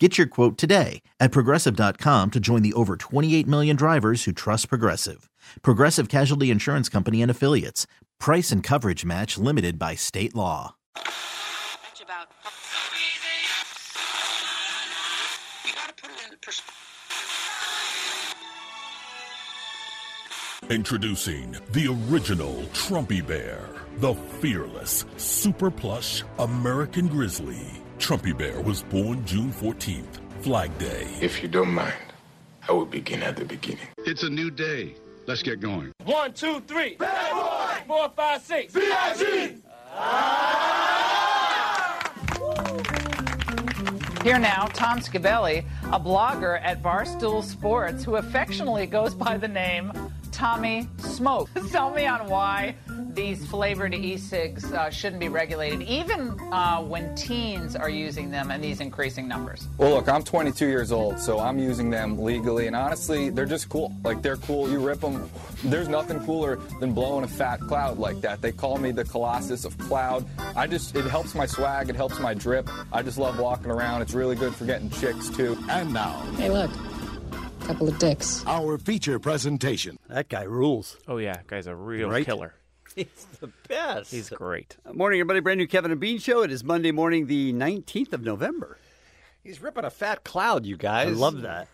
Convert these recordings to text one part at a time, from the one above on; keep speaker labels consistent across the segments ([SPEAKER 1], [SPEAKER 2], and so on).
[SPEAKER 1] Get your quote today at progressive.com to join the over 28 million drivers who trust Progressive. Progressive Casualty Insurance Company and Affiliates. Price and coverage match limited by state law.
[SPEAKER 2] much about. You gotta put it in perspective.
[SPEAKER 3] Introducing the original Trumpy Bear, the fearless, super plush American grizzly. Trumpy Bear was born June 14th, Flag Day.
[SPEAKER 4] If you don't mind, I will begin at the beginning.
[SPEAKER 5] It's a new day. Let's get going.
[SPEAKER 6] One, two, three. Bad boy. Four, five, six. B.I.G.
[SPEAKER 7] Here now, Tom Scabelli, a blogger at Barstool Sports who affectionately goes by the name Tommy Smoke. Tell me on why these flavored e cigs uh, shouldn't be regulated, even uh, when teens are using them in these increasing numbers.
[SPEAKER 8] Well, look, I'm 22 years old, so I'm using them legally, and honestly, they're just cool. Like, they're cool. You rip them. There's nothing cooler than blowing a fat cloud like that. They call me the Colossus of Cloud. I just, it helps my swag, it helps my drip. I just love walking around. It's really good for getting chicks, too.
[SPEAKER 5] And now,
[SPEAKER 9] Hey, look. Couple of dicks.
[SPEAKER 5] our feature presentation.
[SPEAKER 10] That guy rules.
[SPEAKER 11] Oh yeah, guy's a real
[SPEAKER 10] Right?
[SPEAKER 11] killer.
[SPEAKER 10] He's the best.
[SPEAKER 11] He's great.
[SPEAKER 10] Uh, Morning, everybody. Brand new Kevin and Bean show. It is Monday morning, the 19th of November.
[SPEAKER 12] He's ripping a fat cloud, you guys.
[SPEAKER 10] I love that.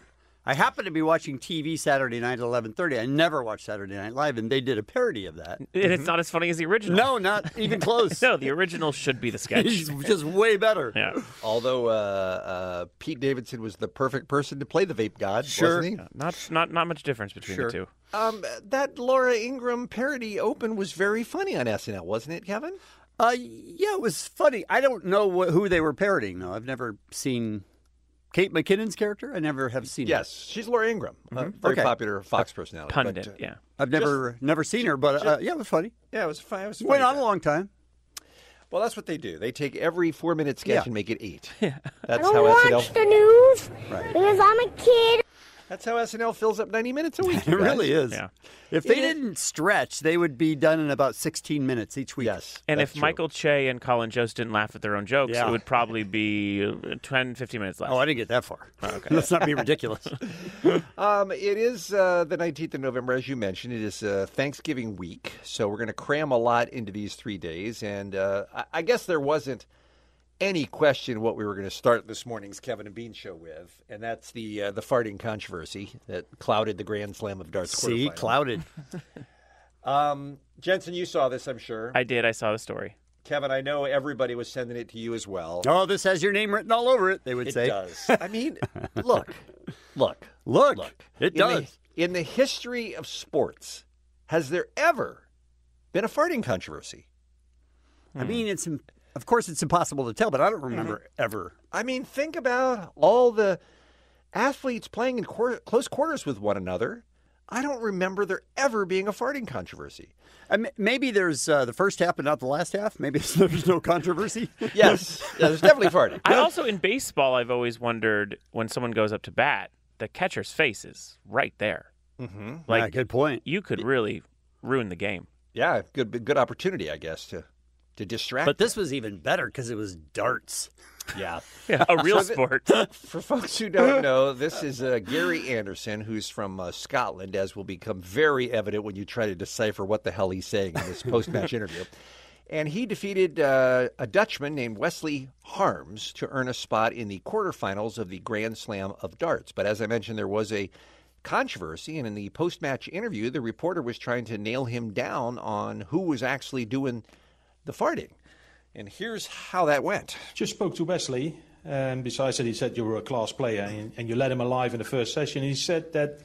[SPEAKER 10] I happened to be watching TV Saturday night at 11:30. I never watch Saturday Night Live, and they did a parody of that.
[SPEAKER 11] And it's not as funny as the original.
[SPEAKER 10] Mm-hmm. No, not even close.
[SPEAKER 11] No, the original should be the sketch.
[SPEAKER 10] It's just way better.
[SPEAKER 11] yeah.
[SPEAKER 12] Although uh, uh, Pete Davidson was the perfect person to play the vape god,
[SPEAKER 10] Sure.
[SPEAKER 12] wasn't he?
[SPEAKER 11] Not not not much difference between
[SPEAKER 12] Sure.
[SPEAKER 11] the two.
[SPEAKER 12] Um, that Laura Ingram parody open was very funny on SNL, wasn't it, Kevin?
[SPEAKER 10] Uh, yeah, it was funny. I don't know wh- who they were parodying though. I've never seen Kate McKinnon's character. I never have seen. her. Mm-hmm.
[SPEAKER 12] Yes, she's Laura Ingram, Mm-hmm. a Uh, very
[SPEAKER 10] Okay.
[SPEAKER 12] popular Fox personality. but,
[SPEAKER 11] Pundit.
[SPEAKER 12] uh,
[SPEAKER 11] yeah.
[SPEAKER 10] I've never never seen her, but uh, yeah, it was funny.
[SPEAKER 12] yeah, it was fine. It was
[SPEAKER 10] Went
[SPEAKER 12] funny
[SPEAKER 10] on a
[SPEAKER 12] back-
[SPEAKER 10] long time.
[SPEAKER 12] Well, that's what they do. They take every four-minute sketch
[SPEAKER 10] Yeah.
[SPEAKER 12] and make it eight. Yeah. That's
[SPEAKER 9] I
[SPEAKER 12] how
[SPEAKER 9] don't watch
[SPEAKER 12] SNL.
[SPEAKER 9] the news
[SPEAKER 10] Right.
[SPEAKER 9] because I'm a kid.
[SPEAKER 12] That's how SNL fills up ninety minutes a week.
[SPEAKER 10] It
[SPEAKER 12] you guys.
[SPEAKER 10] really is.
[SPEAKER 11] Yeah.
[SPEAKER 10] If they didn't stretch, they would be done in about 16 minutes each week.
[SPEAKER 12] Yes.
[SPEAKER 11] And
[SPEAKER 12] that's
[SPEAKER 11] if
[SPEAKER 12] true.
[SPEAKER 11] Michael Che and Colin Jost didn't laugh at their own jokes,
[SPEAKER 10] Yeah.
[SPEAKER 11] it would probably be uh, 10, 15 minutes less.
[SPEAKER 10] Oh, I didn't get that far. okay. Let's not be ridiculous.
[SPEAKER 12] Um, it is uh, the 19th of November, as you mentioned. It is uh, Thanksgiving week, so we're going to cram a lot into these three days. And uh, I-, I guess there wasn't any question what we were going to start this morning's Kevin and Bean show with, and that's the uh, the farting controversy that clouded the Grand Slam of darts.
[SPEAKER 10] See,
[SPEAKER 12] quarterfinal.
[SPEAKER 10] clouded.
[SPEAKER 12] Um, Jensen, you saw this, I'm sure.
[SPEAKER 11] I did. I saw the story.
[SPEAKER 12] Kevin, I know everybody was sending it to you as well.
[SPEAKER 10] Oh, this has your name written all over it, they would
[SPEAKER 12] It
[SPEAKER 10] say.
[SPEAKER 12] does. I mean, look, look,
[SPEAKER 10] Look,
[SPEAKER 12] look.
[SPEAKER 10] it
[SPEAKER 12] In the-
[SPEAKER 10] does.
[SPEAKER 12] in the history of sports, has there ever been a farting controversy?
[SPEAKER 10] I mean, it's im- of course it's impossible to tell, but I don't remember ever.
[SPEAKER 12] I mean, think about all the athletes playing in quar- close quarters with one another. I don't remember there ever being a farting controversy.
[SPEAKER 10] I mean, maybe there's uh, the first half, but not the last half. Maybe there's no controversy.
[SPEAKER 12] Yes, yeah, there's definitely farting.
[SPEAKER 11] I also in baseball, I've always wondered when someone goes up to bat, the catcher's face is right there.
[SPEAKER 12] hmm
[SPEAKER 10] Like,
[SPEAKER 11] Like
[SPEAKER 10] good point.
[SPEAKER 11] you could really ruin the game.
[SPEAKER 12] Yeah, good good opportunity, I guess, to to distract.
[SPEAKER 10] But this was even better because it was darts.
[SPEAKER 12] yeah.
[SPEAKER 11] A real sport.
[SPEAKER 12] For folks who don't know, this is uh, Gary Anderson, who's from uh, Scotland, as will become very evident when you try to decipher what the hell he's saying in this post match interview. And he defeated uh, a Dutchman named Wesley Harms to earn a spot in the quarterfinals of the Grand Slam of Darts. But as I mentioned, there was a controversy, and in the post match interview, the reporter was trying to nail him down on who was actually doing the farting. And here's how that went.
[SPEAKER 6] Just spoke to Wesley, and besides that, he said you were a class player and, and you let him alive in the first session. He said that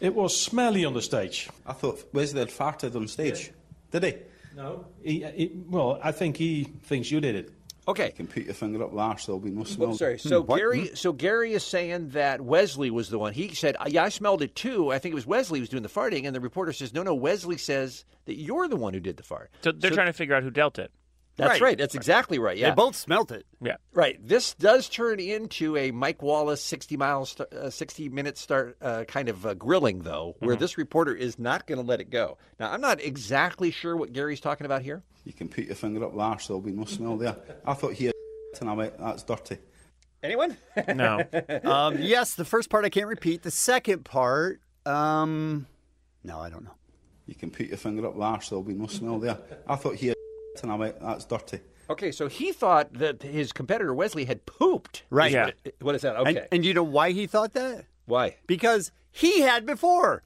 [SPEAKER 6] it was smelly on the stage.
[SPEAKER 4] I thought Wesley had farted on stage. Did he?
[SPEAKER 6] uh, No, he, he, well, I think he thinks you did it.
[SPEAKER 12] Okay. You
[SPEAKER 13] can put your finger up Lars, there'll be no smell. Hmm.
[SPEAKER 12] Well, sorry. So Gary, so Gary is saying that Wesley was the one. He said, "Yeah, I smelled it too. I think it was Wesley who was doing the farting." And the reporter says, "No, no, Wesley says that you're the one who did the fart."
[SPEAKER 11] So they're trying to figure out who dealt it.
[SPEAKER 12] That's right. That's exactly right. Yeah,
[SPEAKER 10] smelt it.
[SPEAKER 11] Yeah.
[SPEAKER 12] Right. This does turn into a Mike Wallace 60 miles, st- uh, 60 minute start uh, kind of uh, grilling, though,
[SPEAKER 11] Mm-hmm.
[SPEAKER 12] where
[SPEAKER 13] Mhm.
[SPEAKER 12] this reporter is not going to let it go. Now, I'm not exactly sure what Gary's talking about here.
[SPEAKER 13] You can put your finger up Lars, there'll be no smell there. I thought he had and I went, that's dirty.
[SPEAKER 12] Anyone?
[SPEAKER 10] um, yes, the first part I can't repeat. The second part, um, no, I don't know.
[SPEAKER 13] You can put your finger up Lars, there'll be no smell there. I thought he had and I went, that's dirty.
[SPEAKER 12] Okay, so he thought that his competitor Wesley had pooped.
[SPEAKER 10] Right.
[SPEAKER 12] Is
[SPEAKER 10] Yeah.
[SPEAKER 12] what- What is that?
[SPEAKER 10] And-
[SPEAKER 12] Okay.
[SPEAKER 10] And, you know why he thought that?
[SPEAKER 12] Why?
[SPEAKER 10] Because he had before.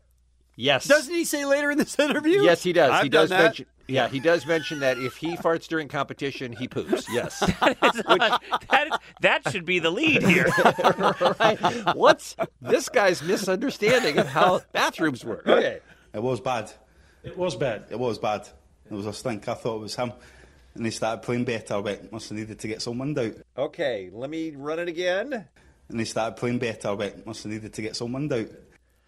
[SPEAKER 12] Yes.
[SPEAKER 10] Doesn't he say later in this interview?
[SPEAKER 12] Yes, he does.
[SPEAKER 10] I've
[SPEAKER 12] he
[SPEAKER 10] done
[SPEAKER 12] does
[SPEAKER 10] that.
[SPEAKER 12] mention. Yeah, he does mention that if he farts during competition, he poops. Yes.
[SPEAKER 11] that, that should be the lead here.
[SPEAKER 12] right. What's this guy's misunderstanding of how bathrooms work? Okay.
[SPEAKER 13] It was bad.
[SPEAKER 14] It was bad.
[SPEAKER 13] It was bad. It was a stink. I thought it was him. And he started playing better. I went, must have needed to get some wind out.
[SPEAKER 12] Okay, let me run it again.
[SPEAKER 13] And he started playing better. I went, must have needed to get some wind out.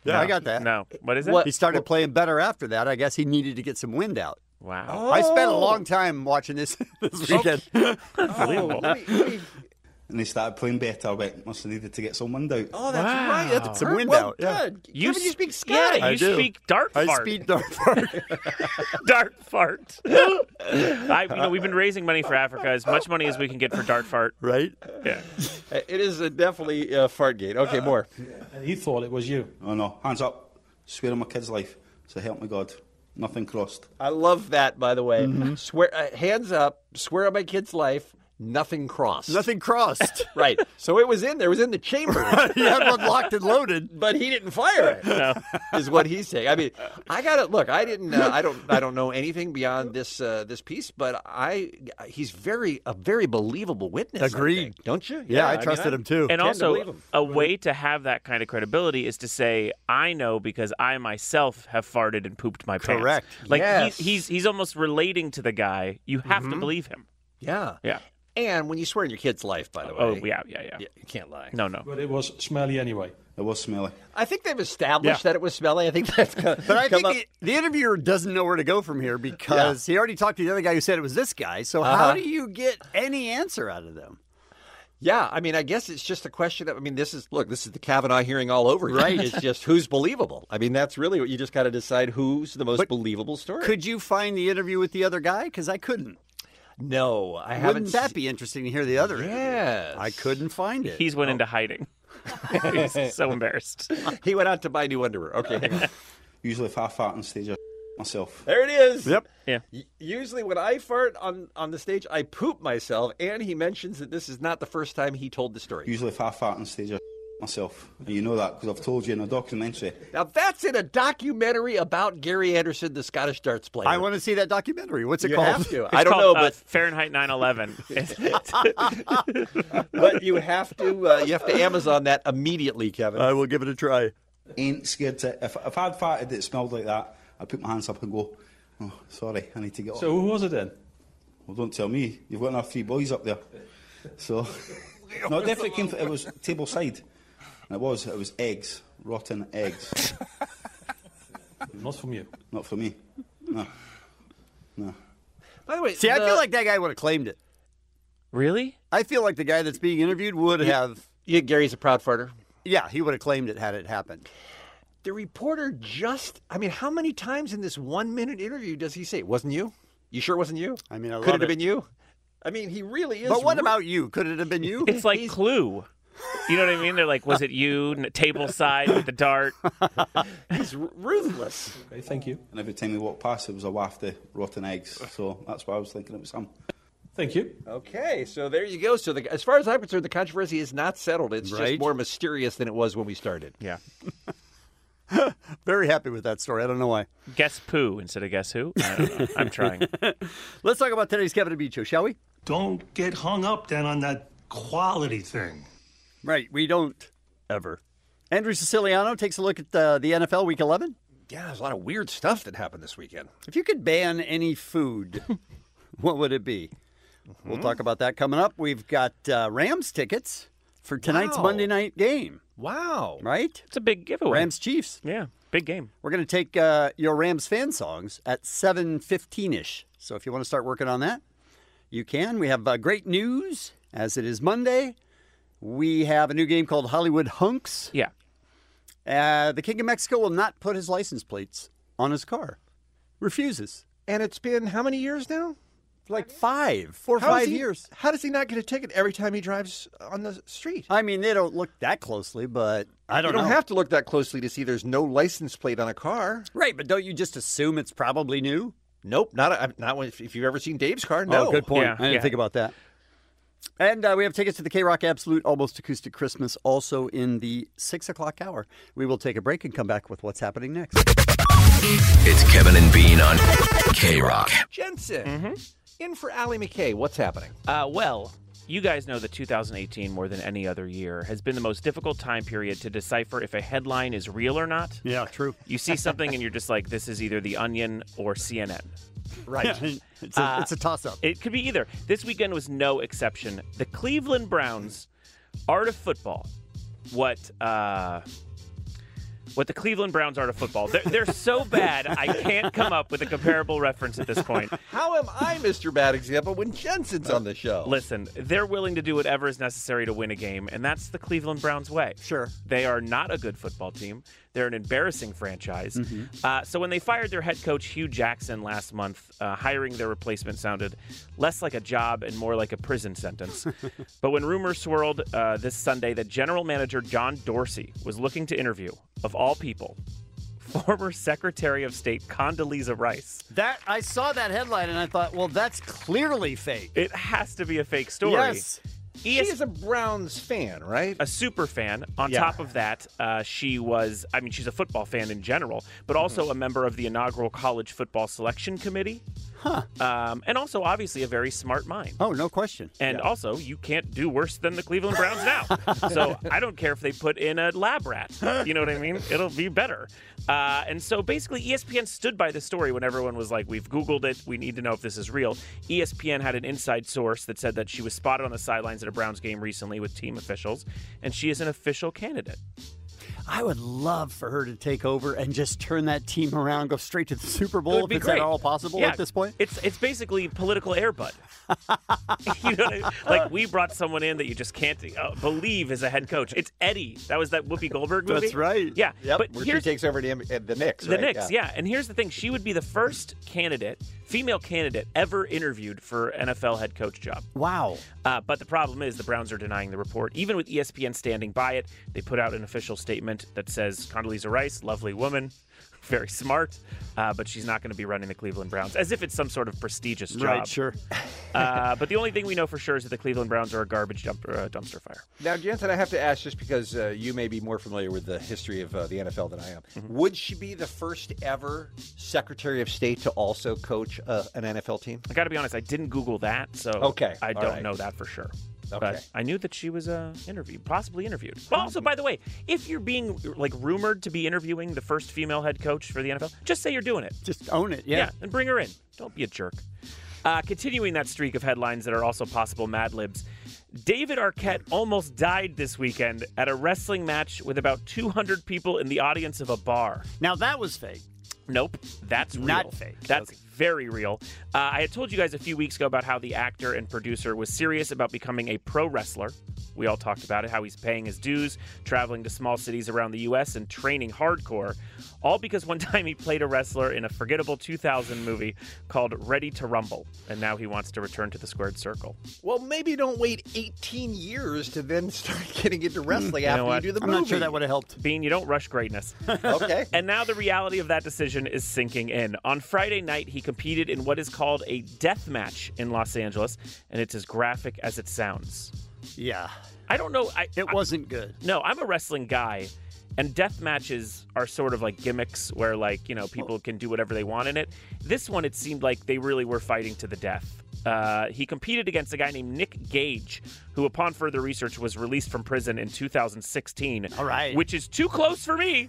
[SPEAKER 10] Yeah, I got that. He started playing better after that. I guess he needed to get some wind out.
[SPEAKER 11] Wow.
[SPEAKER 10] I spent a
[SPEAKER 13] Oh.
[SPEAKER 10] long time watching this this weekend.
[SPEAKER 12] Oh.
[SPEAKER 13] Unbelievable. And he started playing better. I went, must have needed to get some wind out.
[SPEAKER 12] Oh, that's right. That's
[SPEAKER 13] Some
[SPEAKER 12] Kurt,
[SPEAKER 13] wind
[SPEAKER 12] well
[SPEAKER 13] out, yeah.
[SPEAKER 12] done.
[SPEAKER 11] You
[SPEAKER 12] Kevin, you
[SPEAKER 11] s-
[SPEAKER 12] speak
[SPEAKER 11] yeah,
[SPEAKER 12] Scottish.
[SPEAKER 11] you I do. speak dart I fart. speak
[SPEAKER 10] dart fart.
[SPEAKER 11] dart fart. I, you know, we've been raising money for Africa as much money as we can get for dart fart.
[SPEAKER 10] Right?
[SPEAKER 11] Yeah.
[SPEAKER 12] It is a definitely uh, Fartgate. Okay, more.
[SPEAKER 13] Uh, And he thought it was you. Oh, no. Hands up. Swear on my kid's life. So help me God. Nothing crossed.
[SPEAKER 12] I love that, by the way.
[SPEAKER 10] Mm-hmm.
[SPEAKER 12] Swear, uh, hands up, swear on my kid's life, nothing crossed.
[SPEAKER 10] Nothing crossed.
[SPEAKER 12] right. So it was in there, it was in the chamber.
[SPEAKER 10] he had one locked and loaded.
[SPEAKER 12] But he didn't fire it. Is what he's saying. I mean, I got to look. I didn't. Uh, I don't. I don't know anything beyond this. Uh, this piece, but I. He's very a very believable witness. I
[SPEAKER 10] Agreed.
[SPEAKER 12] think, don't you? mean, I
[SPEAKER 11] And
[SPEAKER 12] tend to believe
[SPEAKER 11] also,
[SPEAKER 12] him.
[SPEAKER 11] a way to have that kind of credibility is to say, "I know because I myself have farted and pooped my pants."
[SPEAKER 12] Correct.
[SPEAKER 11] Like
[SPEAKER 12] Yes.
[SPEAKER 11] he's, he's he's almost relating to the guy. You have to
[SPEAKER 12] Mhm.
[SPEAKER 11] believe him.
[SPEAKER 12] Yeah.
[SPEAKER 11] Yeah.
[SPEAKER 12] And when you swear in your kid's life, by the way.
[SPEAKER 11] Oh, yeah, yeah, yeah.
[SPEAKER 12] You can't lie.
[SPEAKER 11] No, no.
[SPEAKER 14] But it was smelly anyway.
[SPEAKER 13] It was smelly.
[SPEAKER 12] I think they've established
[SPEAKER 10] Yeah.
[SPEAKER 12] that it was smelly. I think that's. Come,
[SPEAKER 10] But I
[SPEAKER 12] come
[SPEAKER 10] think
[SPEAKER 12] up.
[SPEAKER 10] the, the interviewer doesn't know where to go from here because he already talked to the other guy who said it was this guy. So how
[SPEAKER 12] Uh-huh.
[SPEAKER 10] do you get any answer out of them?
[SPEAKER 12] Yeah, I mean, I guess it's just a question of. I mean, this is look, this is the Kavanaugh hearing all over again.
[SPEAKER 10] Right.
[SPEAKER 12] It's just who's believable. I mean, that's really what you just got to decide who's the most believable story.
[SPEAKER 10] Could you find the interview with the other guy? Because I couldn't.
[SPEAKER 12] No, I
[SPEAKER 10] Wouldn't
[SPEAKER 12] haven't
[SPEAKER 10] that
[SPEAKER 12] se-
[SPEAKER 10] be interesting to hear the other?
[SPEAKER 12] Yes,
[SPEAKER 10] I couldn't find Oh. it.
[SPEAKER 11] He's went into hiding. he's so embarrassed.
[SPEAKER 12] he went out to buy new underwear. Okay, hang on.
[SPEAKER 13] Usually if I fart on stage, I myself.
[SPEAKER 12] there it is.
[SPEAKER 10] Yep.
[SPEAKER 11] Yeah.
[SPEAKER 12] Y- Usually, when I fart on on the stage, I poop myself. And he mentions that this is not the first time he told the story.
[SPEAKER 13] Usually if I fart on stage, I myself. And you know that because I've told you in a documentary.
[SPEAKER 12] Now that's in a documentary about Gary Anderson, the Scottish darts player.
[SPEAKER 10] I want to see that documentary. What's it
[SPEAKER 12] You
[SPEAKER 10] called?
[SPEAKER 12] have to.
[SPEAKER 11] It's
[SPEAKER 12] I don't
[SPEAKER 11] called,
[SPEAKER 12] know,
[SPEAKER 11] uh,
[SPEAKER 12] but-
[SPEAKER 11] Fahrenheit 9/11.
[SPEAKER 12] but you have to uh, you have to Amazon that immediately, Kevin.
[SPEAKER 10] I will give it a try.
[SPEAKER 13] Ain't scared to... If, if I'd farted that smelled like that, I'd put my hands up and go, oh, sorry, I need to get up.
[SPEAKER 14] So who was it then?
[SPEAKER 13] Well, don't tell me. You've got another three boys up there. So, no, it definitely came. From, it was table side. And it was. It was eggs, rotten eggs.
[SPEAKER 14] Not from you.
[SPEAKER 13] Not for me. No. No.
[SPEAKER 12] By the way,
[SPEAKER 10] See, I
[SPEAKER 12] the-
[SPEAKER 10] feel like that guy would have claimed it.
[SPEAKER 11] Really?
[SPEAKER 10] I feel like the guy that's being interviewed would have.
[SPEAKER 12] Yeah, Gary's a proud farter.
[SPEAKER 10] Yeah, he would have claimed it had it happened.
[SPEAKER 12] the reporter just I mean, how many times in this one minute interview does he say it wasn't you? You sure it wasn't you?
[SPEAKER 10] I mean, I
[SPEAKER 12] Could
[SPEAKER 10] love
[SPEAKER 12] it have
[SPEAKER 10] it.
[SPEAKER 12] been you? I mean, he really is.
[SPEAKER 10] But what
[SPEAKER 12] re-
[SPEAKER 10] about you? Could it have been you?
[SPEAKER 11] It's like Clue. You know what I mean? They're like, was it you? N- Table side with the dart.
[SPEAKER 12] he's r- ruthless.
[SPEAKER 14] Okay, thank you.
[SPEAKER 13] And every time we walked past, there was a waft of rotten eggs. So that's why I was thinking it was um, him.
[SPEAKER 14] Thank you.
[SPEAKER 12] Okay, so there you go. So the, as far as I'm concerned, the controversy is not settled. It's
[SPEAKER 10] Right.
[SPEAKER 12] just more mysterious than it was when we started.
[SPEAKER 11] Yeah.
[SPEAKER 10] Very happy with that story. I don't know why.
[SPEAKER 11] Guess poo instead of guess who. I don't know. I'm trying.
[SPEAKER 10] Let's talk about today's Kevin and Beach show, shall we?
[SPEAKER 15] Don't get hung up then on that quality thing.
[SPEAKER 10] Right, we don't ever. Andrew Siciliano takes a look at the, the NFL Week 11.
[SPEAKER 12] Yeah, there's a lot of weird stuff that happened this weekend.
[SPEAKER 10] If you could ban any food, what would it be?
[SPEAKER 12] Hmm?
[SPEAKER 10] We'll talk about that coming up. We've got uh, Rams tickets for tonight's Monday night game.
[SPEAKER 12] Wow.
[SPEAKER 10] Right?
[SPEAKER 11] It's a big giveaway.
[SPEAKER 10] Rams Chiefs.
[SPEAKER 11] Yeah, big game.
[SPEAKER 10] We're going to take uh, your Rams fan songs at 7.15ish. So if you want to start working on that, you can. We have uh, great news as it is Monday. We have a new game called Hollywood Hunks.
[SPEAKER 11] Yeah.
[SPEAKER 10] Uh, the King of Mexico will not put his license plates on his car. Refuses.
[SPEAKER 12] And it's been how many years now?
[SPEAKER 10] Like five, four or
[SPEAKER 12] How does
[SPEAKER 10] five
[SPEAKER 12] he-
[SPEAKER 10] years.
[SPEAKER 12] How does he not get a ticket every time he drives on the street?
[SPEAKER 10] I mean, they don't look that closely, but I don't
[SPEAKER 12] you don't
[SPEAKER 10] know.
[SPEAKER 12] have to look that closely to see there's no license plate on a car.
[SPEAKER 10] Right, but don't you just assume it's probably new?
[SPEAKER 12] Nope, not a, not if if you've ever seen Dave's car. No,
[SPEAKER 10] Oh, good point. I didn't think about that. And uh, we have tickets to the K Rock Absolute Almost Acoustic Christmas also in the six o'clock hour. We will take a break and come back with what's happening next.
[SPEAKER 16] It's Kevin and Bean on K Rock.
[SPEAKER 12] Jensen, in for Allie McKay. What's happening?
[SPEAKER 11] Uh, well, you guys know that 2018, more than any other year, has been the most difficult time period to decipher if a headline is real or not.
[SPEAKER 10] Yeah, true.
[SPEAKER 11] You see something and you're just like, this is either The Onion or CNN.
[SPEAKER 12] Right.
[SPEAKER 10] it's, a,
[SPEAKER 11] Uh,
[SPEAKER 10] it's a toss up.
[SPEAKER 11] It could be either. This weekend was no exception. The Cleveland Browns, art of football, what uh, what the Cleveland Browns art of football. They're, they're so bad, I can't come up with a comparable reference at this point. Uh,
[SPEAKER 12] How am I Mr. Bad Example when Jensen's on the show?
[SPEAKER 11] Listen, they're willing to do whatever is necessary to win a game, and that's the Cleveland Browns way.
[SPEAKER 10] Sure.
[SPEAKER 11] They are not a good football team. They're an embarrassing franchise. Uh, so when they fired their head coach, Hugh Jackson, last month, uh, hiring their replacement sounded less like a job and more like a prison sentence. but when rumors swirled uh, this Sunday that general manager John Dorsey was looking to interview, of all people, former Secretary of State Condoleezza Rice.
[SPEAKER 10] That I saw that headline and I thought, well, that's clearly fake.
[SPEAKER 11] It has to be a fake story.
[SPEAKER 10] Yes.
[SPEAKER 12] She is a Browns fan, right?
[SPEAKER 11] a super fan. On
[SPEAKER 12] Yeah.
[SPEAKER 11] top of that, uh, she was, I mean, she's a football fan in general, but also a member of the inaugural college football selection committee. Huh. Um, and also, obviously, a very smart mind.
[SPEAKER 10] Oh, no question.
[SPEAKER 11] And also, you can't do worse than the Cleveland Browns now. so I don't care if they put in a lab rat. You know what I mean? It'll be better. Uh, and so basically, ESPN stood by the story when everyone was like, we've Googled it. We need to know if this is real. E ESPN had an inside source that said that she was spotted on the sidelines at a Browns game recently with team officials, and she is an official candidate.
[SPEAKER 10] I would love for her to take over and just turn that team around, go straight to the Super
[SPEAKER 11] It
[SPEAKER 10] Bowl
[SPEAKER 11] would
[SPEAKER 10] if
[SPEAKER 11] be
[SPEAKER 10] it's
[SPEAKER 11] great.
[SPEAKER 10] at all possible
[SPEAKER 11] Yeah,
[SPEAKER 10] at this point.
[SPEAKER 11] It's it's basically political airbud. you know, what I mean? like we brought someone in that you just can't uh, believe is a head coach. It's Eddie. That was that Whoopi Goldberg movie.
[SPEAKER 12] That's right.
[SPEAKER 11] Yeah.
[SPEAKER 12] Yep,
[SPEAKER 11] but
[SPEAKER 12] where she
[SPEAKER 11] here's
[SPEAKER 12] takes over the, M- uh, the Knicks.
[SPEAKER 11] the
[SPEAKER 12] right?
[SPEAKER 11] Knicks. Yeah. And here's the thing: she would be the first candidate, female candidate, ever interviewed for NFL head coach job.
[SPEAKER 10] Wow.
[SPEAKER 11] Uh, but the problem is the Browns are denying the report. Even with E ESPN standing by it, they put out an official statement that says Condoleezza Rice, lovely woman, very smart, uh, but she's not going to be running the Cleveland Browns, as if it's some sort of prestigious job.
[SPEAKER 10] Right, sure.
[SPEAKER 11] uh, but the only thing we know for sure is that the Cleveland Browns are a garbage dump- uh, dumpster fire.
[SPEAKER 12] Now, Jensen, I have to ask just because uh, you may be more familiar with the history of uh, the NFL than I am. Would she be the first ever Secretary of State to also coach uh, an NFL team?
[SPEAKER 11] I got to be honest, I didn't Google that, so
[SPEAKER 12] Okay,
[SPEAKER 11] I
[SPEAKER 12] all
[SPEAKER 11] don't
[SPEAKER 12] right.
[SPEAKER 11] know that for sure.
[SPEAKER 12] Okay.
[SPEAKER 11] But I knew that she was uh, interviewed, possibly interviewed. But also, by the way, if you're being like rumored to be interviewing the first female head coach for the NFL, just say you're doing it.
[SPEAKER 10] Just own it.
[SPEAKER 11] Yeah,
[SPEAKER 10] Yeah.
[SPEAKER 11] and bring her in. Don't be a jerk. Uh, continuing that streak of headlines that are also possible Mad Libs, David Arquette almost died this weekend at a wrestling match with about 200 people in the audience of a bar.
[SPEAKER 10] Now that was fake.
[SPEAKER 11] Nope, that's real.
[SPEAKER 10] Not fake.
[SPEAKER 11] That's very real. Uh, I had told you guys a few weeks ago about how the actor and producer was serious about becoming a pro wrestler. We all talked about it, how he's paying his dues, traveling to small cities around the U.S., and training hardcore. All because one time he played a wrestler in a forgettable 2000 movie called Ready to Rumble, and now he wants to return to the squared circle.
[SPEAKER 12] Well, maybe don't wait 18 years to then start getting into wrestling
[SPEAKER 11] You know
[SPEAKER 12] after Hmm. you
[SPEAKER 11] what?
[SPEAKER 12] do the
[SPEAKER 11] I'm
[SPEAKER 12] movie.
[SPEAKER 11] not sure that
[SPEAKER 10] would have helped.
[SPEAKER 11] Bean, you don't rush greatness.
[SPEAKER 12] okay.
[SPEAKER 11] And now the reality of that decision is sinking in. On Friday night, he competed in what is called a death match in Los Angeles, and it's as graphic as it sounds.
[SPEAKER 10] Yeah.
[SPEAKER 11] I don't know. I,
[SPEAKER 10] It wasn't good.
[SPEAKER 11] No, I'm a wrestling guy, and death matches are sort of like gimmicks where, like, you know, people can do whatever they want in it. This one, it seemed like they really were fighting to the death. Uh, he competed against a guy named Nick Gage, who, upon further research, was released from prison in 2016.
[SPEAKER 10] All right.
[SPEAKER 11] Which is too close for me.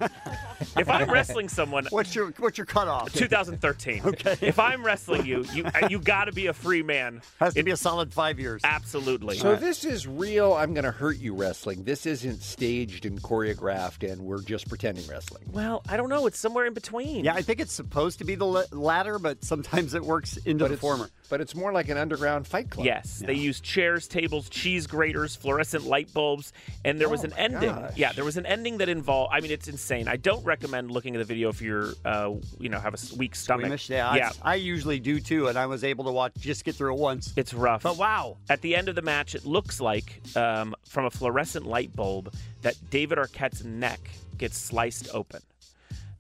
[SPEAKER 11] if I'm wrestling someone,
[SPEAKER 10] what's your what's your cutoff?
[SPEAKER 11] 2013. Okay. If I'm wrestling you, you you got to be a free man.
[SPEAKER 10] Has to be a solid five years.
[SPEAKER 11] Absolutely.
[SPEAKER 12] So this is real. I'm going to hurt you wrestling. This isn't staged and choreographed, and we're just pretending wrestling.
[SPEAKER 11] Well, I don't know. It's somewhere in between.
[SPEAKER 10] Yeah, I think it's supposed to be the la- latter, but sometimes it works into
[SPEAKER 12] But
[SPEAKER 10] the
[SPEAKER 12] it's-
[SPEAKER 10] former.
[SPEAKER 12] But it's more like an underground fight club.
[SPEAKER 11] Yes, they used chairs, tables, cheese graters, fluorescent light bulbs, and there was an ending.
[SPEAKER 12] Oh gosh.
[SPEAKER 11] Yeah, there was an ending that involved. I mean, it's insane. I don't recommend looking at the video if you're, uh, you know, have a s- weak stomach.
[SPEAKER 10] Squeamish, yeah, I- I usually do too, and I was able to watch just get through it once.
[SPEAKER 11] It's rough.
[SPEAKER 10] But wow,
[SPEAKER 11] At the end of the match, it looks like um, from a fluorescent light bulb that David Arquette's neck gets sliced open.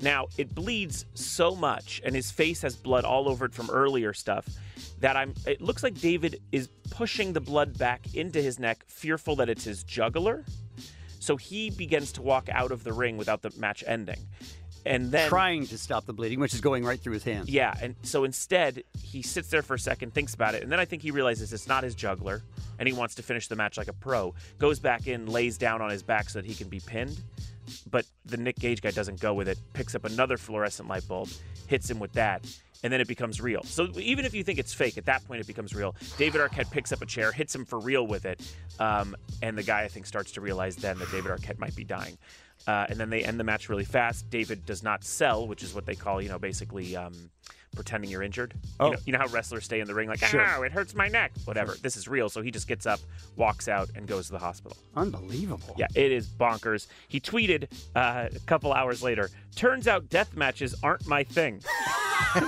[SPEAKER 11] Now, it bleeds so much, and his face has blood all over it from earlier stuff, that I'm. It looks like David is pushing the blood back into his neck, fearful that it's his jugular. So he begins to walk out of the ring without the match ending. And then
[SPEAKER 10] trying to stop the bleeding, which is going right through his hand.
[SPEAKER 11] yeah, and so instead, he sits there for a second, thinks about it, and then I think he realizes it's not his juggler, and he wants to finish the match like a pro. Goes back in, lays down on his back so that he can be pinned, but the Nick Gage guy doesn't go with it, picks up another fluorescent light bulb, hits him with that, and then it becomes real. So even if you think it's fake, at that point it becomes real. David Arquette picks up a chair, hits him for real with it, um, and the guy I think starts to realize then that David Arquette might be dying. Uh, and then they end the match really fast. David does not sell, which is what they call, you know, basically um, pretending you're injured.
[SPEAKER 17] Oh.
[SPEAKER 11] You, know, you know how wrestlers stay in the ring like,
[SPEAKER 17] Sure.
[SPEAKER 11] "Ow, it hurts my neck, whatever. This is real. So he just gets up, walks out, and goes to the hospital.
[SPEAKER 10] Unbelievable.
[SPEAKER 11] Yeah, it is bonkers. He tweeted uh, a couple hours later, turns out death matches aren't my thing.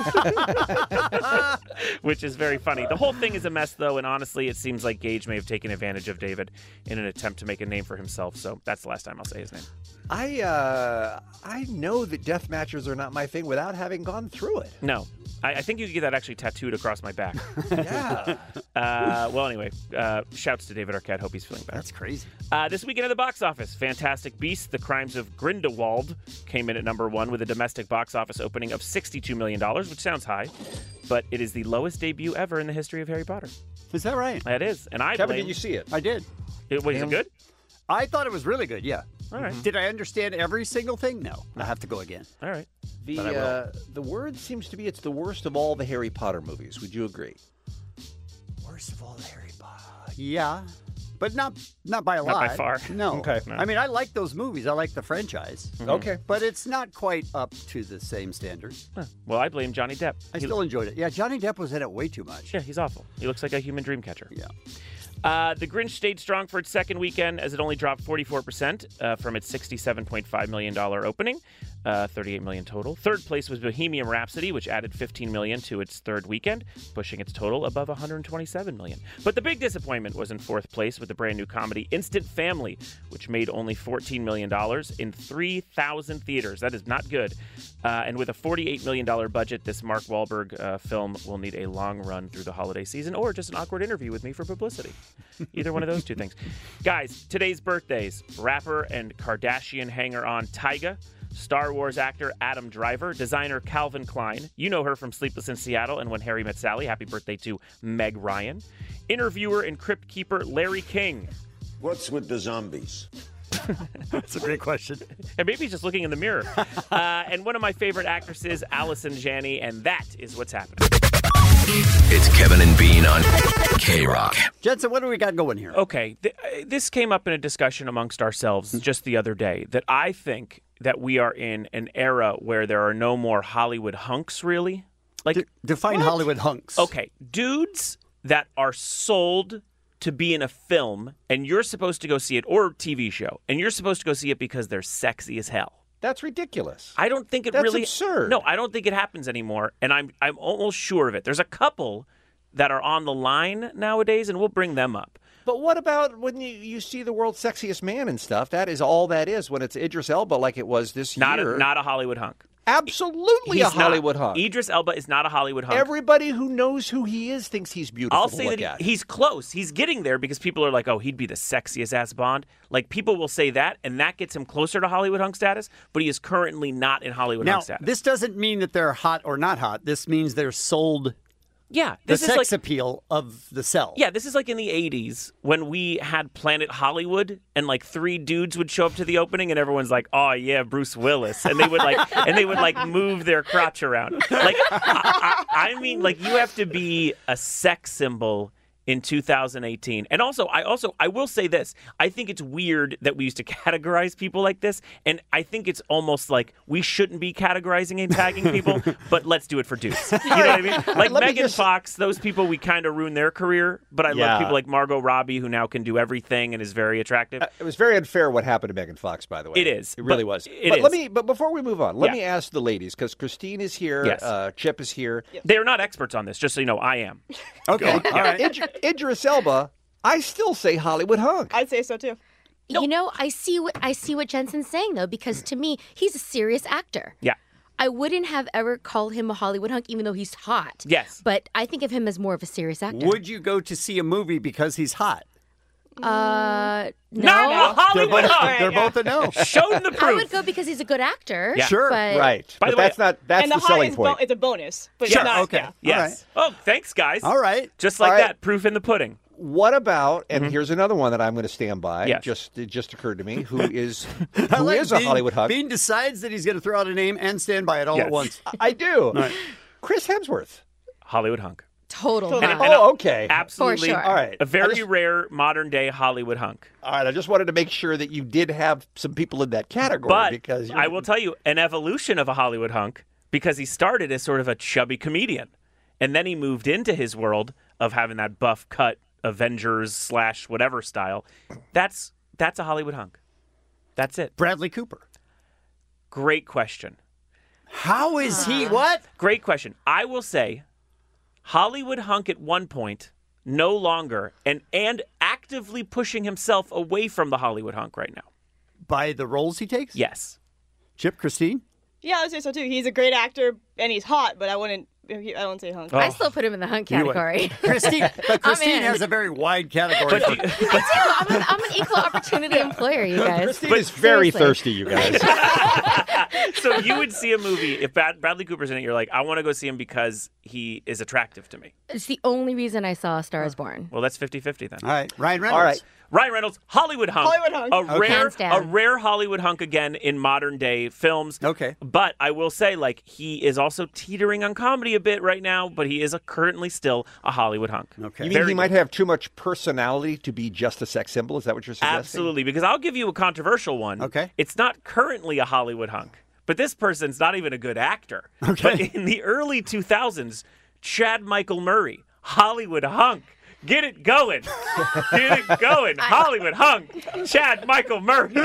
[SPEAKER 11] Which is very funny. The whole thing is a mess, though, and honestly, it seems like Gage may have taken advantage of David in an attempt to make a name for himself. So that's the last time I'll say his name.
[SPEAKER 12] I uh, I know that death matches are not my thing without having gone through it.
[SPEAKER 11] No. I, I think you could get that actually tattooed across my back. yeah. Uh, well, anyway, uh, shouts to David Arquette. Hope he's feeling better. That's
[SPEAKER 10] crazy.
[SPEAKER 11] Uh, this weekend at the box office, Fantastic Beasts, The Crimes of Grindelwald came in at number one with a domestic box office opening of $62 million, which sounds high, but it is the lowest debut ever in the history of Harry Potter.
[SPEAKER 10] Is that right?
[SPEAKER 11] That is. And I
[SPEAKER 10] Kevin,
[SPEAKER 11] blame-
[SPEAKER 10] did you see it? I did.
[SPEAKER 11] It, was it good?
[SPEAKER 10] I thought it was really good. Yeah.
[SPEAKER 11] All right.
[SPEAKER 10] Did I understand every single thing? No. I have to go again.
[SPEAKER 11] All right.
[SPEAKER 12] The
[SPEAKER 10] But I will.
[SPEAKER 12] uh, the word seems to be it's the worst of all the Harry Potter movies. Would you agree?
[SPEAKER 10] Worst of all, Harry Potter. Yeah, but not not by a
[SPEAKER 12] Not
[SPEAKER 10] lot.
[SPEAKER 12] by far.
[SPEAKER 10] No.
[SPEAKER 12] Okay. No.
[SPEAKER 10] I mean, I like those movies. I like the franchise.
[SPEAKER 11] Mhm. Okay.
[SPEAKER 10] But it's not quite up to the same standards.
[SPEAKER 11] Well, I blame Johnny Depp.
[SPEAKER 10] I still enjoyed it. Yeah, Johnny Depp was in it way too much.
[SPEAKER 11] Yeah, he's awful. He looks like a human dream catcher.
[SPEAKER 10] Yeah.
[SPEAKER 11] Uh, the Grinch stayed strong for its second weekend as it only dropped 44% uh, from its $67.5 million opening, uh, $38 million total. Third place was Bohemian Rhapsody, which added $15 million to its third weekend, pushing its total above $127 million. But the big disappointment was in fourth place with the brand new comedy Instant Family, which made only $14 million in 3,000 theaters. That is not good. Uh, and with a $48 million budget, this Mark Wahlberg uh, film will need a long run through the holiday season or just an awkward interview with me for publicity. Either one of those two things. Guys, today's birthdays rapper and Kardashian hanger on Tyga, Star Wars actor Adam Driver, designer Calvin Klein. You know her from Sleepless in Seattle and When Harry Met Sally. Happy birthday to Meg Ryan. Interviewer and crypt keeper Larry King.
[SPEAKER 18] What's with the zombies?
[SPEAKER 11] That's a great question. And maybe he's just looking in the mirror. Uh, and one of my favorite actresses, Allison Janney, and that is what's happening.
[SPEAKER 16] It's Kevin and Bean on K Rock.
[SPEAKER 10] Jensen, what do we got going here?
[SPEAKER 11] Okay, th- uh, this came up in a discussion amongst ourselves
[SPEAKER 10] Mm-hmm.
[SPEAKER 11] just the other day that I think that we are in an era where there are no more Hollywood hunks, really. Like
[SPEAKER 10] define Hollywood hunks.
[SPEAKER 11] Okay, dudes that are sold to be in a film, and you're supposed to go see it or TV show, and you're supposed to go see it because they're sexy as hell.
[SPEAKER 12] That's ridiculous.
[SPEAKER 11] I don't think it
[SPEAKER 12] That's
[SPEAKER 11] really
[SPEAKER 12] absurd.
[SPEAKER 11] No, I don't think it happens anymore, and I'm I'm almost sure of it. There's a couple that are on the line nowadays, and we'll bring them up.
[SPEAKER 12] But what about when you, you see the world's sexiest man and stuff? That is all that is when it's Idris Elba, like it was this
[SPEAKER 11] Not
[SPEAKER 12] year.
[SPEAKER 11] a, not a Hollywood hunk.
[SPEAKER 12] absolutely a
[SPEAKER 11] He's not.
[SPEAKER 12] Hollywood hunk.
[SPEAKER 11] Idris Elba is not a Hollywood hunk.
[SPEAKER 12] Everybody who knows who he is thinks he's beautiful.
[SPEAKER 11] I'll
[SPEAKER 12] to
[SPEAKER 11] say
[SPEAKER 12] look
[SPEAKER 11] that he-
[SPEAKER 12] at.
[SPEAKER 11] he's close. He's getting there because people are like, "Oh, he'd be the sexiest ass Bond." Like people will say that, and that gets him closer to Hollywood hunk status. But he is currently not in Hollywood
[SPEAKER 10] Now,
[SPEAKER 11] hunk status.
[SPEAKER 10] this doesn't mean that they're hot or not hot. This means they're sold
[SPEAKER 11] Yeah,
[SPEAKER 10] the
[SPEAKER 11] this is
[SPEAKER 10] sex
[SPEAKER 11] like-
[SPEAKER 10] appeal of the cell.
[SPEAKER 11] Yeah, this is like in the 80s when we had Planet Hollywood and like three dudes would show up to the opening and everyone's like, "Oh yeah, Bruce Willis." And they would like and they would like move their crotch around. Like I, I, I mean, like you have to be a sex symbol in 2018. And also, I also I will say this. I think it's weird that we used to categorize people like this, and I think it's almost like we shouldn't be categorizing and tagging people, but let's do it for dudes. You know what I mean? Like
[SPEAKER 17] Let me
[SPEAKER 11] Megan Fox, those people we kind of ruin their career, but I
[SPEAKER 12] Yeah. Uh,
[SPEAKER 11] love people like Margot Robbie who now can do everything and is very attractive.
[SPEAKER 12] It was very unfair what happened to Megan Fox, by the way.
[SPEAKER 11] It is.
[SPEAKER 12] It really
[SPEAKER 11] But
[SPEAKER 12] was.
[SPEAKER 11] it
[SPEAKER 12] but let
[SPEAKER 11] is.
[SPEAKER 12] me. But before we move on, let
[SPEAKER 11] Yeah.
[SPEAKER 12] me ask the ladies because Christine is here.
[SPEAKER 11] Yes.
[SPEAKER 12] Uh, Chip is here.
[SPEAKER 11] They're not experts on this, just so you know, I am.
[SPEAKER 12] Okay.
[SPEAKER 11] Go on. Yeah.
[SPEAKER 12] Idri- Idris Elba. I still say Hollywood hunk.
[SPEAKER 19] I'd say so too.
[SPEAKER 20] You know, I see what I see what Jensen's saying though, because to me, he's a serious actor.
[SPEAKER 11] Yeah.
[SPEAKER 20] I wouldn't have ever called him a Hollywood hunk, even though he's hot.
[SPEAKER 11] Yes.
[SPEAKER 20] But I think of him as more of a serious actor.
[SPEAKER 10] Would you go to see a movie because he's hot?
[SPEAKER 20] Uh, no.
[SPEAKER 10] Not a Hollywood They're both- hunk. they're both a no. Show them the
[SPEAKER 20] I
[SPEAKER 10] proof.
[SPEAKER 20] would go because he's a good actor.
[SPEAKER 12] Yeah. Sure,
[SPEAKER 20] but-
[SPEAKER 12] right. By But the way- that's not- that's
[SPEAKER 19] and
[SPEAKER 12] the
[SPEAKER 19] the, hot
[SPEAKER 12] selling
[SPEAKER 19] is
[SPEAKER 12] point.
[SPEAKER 19] Bo- it's a bonus, but
[SPEAKER 12] Sure,
[SPEAKER 19] it's not.
[SPEAKER 12] okay.
[SPEAKER 19] Yeah.
[SPEAKER 11] Yes. Oh, thanks, guys.
[SPEAKER 12] All right.
[SPEAKER 11] Just like
[SPEAKER 12] All right.
[SPEAKER 11] that, proof in the pudding.
[SPEAKER 12] What about? And here's another one that I'm going to stand by.
[SPEAKER 11] Mm-hmm. Yes.
[SPEAKER 12] Just it just occurred to me. Who is
[SPEAKER 10] I
[SPEAKER 12] who
[SPEAKER 10] like
[SPEAKER 12] is a
[SPEAKER 10] Bean,
[SPEAKER 12] Hollywood hunk?
[SPEAKER 10] Bean decides that he's going to throw out a name and stand by it all
[SPEAKER 12] Yes.
[SPEAKER 10] at once.
[SPEAKER 12] I do.
[SPEAKER 10] right.
[SPEAKER 12] Chris Hemsworth.
[SPEAKER 11] Hollywood hunk.
[SPEAKER 20] Total.
[SPEAKER 12] And-
[SPEAKER 20] hunk.
[SPEAKER 12] and
[SPEAKER 11] uh,
[SPEAKER 12] a- Oh, okay.
[SPEAKER 11] Absolutely.
[SPEAKER 12] For sure. All right.
[SPEAKER 11] A very
[SPEAKER 12] I just-
[SPEAKER 11] rare modern day Hollywood hunk.
[SPEAKER 12] All right. I just wanted to make sure that you did have some people in that category
[SPEAKER 11] But
[SPEAKER 12] because you're-
[SPEAKER 11] I will tell you an evolution of a Hollywood hunk because he started as sort of a chubby comedian, and then he moved into his world of having that buff cut Avengers slash whatever style. That's that's a Hollywood hunk. That's it.
[SPEAKER 10] Bradley Cooper.
[SPEAKER 11] Great question.
[SPEAKER 10] How is he? What?
[SPEAKER 11] Great question. I will say, Hollywood hunk at one point, no longer, and and actively pushing himself away from the Hollywood hunk right now.
[SPEAKER 10] By the roles he takes?
[SPEAKER 11] Yes.
[SPEAKER 10] Chip Christine?
[SPEAKER 19] Yeah, I'd say so too. He's a great actor and he's hot, but I wouldn't. I don't say hunk.
[SPEAKER 20] I still put him in the hunk
[SPEAKER 10] Oh. You would.
[SPEAKER 20] category.
[SPEAKER 10] Christine, but Christine
[SPEAKER 20] in.
[SPEAKER 10] has a very wide category. for-
[SPEAKER 20] I do. I'm an, I'm an equal opportunity employer, you guys.
[SPEAKER 12] Christine is very
[SPEAKER 20] Seriously.
[SPEAKER 12] thirsty, you guys.
[SPEAKER 11] so you would see a movie if Brad- Bradley Cooper's in it. You're like, I want to go see him because he is attractive to me.
[SPEAKER 20] It's the only reason I saw A Star Is Born.
[SPEAKER 11] Well, that's 50-50 then.
[SPEAKER 10] All right, Ryan
[SPEAKER 20] Reynolds. All right.
[SPEAKER 11] Ryan Reynolds, Hollywood hunk,
[SPEAKER 20] Hollywood hunk.
[SPEAKER 11] a
[SPEAKER 20] Okay.
[SPEAKER 11] rare,
[SPEAKER 20] Hands
[SPEAKER 11] a
[SPEAKER 20] down.
[SPEAKER 11] rare Hollywood hunk again in modern day films.
[SPEAKER 10] Okay,
[SPEAKER 11] but I will say, like, he is also teetering on comedy a bit right now, but he is a, currently still a Hollywood hunk. Okay,
[SPEAKER 12] You mean he might have too much personality to be just a sex symbol? Is that what you're suggesting?
[SPEAKER 11] Absolutely, because I'll give you a controversial one. Okay. It's not currently a Hollywood hunk, but this person's not even a good actor. Okay. But in the early 2000s, Chad Michael Murray, Hollywood hunk. Get it going. Get it going. Hollywood hunk. Chad Michael Murray.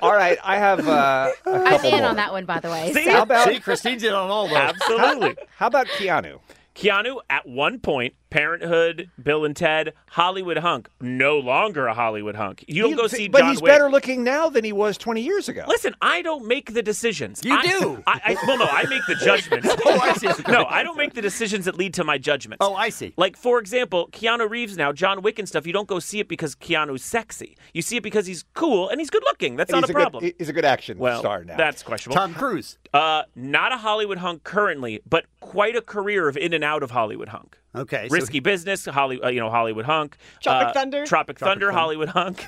[SPEAKER 12] All right, I have uh, a
[SPEAKER 20] I'm
[SPEAKER 12] couple
[SPEAKER 20] in
[SPEAKER 12] more.
[SPEAKER 20] on that one, by the way.
[SPEAKER 11] See?
[SPEAKER 20] so-
[SPEAKER 11] How about- See,
[SPEAKER 10] Christine's in on all those.
[SPEAKER 11] Absolutely.
[SPEAKER 12] How about Keanu?
[SPEAKER 11] Keanu, at one point, Parenthood, Bill and Ted, Hollywood hunk, no longer a Hollywood hunk. You don't
[SPEAKER 12] He-
[SPEAKER 11] go see
[SPEAKER 12] but
[SPEAKER 11] John
[SPEAKER 12] he's
[SPEAKER 11] Wick.
[SPEAKER 12] better looking now than he was 20 years ago.
[SPEAKER 11] Listen, I don't make the decisions.
[SPEAKER 12] You
[SPEAKER 11] I,
[SPEAKER 12] do.
[SPEAKER 11] I, I, well, no, I make the judgments. oh, I see. No, I don't make the decisions that lead to my judgments.
[SPEAKER 10] Oh, I see.
[SPEAKER 11] Like, for example, Keanu Reeves now, John Wick and stuff, you don't go see it because Keanu's sexy. You see it because he's cool and he's good looking. That's
[SPEAKER 12] And
[SPEAKER 11] not
[SPEAKER 12] he's
[SPEAKER 11] a
[SPEAKER 12] a good-
[SPEAKER 11] problem.
[SPEAKER 12] he's a good action
[SPEAKER 11] well,
[SPEAKER 12] star now.
[SPEAKER 11] That's questionable.
[SPEAKER 10] Tom Cruise.
[SPEAKER 11] Uh, not a Hollywood hunk currently, but quite a career of in and out of Hollywood hunk.
[SPEAKER 10] Okay. so-
[SPEAKER 11] Risky Business, Holly, uh, you know Hollywood Hunk,
[SPEAKER 10] Tropic
[SPEAKER 11] uh,
[SPEAKER 10] Thunder.
[SPEAKER 11] Tropic,
[SPEAKER 10] Tropic
[SPEAKER 11] Thunder,
[SPEAKER 10] Thunder.
[SPEAKER 11] Hollywood Hunk.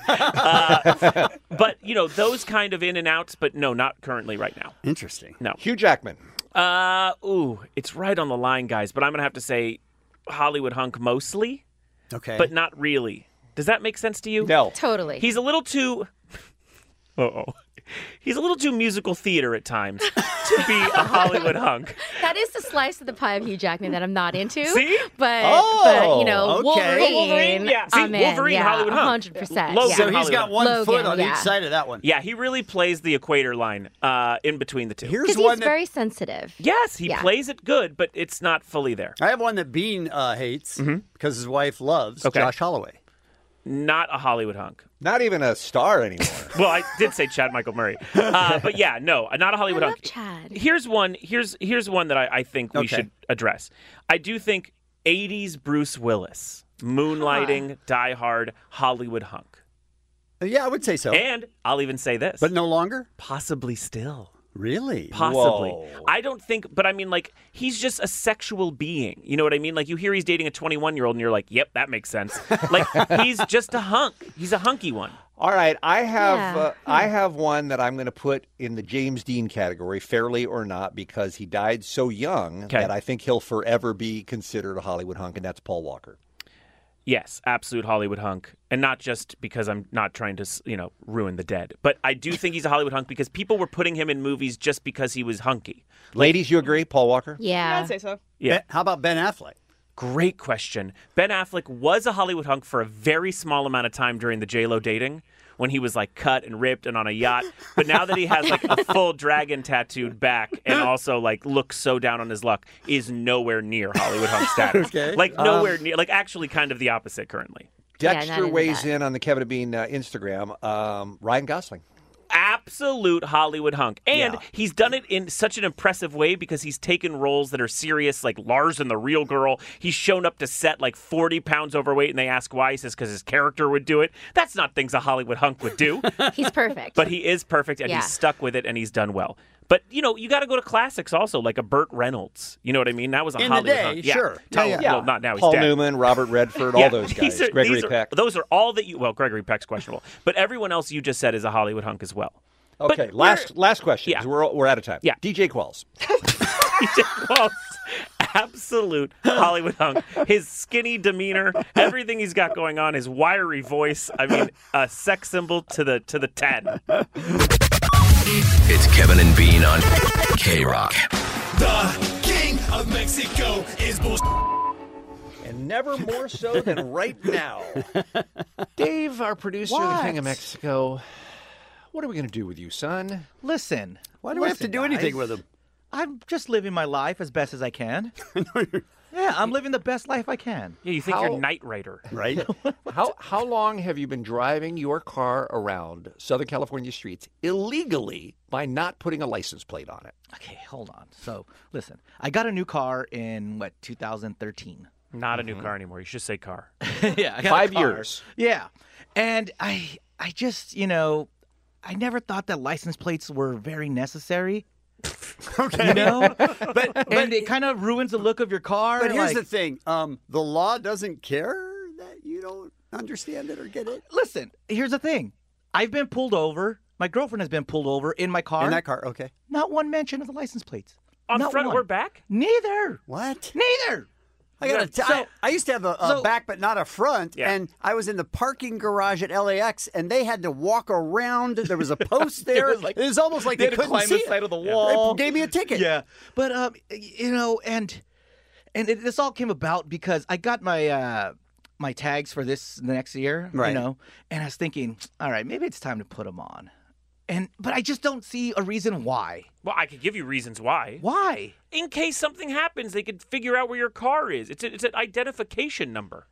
[SPEAKER 11] Uh, but you know those kind of in and outs, but no, not currently right now.
[SPEAKER 10] Interesting.
[SPEAKER 11] No,
[SPEAKER 12] Hugh Jackman.
[SPEAKER 11] Uh, ooh, it's right on the line, guys. But I'm gonna have to say Hollywood Hunk mostly,
[SPEAKER 10] Okay.
[SPEAKER 11] but not really. Does that make sense to you?
[SPEAKER 12] No,
[SPEAKER 20] Totally.
[SPEAKER 11] He's a little too. Uh oh. He's a little too musical theater at times to be a Hollywood hunk.
[SPEAKER 20] That is the slice of the pie of Hugh Jackman that I'm not into.
[SPEAKER 11] See?
[SPEAKER 20] But,
[SPEAKER 11] Oh,
[SPEAKER 20] but you know,
[SPEAKER 11] okay.
[SPEAKER 20] Wolverine.
[SPEAKER 11] Wolverine, yeah. See,
[SPEAKER 20] I'm in,
[SPEAKER 11] Wolverine,
[SPEAKER 20] yeah,
[SPEAKER 11] Hollywood hunk.
[SPEAKER 20] 100%.
[SPEAKER 11] Logan,
[SPEAKER 20] yeah.
[SPEAKER 10] so he's got one
[SPEAKER 20] Logan,
[SPEAKER 10] foot on
[SPEAKER 20] yeah.
[SPEAKER 10] each side of that one.
[SPEAKER 11] Yeah, he really plays the equator line uh, in between the two.
[SPEAKER 20] Because he's very sensitive.
[SPEAKER 11] Yes, he
[SPEAKER 20] Yeah.
[SPEAKER 11] plays it good, but it's not fully there. Mm-hmm.
[SPEAKER 10] I have one that Bean uh, hates because his wife loves
[SPEAKER 11] Okay.
[SPEAKER 10] Josh Holloway.
[SPEAKER 11] Not a Hollywood hunk.
[SPEAKER 12] Not even a star anymore.
[SPEAKER 11] well, I did say Chad Michael Murray, uh, but yeah, no, not a Hollywood hunk. Here's one. Here's here's one that I, I think we
[SPEAKER 12] Okay.
[SPEAKER 11] should address. I do think '80s Bruce Willis, moonlighting, Die Hard, Hollywood hunk.
[SPEAKER 10] Yeah, I would say so.
[SPEAKER 11] And I'll even say this.
[SPEAKER 10] But no longer?
[SPEAKER 11] Possibly still.
[SPEAKER 10] Really?
[SPEAKER 11] Possibly. I don't think, but I mean, like, he's just a sexual being. You know what I mean? Like, you hear he's dating a 21 year old and you're like, yep, that makes sense. like, he's just a hunk. He's a hunky one.
[SPEAKER 12] All right, I have
[SPEAKER 11] Yeah. hmm.
[SPEAKER 12] uh, I have one that I'm going to put in the James Dean category, fairly or not, because he died so young that I think he'll forever be considered a Hollywood hunk, and that's Paul Walker.
[SPEAKER 11] Yes, absolute Hollywood hunk. And not just because I'm not trying to, s- you know, ruin the dead, but I do think he's a Hollywood hunk because people were putting him in movies just because he was hunky.
[SPEAKER 12] Ladies, you agree, Paul Walker?
[SPEAKER 20] Yeah.
[SPEAKER 19] I'd say so.
[SPEAKER 11] Yeah.
[SPEAKER 10] how about Ben Affleck?
[SPEAKER 11] Great question. Ben Affleck was a Hollywood hunk for a very small amount of time during the J Lo dating when he was like cut and ripped and on a yacht. But now that he has like a full dragon tattooed back and also like looks so down on his luck, is nowhere near Hollywood hunk status.
[SPEAKER 12] Okay.
[SPEAKER 11] Like nowhere
[SPEAKER 12] Um,
[SPEAKER 11] near. Like actually, kind of the opposite currently.
[SPEAKER 12] Dexter weighs in on the Kevin and Bean uh, Instagram. Um, Ryan Gosling.
[SPEAKER 11] absolute Hollywood hunk. And he's done it in such an impressive way because he's taken roles that are serious, like Lars and the Real Girl. He's shown up to set like 40 pounds overweight, and they ask why. He says, because his character would do it. That's not things a Hollywood hunk would do.
[SPEAKER 20] He's perfect.
[SPEAKER 11] but he is perfect, and
[SPEAKER 20] Yeah.
[SPEAKER 11] he's stuck with it, and he's done well. But you know, you got to go to classics also, like a Burt Reynolds. You know what I mean? That was a
[SPEAKER 12] In the
[SPEAKER 11] Hollywood
[SPEAKER 12] day,
[SPEAKER 11] hunk.
[SPEAKER 12] sure.
[SPEAKER 11] Yeah,
[SPEAKER 12] Yeah,
[SPEAKER 11] Tell-
[SPEAKER 12] yeah.
[SPEAKER 11] Well, not now. He's
[SPEAKER 12] Paul
[SPEAKER 11] dead.
[SPEAKER 12] Newman, Robert Redford, all those
[SPEAKER 11] these
[SPEAKER 12] guys.
[SPEAKER 11] are-
[SPEAKER 12] Gregory
[SPEAKER 11] these are-
[SPEAKER 12] Peck.
[SPEAKER 11] Those are all that you. Well, Gregory Peck's questionable, but everyone else you just said is a Hollywood hunk as well.
[SPEAKER 12] Okay, last last question. 'cause We're we're out of time.
[SPEAKER 11] Yeah.
[SPEAKER 12] DJ Qualls.
[SPEAKER 11] Qualls, absolute Hollywood hunk. His skinny demeanor, everything he's got going on, his wiry voice. I mean, a sex symbol to the to the ten.
[SPEAKER 16] It's Kevin and Bean on K Rock.
[SPEAKER 3] The King of Mexico is
[SPEAKER 12] And never more so than right now. Dave, our producer,
[SPEAKER 17] What?
[SPEAKER 12] the King of Mexico. What are we going to do with you, son?
[SPEAKER 17] Listen.
[SPEAKER 12] Why do we have to do anything with him?
[SPEAKER 17] I'm just living my life as best as I can. yeah, I'm living the best life I can.
[SPEAKER 11] Yeah, you
[SPEAKER 12] think you're How-
[SPEAKER 11] Knight Rider,
[SPEAKER 12] Right? how how long have you been driving your car around Southern California streets illegally by not putting a license plate on it?
[SPEAKER 17] Okay, hold on. So, listen, I got a new car in what 2013.
[SPEAKER 11] Not a new car anymore. You should say car.
[SPEAKER 17] Mm-hmm. yeah, I got a
[SPEAKER 11] Five
[SPEAKER 17] car.
[SPEAKER 11] years.
[SPEAKER 17] Yeah, and I, I just, you know, I never thought that license plates were very necessary. okay, you know, but, and it kind of ruins the look of your car.
[SPEAKER 10] But here's
[SPEAKER 17] like-
[SPEAKER 10] the thing: um, the law doesn't care that you don't understand it or get it.
[SPEAKER 17] Uh, Listen, here's the thing. I've been pulled over. My girlfriend has been pulled over in my car.
[SPEAKER 10] In that car, okay.
[SPEAKER 17] Not one mention of the license plates.
[SPEAKER 11] On
[SPEAKER 17] Not
[SPEAKER 11] front
[SPEAKER 17] one.
[SPEAKER 11] or back?
[SPEAKER 17] Neither.
[SPEAKER 10] What?
[SPEAKER 17] Neither.
[SPEAKER 10] I got
[SPEAKER 17] Yeah,
[SPEAKER 10] to. I, I used to have a, a
[SPEAKER 17] so-
[SPEAKER 10] back, but not a front.
[SPEAKER 17] Yeah.
[SPEAKER 10] And I was in the parking garage at LAX, and they had to walk around. There was a post there.
[SPEAKER 17] was like-
[SPEAKER 10] it was almost like
[SPEAKER 17] they
[SPEAKER 10] they,
[SPEAKER 17] had to
[SPEAKER 10] couldn't
[SPEAKER 17] climb
[SPEAKER 10] see
[SPEAKER 17] the side
[SPEAKER 10] it.
[SPEAKER 17] of the
[SPEAKER 10] They
[SPEAKER 17] wall.
[SPEAKER 10] gave me a ticket.
[SPEAKER 17] Yeah, but um, you know, and and it, this all came about because I got my uh my tags for this next year,
[SPEAKER 10] Right.
[SPEAKER 17] you know, and I was thinking, all right, maybe it's time to put them on, and but I just don't see a reason why.
[SPEAKER 11] Well, I could give you reasons why.
[SPEAKER 17] Why?
[SPEAKER 11] In case something happens, they could figure out where your car is. It's a, it's an identification number.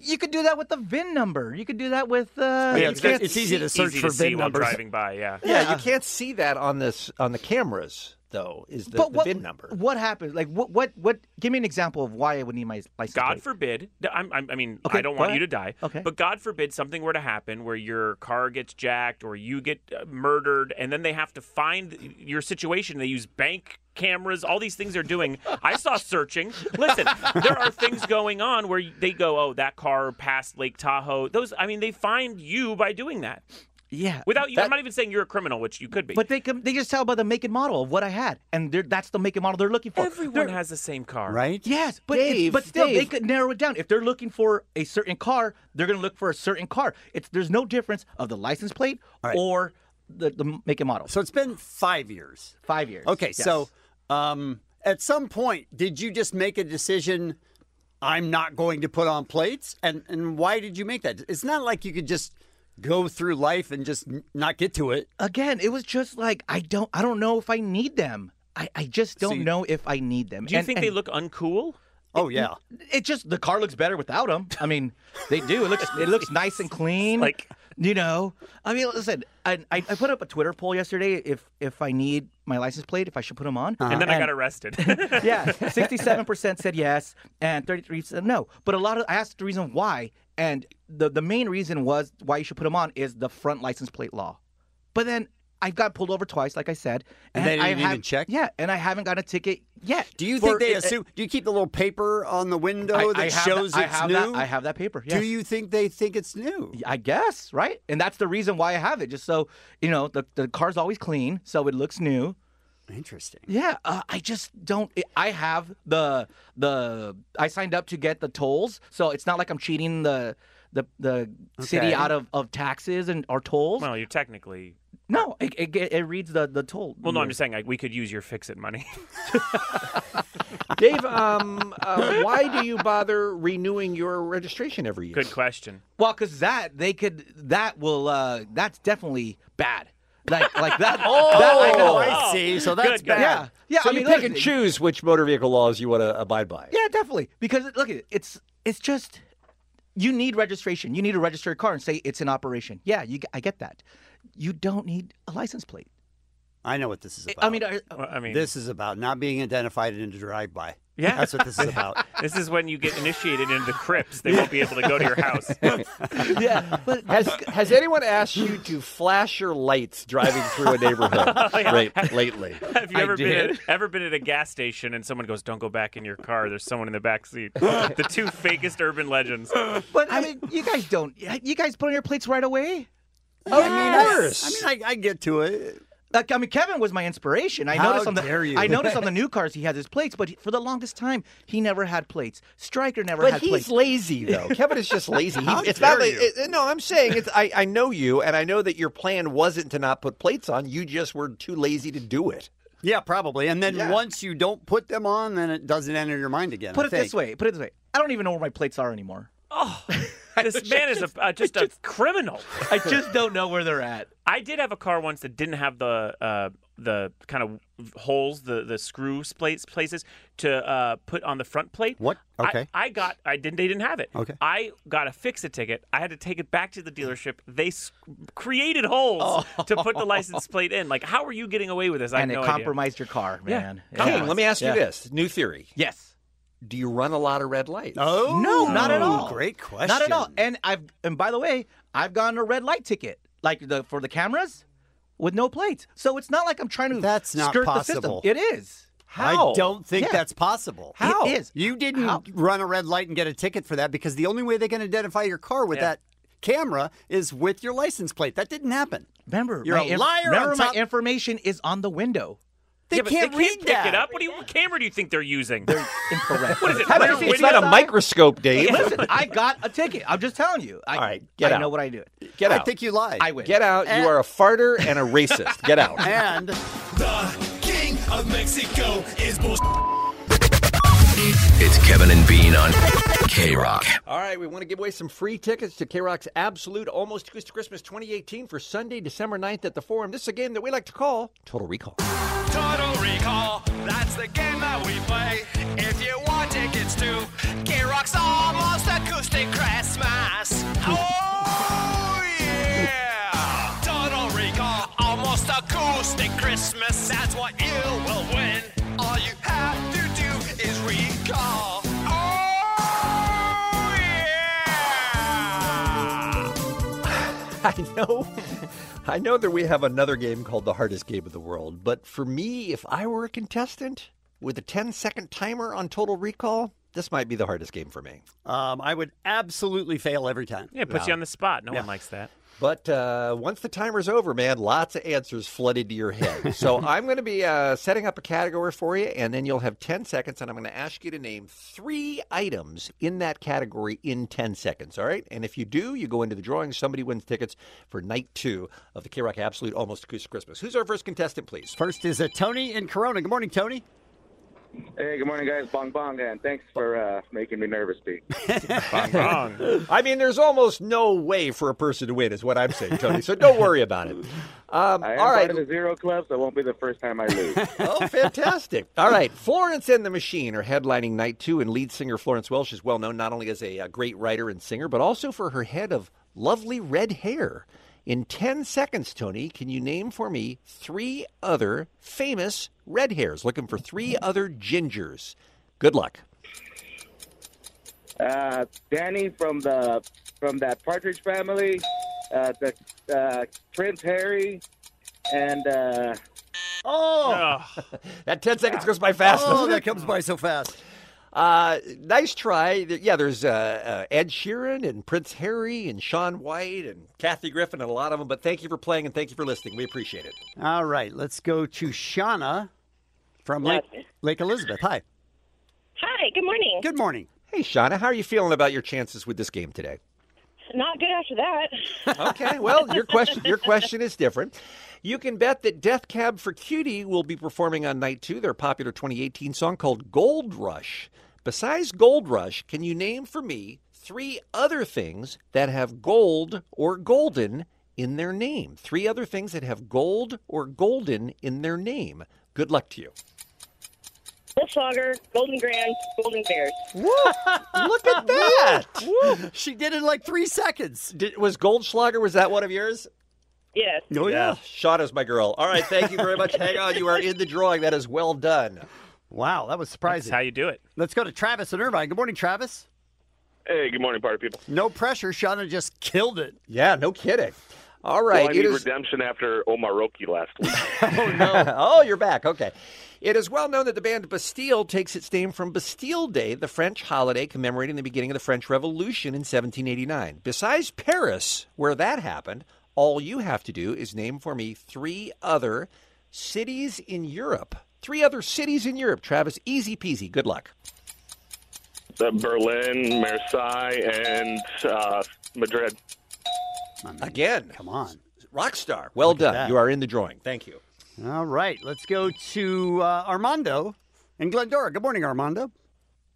[SPEAKER 17] You could do that with the VIN number. You could do that with. Uh,
[SPEAKER 12] Oh, Yeah,
[SPEAKER 17] you
[SPEAKER 12] it's-
[SPEAKER 17] can't
[SPEAKER 12] it's
[SPEAKER 17] see-
[SPEAKER 12] easy to search
[SPEAKER 11] Easy
[SPEAKER 12] for
[SPEAKER 11] to see
[SPEAKER 12] VIN
[SPEAKER 11] while
[SPEAKER 12] numbers.
[SPEAKER 11] driving by. Yeah.
[SPEAKER 12] Yeah, you can't see that on this on the cameras though. Is the,
[SPEAKER 17] But
[SPEAKER 12] the
[SPEAKER 17] what
[SPEAKER 12] VIN number?
[SPEAKER 17] What happened? Like what? What? What? Give me an example of why I would need my license.
[SPEAKER 11] God
[SPEAKER 17] plate.
[SPEAKER 11] forbid. I'm, I'm, I mean,
[SPEAKER 17] Okay,
[SPEAKER 11] I don't
[SPEAKER 17] go
[SPEAKER 11] want you
[SPEAKER 17] ahead.
[SPEAKER 11] to die.
[SPEAKER 17] Okay.
[SPEAKER 11] But God forbid something were to happen where your car gets jacked or you get uh, murdered, and then they have to find your situation. They use bank cameras, all these things they're doing. I saw searching. Listen, there are things going on where they go, oh, that car passed Lake Tahoe. Those, I mean, they find you by doing that.
[SPEAKER 17] Yeah.
[SPEAKER 11] Without you, I'm not even saying you're a criminal, which you could be.
[SPEAKER 17] But they can, they just tell by the make and model of what I had, and they're- that's the make and model they're looking for.
[SPEAKER 11] Everyone has the same car,
[SPEAKER 10] right?
[SPEAKER 17] Yes, but it-
[SPEAKER 11] Dave,
[SPEAKER 17] but still they
[SPEAKER 11] Dave.
[SPEAKER 17] could narrow it down. If they're looking for a certain car, they're going to look for a certain car. It's there's no difference of the license plate or the, the make and model.
[SPEAKER 10] So it's been five years.
[SPEAKER 17] Five years.
[SPEAKER 10] Okay,
[SPEAKER 17] yes.
[SPEAKER 10] so um, at some point, did you just make a decision? I'm not going to put on plates, and and why did you make that? It's not like you could just go through life and just n- not get to it.
[SPEAKER 17] again, it was just like I don't I don't know if I need them. I, I just don't know if I need them.
[SPEAKER 11] Do you
[SPEAKER 17] And-
[SPEAKER 11] think they
[SPEAKER 17] and-
[SPEAKER 11] look uncool?
[SPEAKER 10] Oh yeah.
[SPEAKER 17] It just the car looks better without them. I mean, they do. It looks it looks nice and clean.
[SPEAKER 11] Like
[SPEAKER 17] you know, I mean, listen. I, I, I put up a Twitter poll yesterday if if I need my license plate, if I should put them on.
[SPEAKER 11] And then I got arrested.
[SPEAKER 17] yeah, sixty-seven percent said yes, and thirty-three said no. But a lot of I asked the reason why, and the the main reason was why you should put them on is the front license plate law. But then I've got pulled over twice, like I said,
[SPEAKER 10] And they
[SPEAKER 17] I
[SPEAKER 10] didn't even
[SPEAKER 17] have-
[SPEAKER 10] check?
[SPEAKER 17] Yeah, and I haven't got a ticket yet.
[SPEAKER 10] Do you
[SPEAKER 17] for-
[SPEAKER 10] think they
[SPEAKER 17] it- it-
[SPEAKER 10] assume? Do you keep the little paper on the window
[SPEAKER 17] I-
[SPEAKER 10] that
[SPEAKER 17] I have
[SPEAKER 10] shows
[SPEAKER 17] that- I
[SPEAKER 10] it's
[SPEAKER 17] have
[SPEAKER 10] new?
[SPEAKER 17] that- I have that paper.
[SPEAKER 10] Do
[SPEAKER 17] yes.
[SPEAKER 10] you think they think it's new?
[SPEAKER 17] I guess, right? And that's the reason why I have it, just so you know, the the car's always clean, so it looks new.
[SPEAKER 10] Interesting.
[SPEAKER 17] Yeah, uh, I just don't. I have the the I signed up to get the tolls, so it's not like I'm cheating the the the
[SPEAKER 11] Okay.
[SPEAKER 17] city out of of taxes and or tolls.
[SPEAKER 11] Well, you're technically.
[SPEAKER 17] no, it, it, it reads the the toll.
[SPEAKER 11] Well, no, I'm just saying like, we could use your fix it money.
[SPEAKER 12] Dave, um, uh, why do you bother renewing your registration every year?
[SPEAKER 11] Good question.
[SPEAKER 17] Well, because that they could that will uh that's definitely bad. Like like that.
[SPEAKER 12] Oh,
[SPEAKER 17] that, I know.
[SPEAKER 12] I see. So that's Good bad.
[SPEAKER 17] Yeah, yeah.
[SPEAKER 12] so
[SPEAKER 17] I mean,
[SPEAKER 12] you pick
[SPEAKER 17] listen,
[SPEAKER 12] and choose which motor vehicle laws you want to abide by.
[SPEAKER 17] Yeah, definitely. Because look at it. It's it's just you need registration. You need to register a car and say it's in operation. Yeah, you, I get that. You don't need a license plate.
[SPEAKER 10] I know what this is about.
[SPEAKER 17] I mean,
[SPEAKER 11] uh,
[SPEAKER 17] I- Well, I mean-
[SPEAKER 10] this is about not being identified in a drive-by.
[SPEAKER 11] Yeah.
[SPEAKER 10] that's what this is about.
[SPEAKER 11] This is when you get initiated into the crypts. They won't be able to go to your house.
[SPEAKER 17] yeah, but
[SPEAKER 12] has has anyone asked you to flash your lights driving through a neighborhood
[SPEAKER 17] Oh,
[SPEAKER 12] right, lately?
[SPEAKER 11] Oh, Have you
[SPEAKER 12] I
[SPEAKER 11] ever been at,
[SPEAKER 12] did.
[SPEAKER 11] ever been at a gas station and someone goes, "Don't go back in your car. There's someone in the back seat." the two fakest urban legends.
[SPEAKER 17] But I mean, you guys don't. You guys put on your plates right away.
[SPEAKER 10] Of course. I mean, I, I get to it.
[SPEAKER 17] Like, I mean, Kevin was my inspiration. I
[SPEAKER 10] How
[SPEAKER 17] noticed on the
[SPEAKER 10] dare you.
[SPEAKER 17] I noticed on the new cars he has his plates, but he- for the longest time he never had plates. Stryker never
[SPEAKER 12] But
[SPEAKER 17] had
[SPEAKER 12] he's
[SPEAKER 17] plates.
[SPEAKER 12] lazy though. Kevin is just lazy. He-
[SPEAKER 17] How
[SPEAKER 12] it's not
[SPEAKER 17] dare
[SPEAKER 12] like
[SPEAKER 17] you.
[SPEAKER 12] it- no. I'm saying it's. I, I know you, and I know that your plan wasn't to not put plates on. You just were too lazy to do it.
[SPEAKER 10] Yeah, probably. And then
[SPEAKER 12] Yeah.
[SPEAKER 10] once you don't put them on, then it doesn't enter your mind again. I
[SPEAKER 17] Put it this
[SPEAKER 10] think.
[SPEAKER 17] way. Put it this way. I don't even know where my plates are anymore.
[SPEAKER 11] This man is a, uh, just a criminal.
[SPEAKER 17] I just don't know where they're at.
[SPEAKER 11] I did have a car once that didn't have the uh, the kind of holes, the the screw plates places to uh, put on the front plate. What?
[SPEAKER 10] Okay.
[SPEAKER 11] I, I got. I didn't. They didn't have it.
[SPEAKER 10] Okay.
[SPEAKER 11] I got a fix a ticket. I had to take it back to the dealership. They s- created holes to put the license plate in. Like, how are you getting away with this? I have
[SPEAKER 17] and it
[SPEAKER 11] no idea.
[SPEAKER 17] compromised your car,
[SPEAKER 11] Yeah.
[SPEAKER 17] man.
[SPEAKER 12] King, let me ask you
[SPEAKER 17] Yeah.
[SPEAKER 12] this: new theory.
[SPEAKER 17] Yes.
[SPEAKER 12] Do you run a lot of red lights?
[SPEAKER 10] Oh
[SPEAKER 17] No, not at all.
[SPEAKER 10] Great question.
[SPEAKER 17] Not at all. And I've and by the way, I've gotten a red light ticket, like the for the cameras, with no plates. So it's not like I'm trying to
[SPEAKER 10] That's not
[SPEAKER 17] skirt
[SPEAKER 10] possible.
[SPEAKER 17] the system. It is.
[SPEAKER 10] I don't think that's possible.
[SPEAKER 17] How? It is.
[SPEAKER 10] You didn't
[SPEAKER 17] How?
[SPEAKER 10] run a red light and get a ticket for that because the only way they can identify your car with
[SPEAKER 17] Yeah.
[SPEAKER 10] that camera is with your license plate. That didn't happen.
[SPEAKER 17] Remember,
[SPEAKER 10] You're
[SPEAKER 17] my
[SPEAKER 10] a
[SPEAKER 17] inf-
[SPEAKER 10] liar on
[SPEAKER 17] Remember, my
[SPEAKER 10] top-
[SPEAKER 17] information is on the window.
[SPEAKER 10] They
[SPEAKER 11] Yeah, but
[SPEAKER 10] can't
[SPEAKER 11] they
[SPEAKER 10] read
[SPEAKER 11] can't pick
[SPEAKER 10] that.
[SPEAKER 11] it up. What, do you, what camera do you think they're using?
[SPEAKER 17] Infrared.
[SPEAKER 11] what is it?
[SPEAKER 12] Have
[SPEAKER 11] rear
[SPEAKER 12] you seen- it's
[SPEAKER 11] window?
[SPEAKER 12] not a microscope, Dave.
[SPEAKER 17] Listen, I got a ticket. I'm just telling you. I,
[SPEAKER 12] All right, get
[SPEAKER 17] I
[SPEAKER 12] out.
[SPEAKER 17] know what I do.
[SPEAKER 12] Get out.
[SPEAKER 10] I think you lied.
[SPEAKER 17] I win.
[SPEAKER 12] Get out.
[SPEAKER 10] And-
[SPEAKER 12] you are a farter and a racist. Get out.
[SPEAKER 10] And
[SPEAKER 3] The King of Mexico is bull.
[SPEAKER 16] It's Kevin and Bean on K Rock.
[SPEAKER 12] All right, we want to give away some free tickets to K Rock's Absolute Almost Christmas 2018 for Sunday, December 9th at the Forum. This is a game that we like to call Total Recall.
[SPEAKER 5] Total Recall, that's the game that we play. If you want tickets to K Rock's Almost Acoustic Christmas. Oh, yeah! Total Recall, Almost Acoustic Christmas. That's what you will win. All you have to do is recall. Oh, yeah!
[SPEAKER 12] I know. I know that we have another game called the hardest game of the world, but for me, if I were a contestant with a 10 second timer on Total Recall, this might be the hardest game for me.
[SPEAKER 10] um, I would absolutely fail every time.
[SPEAKER 11] Yeah, it puts you on the spot. No one likes that.
[SPEAKER 12] But uh, once the timer's over, man, lots of answers flooded to your head. so I'm going to be uh, setting up a category for you, and then you'll have 10 seconds, and I'm going to ask you to name three items in that category in 10 seconds. All right? And if you do, you go into the drawing. Somebody wins tickets for night two of the K Rock Absolute Almost Acoustic Christmas. Who's our first contestant, please?
[SPEAKER 10] First is a Tony in Corona. Good morning, Tony.
[SPEAKER 21] Hey, good morning, guys. Bong bong, and thanks for uh, making me nervous, Pete.
[SPEAKER 12] I mean, there's almost no way for a person to win, is what I'm saying, Tony. So don't worry about it. Um,
[SPEAKER 21] I am
[SPEAKER 12] all right.
[SPEAKER 21] part of the Zero Club, so it won't be the first time I lose.
[SPEAKER 12] oh, fantastic. All right. Florence and the Machine are headlining night two, and lead singer Florence Welsh is well known not only as a, uh great writer and singer, but also for her head of lovely red hair. In 10 seconds, Tony, can you name for me three other famous red hairs? Looking for three other gingers. Good luck.
[SPEAKER 21] uh, Danny from the from that Partridge Family, uh, the uh, Prince Harry, and uh,
[SPEAKER 12] Oh, that 10 seconds goes by fast.
[SPEAKER 21] Oh,
[SPEAKER 12] doesn't
[SPEAKER 21] that
[SPEAKER 12] it? comes by so fast. Uh, nice try. Th- Yeah, there's uh, uh, Ed Sheeran and Prince Harry and Sean White and Kathy Griffin and a lot of them. But thank you for playing and thank you for listening. We appreciate it.
[SPEAKER 10] All right, let's go to Shauna from Lake, Lake Elizabeth. Hi.
[SPEAKER 1] Hi, good morning.
[SPEAKER 10] Good morning.
[SPEAKER 12] Hey, Shauna, how are you feeling about your chances with this game today?
[SPEAKER 1] Not good after that.
[SPEAKER 12] Okay, well, your question your question is different. You can bet that Death Cab for Cutie will be performing on night two their popular 2018 song called Gold Rush. Besides Gold Rush, can you name for me three other things that have gold or golden in their name? Three other things that have gold or golden in their name. Good luck to you.
[SPEAKER 1] Wolfsogger, Golden Grand, Golden Bears.
[SPEAKER 12] Look at that! she did it in like three seconds. Did, was Goldschlager, was that one of yours?
[SPEAKER 1] Yes.
[SPEAKER 12] Oh, yeah. Shot is my girl. All right. Thank you very much. Hang on. You are in the drawing. That is well done.
[SPEAKER 10] Wow, that was surprising.
[SPEAKER 12] how
[SPEAKER 11] you do it.
[SPEAKER 10] Let's go to Travis and Irvine. Good morning, Travis.
[SPEAKER 21] hey, good morning, party people.
[SPEAKER 10] No pressure. Shauna just killed it.
[SPEAKER 12] Yeah, no kidding. All right.
[SPEAKER 21] Well, I
[SPEAKER 12] it
[SPEAKER 21] need
[SPEAKER 12] is-
[SPEAKER 21] redemption after Omar Roki last week.
[SPEAKER 12] oh, you're back. Okay. It is well known that the band Bastille takes its name from Bastille Day, the French holiday commemorating the beginning of the French Revolution in 1789. Besides Paris, where that happened, all you have to do is name for me three other cities in Europe. Three other cities in Europe. Travis, easy peasy. Good luck.
[SPEAKER 21] The Berlin, Versailles, and uh, Madrid.
[SPEAKER 12] Again.
[SPEAKER 10] Come on.
[SPEAKER 12] Rockstar. Well
[SPEAKER 10] Look at
[SPEAKER 12] done.
[SPEAKER 10] that.
[SPEAKER 12] You are in the drawing. Thank you.
[SPEAKER 10] All right, let's go to uh, Armando in Glendora. Good morning, Armando.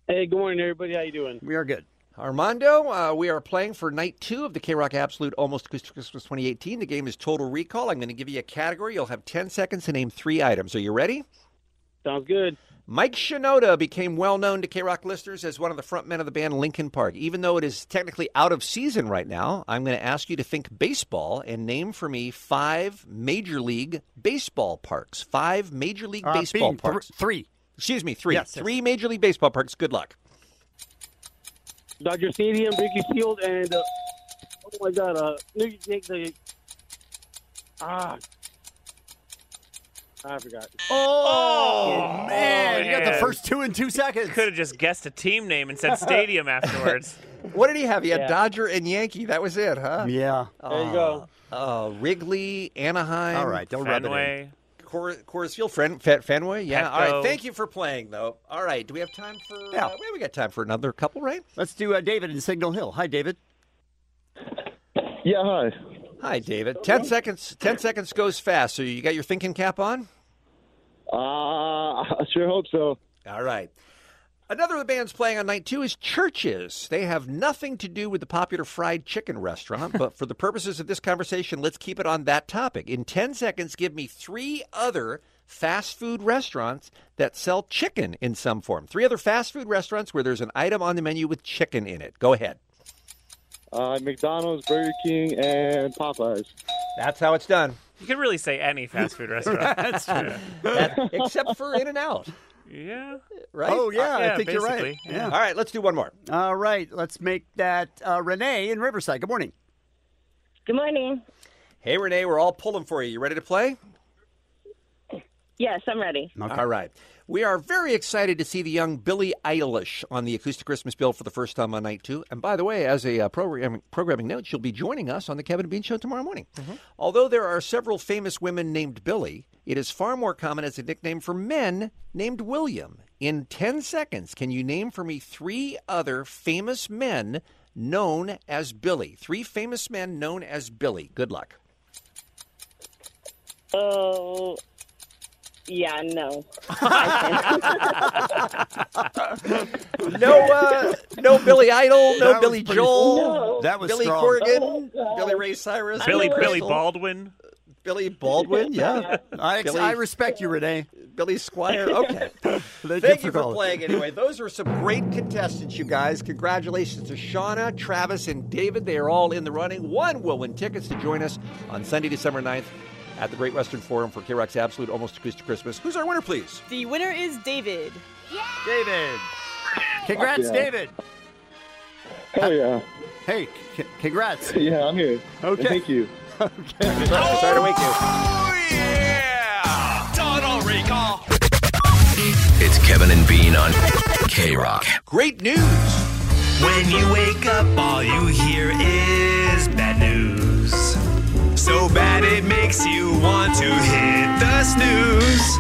[SPEAKER 22] Hey, good morning, everybody. How you doing?
[SPEAKER 10] We are good.
[SPEAKER 12] Armando, uh, we are playing for night two of the K Rock Absolute Almost Christmas 2018. The game is Total Recall. I'm going to give you a category. You'll have 10 seconds to name three items. Are you ready?
[SPEAKER 22] Sounds good.
[SPEAKER 12] Mike Shinoda became well known to K Rock listeners as one of the front men of the band Linkin Park. Even though it is technically out of season right now, I'm going to ask you to think baseball and name for me five Major League Baseball parks. Five Major League
[SPEAKER 10] Uh,
[SPEAKER 12] Baseball
[SPEAKER 10] Bean, thr-
[SPEAKER 12] parks.
[SPEAKER 10] three.
[SPEAKER 12] Excuse me, three.
[SPEAKER 22] Yes, yes.
[SPEAKER 12] three Major League Baseball parks. Good luck.
[SPEAKER 22] Dodger Stadium, Wrigley Field, and uh, oh my God, uh, New York Yankees. the ah, I forgot.
[SPEAKER 10] Oh,
[SPEAKER 21] man, you got the first
[SPEAKER 10] two in two seconds.
[SPEAKER 11] Could have just guessed a team name and said stadium afterwards.
[SPEAKER 12] What did he have? He had
[SPEAKER 11] Yeah.
[SPEAKER 12] Dodger and Yankee. That was it, huh?
[SPEAKER 10] Yeah.
[SPEAKER 11] There you go.
[SPEAKER 12] Uh, Wrigley, Anaheim.
[SPEAKER 10] All right, don't rub it in. Fenway.
[SPEAKER 12] Cor- Coors Field, Fen- Fen- Fenway. Yeah. All
[SPEAKER 10] Petco.
[SPEAKER 12] right. Thank you for playing, though. All right. Do we have time for? Yeah. Uh, we got time for another couple, right?
[SPEAKER 10] Let's do uh, David in Signal Hill. Hi, David.
[SPEAKER 12] Yeah. Hi. Hi, David. Ten seconds. Ten seconds goes fast. So you got your thinking cap on?
[SPEAKER 22] Ah, I sure hope so.
[SPEAKER 12] All right. Another of the bands playing on night two is Churches. They have nothing to do with the popular fried chicken restaurant, but for the purposes of this conversation, let's keep it on that topic. In 10 seconds, give me three other fast food restaurants that sell chicken in some form. Three other fast food restaurants where there's an item on the menu with chicken in it. Go ahead.
[SPEAKER 22] Uh, McDonald's, Burger King, and Popeyes.
[SPEAKER 12] That's how it's done.
[SPEAKER 11] You could really say any fast food restaurant.
[SPEAKER 12] That's true. That- except for In and Out.
[SPEAKER 11] Yeah. Uh,
[SPEAKER 12] Right?
[SPEAKER 10] Oh, yeah, I think you're right.
[SPEAKER 11] basically,
[SPEAKER 10] Yeah.
[SPEAKER 12] All right, let's do one more.
[SPEAKER 10] All right, let's make that uh, Renee in Riverside. Good morning.
[SPEAKER 1] Good morning.
[SPEAKER 12] Hey, Renee, we're all pulling for you. You ready to play?
[SPEAKER 1] Yes, I'm ready.
[SPEAKER 12] All right. We are very excited to see the young Billie Eilish on the Acoustic Christmas Bill for the first time on night two. And by the way, as a uh, program, programming note, she'll be joining us on the Kevin and Bean Show tomorrow morning. Although there are several famous women named Billy, it is far more common as a nickname for men named William. In 10 seconds, can you name for me three other famous men known as Billy? Three famous men known as Billy. Good luck.
[SPEAKER 1] Oh, yeah, no.
[SPEAKER 12] No, uh, no Billy Idol, no
[SPEAKER 5] That was
[SPEAKER 12] Billy
[SPEAKER 5] pretty-
[SPEAKER 12] Joel,
[SPEAKER 5] That was
[SPEAKER 12] Billy
[SPEAKER 5] strong.
[SPEAKER 23] Oh,
[SPEAKER 12] Corgan, Billy Ray Cyrus,
[SPEAKER 11] Billy
[SPEAKER 12] Billy
[SPEAKER 11] Billy
[SPEAKER 12] Crystal.
[SPEAKER 11] Baldwin.
[SPEAKER 12] Billy Baldwin. Yeah,
[SPEAKER 10] I,
[SPEAKER 12] Billy-
[SPEAKER 10] I respect you, Renee.
[SPEAKER 12] Billy Squire. Okay.
[SPEAKER 10] Thank
[SPEAKER 12] Thank you for playing anyway. Those are some great contestants, you guys. Congratulations to Shauna, Travis, and David. They are all in the running. One will win tickets to join us on Sunday, December 9th at the Great Western Forum for K Rock's Absolute Almost Acoustic Christmas. Who's our winner, please?
[SPEAKER 19] The winner is David.
[SPEAKER 10] David. Congrats,
[SPEAKER 22] Yeah.
[SPEAKER 10] David.
[SPEAKER 22] Hell Oh, yeah.
[SPEAKER 10] Hey, c- congrats.
[SPEAKER 22] Yeah, I'm here.
[SPEAKER 10] Okay.
[SPEAKER 22] Thank you.
[SPEAKER 10] Okay. Sorry to wake you.
[SPEAKER 5] Oh, yeah.
[SPEAKER 16] Kevin and Bean on K Rock.
[SPEAKER 5] Great news! When you wake up, all you hear is bad news. So bad it makes you want to hit the snooze.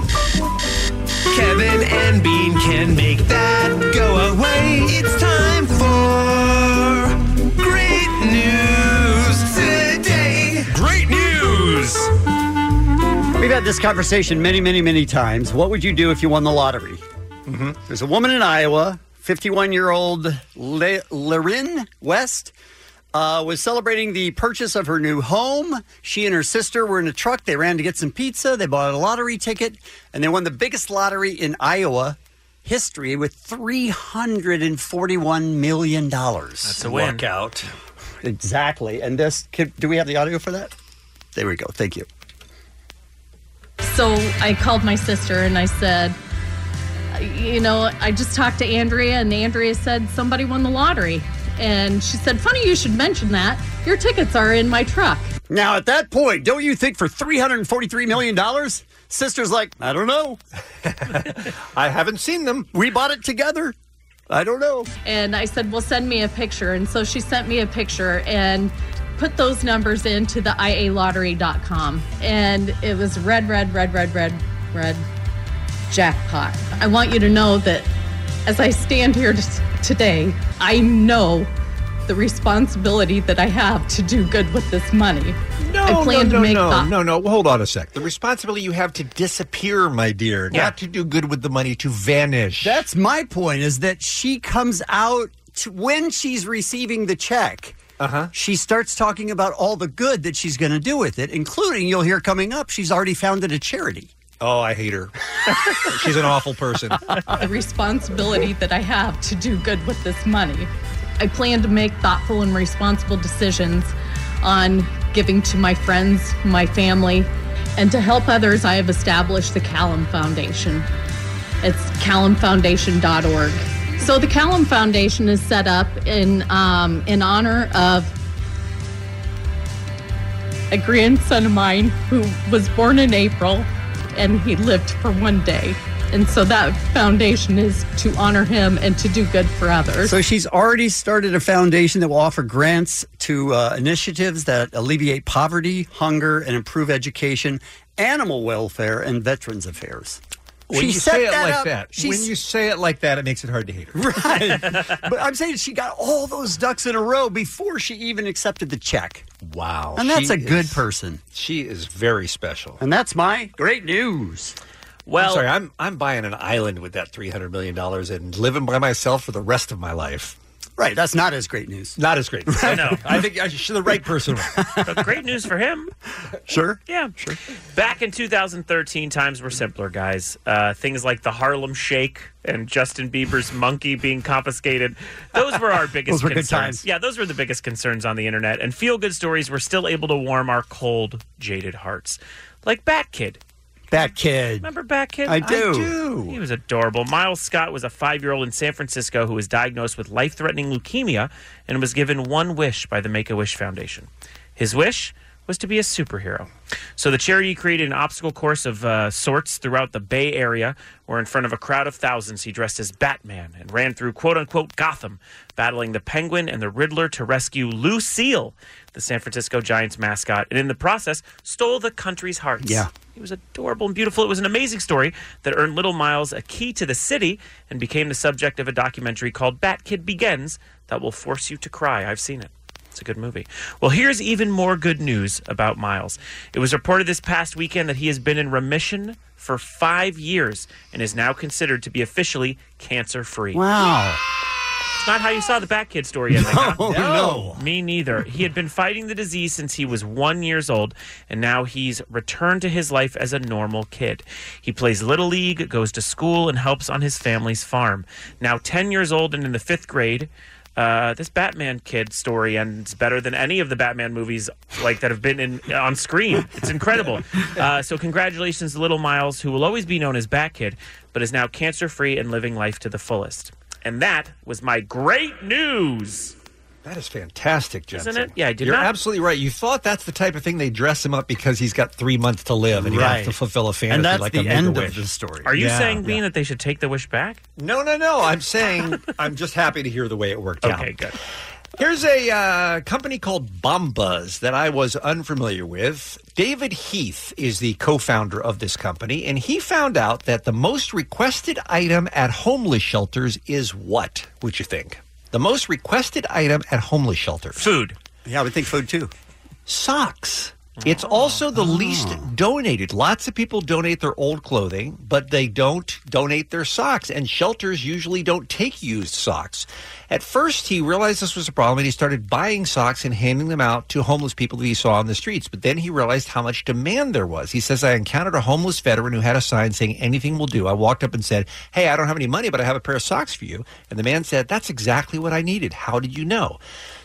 [SPEAKER 5] Kevin and Bean can make that go away. It's time for great news today. Great news!
[SPEAKER 10] We've had this conversation many, many, many times. What would you do if you won the lottery?
[SPEAKER 5] Mm-hmm.
[SPEAKER 10] There's a woman in Iowa, 51 year old Le- Loryn West, uh, was celebrating the purchase of her new home. She and her sister were in a truck. They ran to get some pizza. They bought a lottery ticket, and they won the biggest lottery in Iowa history with $341 million. That's
[SPEAKER 2] a win.
[SPEAKER 10] out. Exactly. And this, could, do we have the audio for that? There we go. Thank you.
[SPEAKER 23] So I called my sister and I said, you know, I just talked to Andrea and Andrea said somebody won the lottery. And she said, funny you should mention that. Your tickets are in my truck.
[SPEAKER 10] Now, at that point, don't you think for $343 million? Sister's like, I don't know.
[SPEAKER 12] I haven't seen them.
[SPEAKER 10] We bought it together. I don't know.
[SPEAKER 23] And I said, well, send me a picture. And so she sent me a picture and put those numbers into the ialottery.com. And it was red, red, red, red, red, red jackpot. I want you to know that as I stand here t- today, I know the responsibility that I have to do good with this money.
[SPEAKER 12] No,
[SPEAKER 23] I
[SPEAKER 12] no,
[SPEAKER 23] plan to
[SPEAKER 12] no,
[SPEAKER 23] make
[SPEAKER 12] no,
[SPEAKER 23] the
[SPEAKER 12] no, no. Hold on a sec. The responsibility you have to disappear, my dear, not to do good with the money, to vanish.
[SPEAKER 10] That's my point is that she comes out to, when she's receiving the check. Uh-huh. She starts talking about all the good that she's going to do with it, including you'll hear coming up, she's already founded a charity.
[SPEAKER 12] Oh, I hate her. She's an awful person.
[SPEAKER 23] the responsibility that I have to do good with this money. I plan to make thoughtful and responsible decisions on giving to my friends, my family, and to help others. I have established the Callum Foundation. It's callumfoundation.org. So the Callum Foundation is set up in um, in honor of a grandson of mine who was born in April and he lived for one day. And so that foundation is to honor him and to do good for others.
[SPEAKER 10] So she's already started a foundation that will offer grants to uh, initiatives that alleviate poverty, hunger, and improve education, animal welfare, and veterans affairs.
[SPEAKER 12] When
[SPEAKER 10] she
[SPEAKER 12] you
[SPEAKER 10] set
[SPEAKER 12] say it
[SPEAKER 10] that
[SPEAKER 12] like
[SPEAKER 10] up-
[SPEAKER 12] that,
[SPEAKER 10] she
[SPEAKER 12] when you say it like that, it makes it hard to hate her.
[SPEAKER 10] Right. but I'm saying she got all those ducks in a row before she even accepted the check.
[SPEAKER 12] Wow.
[SPEAKER 10] And that's
[SPEAKER 12] She
[SPEAKER 10] a good
[SPEAKER 12] is-
[SPEAKER 10] person.
[SPEAKER 12] She is very special.
[SPEAKER 10] And that's my great news.
[SPEAKER 11] Well,
[SPEAKER 12] I'm sorry, I'm I'm buying an island with that three hundred million dollars and living by myself for the rest of my life.
[SPEAKER 10] Right, that's not as great news.
[SPEAKER 12] Not as great. News.
[SPEAKER 11] I know.
[SPEAKER 12] I think I should the right person.
[SPEAKER 11] But great news for him.
[SPEAKER 10] Sure.
[SPEAKER 11] Yeah. Sure. Back in 2013, times were simpler, guys. Uh, things like the Harlem Shake and Justin Bieber's monkey being confiscated. Those were our biggest
[SPEAKER 10] Those were good
[SPEAKER 11] concerns.
[SPEAKER 10] times.
[SPEAKER 11] Yeah, those were the biggest concerns on the internet. And feel good stories were still able to warm our cold, jaded hearts. Like Bat Kid.
[SPEAKER 10] Bat Kid.
[SPEAKER 11] Remember Bat Kid?
[SPEAKER 10] I do.
[SPEAKER 11] He was adorable. Miles Scott was a five year old in San Francisco who was diagnosed with life threatening leukemia and was given one wish by the Make a Wish Foundation. His wish was to be a superhero. So the charity created an obstacle course of uh, sorts throughout the Bay Area, where in front of a crowd of thousands, he dressed as Batman and ran through quote unquote Gotham, battling the Penguin and the Riddler to rescue Lucille, the San Francisco Giants mascot, and in the process, stole the country's hearts.
[SPEAKER 10] Yeah.
[SPEAKER 11] He was adorable and beautiful. It was an amazing story that earned Little Miles a key to the city and became the subject of a documentary called Bat Kid Begins that will force you to cry. I've seen it. It's a good movie. Well, here's even more good news about Miles. It was reported this past weekend that he has been in remission for five years and is now considered to be officially cancer free.
[SPEAKER 10] Wow.
[SPEAKER 11] It's not how you saw the Bat Kid story ending. huh?
[SPEAKER 10] No, No.
[SPEAKER 11] Me neither. He had been fighting the disease since he was one years old, and now he's returned to his life as a normal kid. He plays little league, goes to school, and helps on his family's farm. Now ten years old and in the fifth grade. Uh, this Batman kid story ends better than any of the Batman movies like that have been in on screen. It's incredible. Uh, so congratulations, to little Miles, who will always be known as Bat Kid, but is now cancer free and living life to the fullest. And that was my great news.
[SPEAKER 12] That is fantastic, Jensen.
[SPEAKER 11] Isn't it? Yeah, I did
[SPEAKER 12] You're
[SPEAKER 11] not-
[SPEAKER 12] absolutely right. You thought that's the type of thing they dress him up because he's got three months to live and he
[SPEAKER 11] Right.
[SPEAKER 12] has to fulfill a fantasy.
[SPEAKER 11] And that's
[SPEAKER 12] like
[SPEAKER 11] the
[SPEAKER 12] a
[SPEAKER 11] end of
[SPEAKER 12] Make-A-Wish.
[SPEAKER 11] the story. Are you saying, Bean, that they should take the wish back?
[SPEAKER 12] No, no, no. I'm saying I'm just happy to hear the way it worked out.
[SPEAKER 11] Okay, good.
[SPEAKER 12] Here's a uh, company called Bombas that I was unfamiliar with. David Heath is the co founder of this company, and he found out that the most requested item at homeless shelters is what? Would you think? The most requested item at homeless shelters?
[SPEAKER 11] Food.
[SPEAKER 12] Yeah, I would think food too. Socks. It's also the least donated. Lots of people donate their old clothing, but they don't donate their socks, and shelters usually don't take used socks. At first, he realized this was a problem and he started buying socks and handing them out to homeless people that he saw on the streets. But then he realized how much demand there was. He says, I encountered a homeless veteran who had a sign saying, Anything will do. I walked up and said, Hey, I don't have any money, but I have a pair of socks for you. And the man said, That's exactly what I needed. How did you know?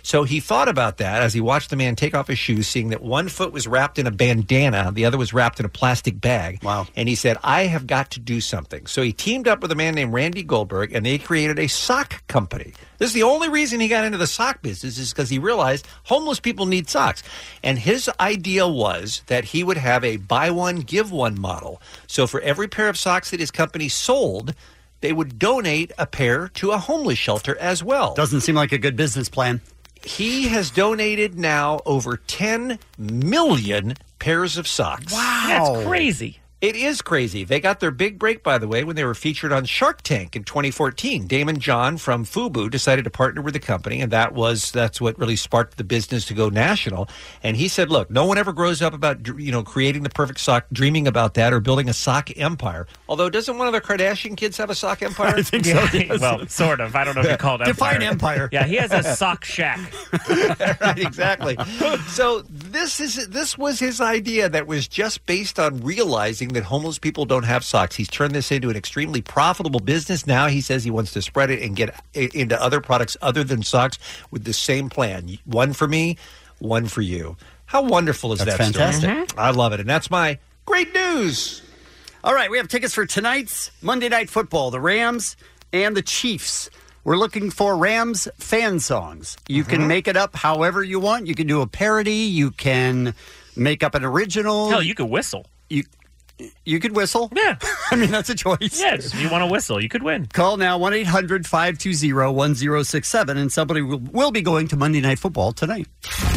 [SPEAKER 12] So he thought about that as he watched the man take off his shoes, seeing that one foot was wrapped in a bandana, the other was wrapped in a plastic bag. Wow. And he said, I have got to do something. So he teamed up with a man named Randy Goldberg and they created a sock company. This is the only reason he got into the sock business is because he realized homeless people need socks. And his idea was that he would have a buy one, give one model. So for every pair of socks that his company sold, they would donate a pair to a homeless shelter as well. Doesn't seem like a good business plan. He has donated now over 10 million pairs of socks. Wow.
[SPEAKER 11] That's crazy.
[SPEAKER 12] It is crazy. They got their big break, by the way, when they were featured on Shark Tank in 2014. Damon John from FUBU decided to partner with the company, and that was that's what really sparked the business to go national. And he said, "Look, no one ever grows up about dr- you know creating the perfect sock, dreaming about that, or building a sock empire." Although, doesn't one of the Kardashian kids have a sock empire?
[SPEAKER 11] I think so, Yeah, yes. well, sort of. I don't know if you call it
[SPEAKER 12] Define
[SPEAKER 11] empire.
[SPEAKER 12] empire.
[SPEAKER 11] Yeah, he has a sock shack.
[SPEAKER 12] right, exactly. So this is this was his idea that was just based on realizing that homeless people don't have socks. He's turned this into an extremely profitable business. Now he says he wants to spread it and get i- into other products other than socks with the same plan. One for me, one for you. How wonderful is
[SPEAKER 10] That's
[SPEAKER 12] that? story?
[SPEAKER 10] fantastic.
[SPEAKER 12] I love it, and that's my great news.
[SPEAKER 10] All right, we have tickets for tonight's Monday Night Football, the Rams and the Chiefs. We're looking for Rams fan songs. You
[SPEAKER 11] Mm-hmm.
[SPEAKER 10] can make it up however you want. You can do a parody, you can make up an original.
[SPEAKER 11] Hell, you could whistle.
[SPEAKER 10] You you could whistle.
[SPEAKER 11] Yeah.
[SPEAKER 10] I mean, that's a choice.
[SPEAKER 11] Yes, if you want to whistle, you could win.
[SPEAKER 10] Call now 1 800 520 1067, and somebody will, will be going to Monday Night Football tonight.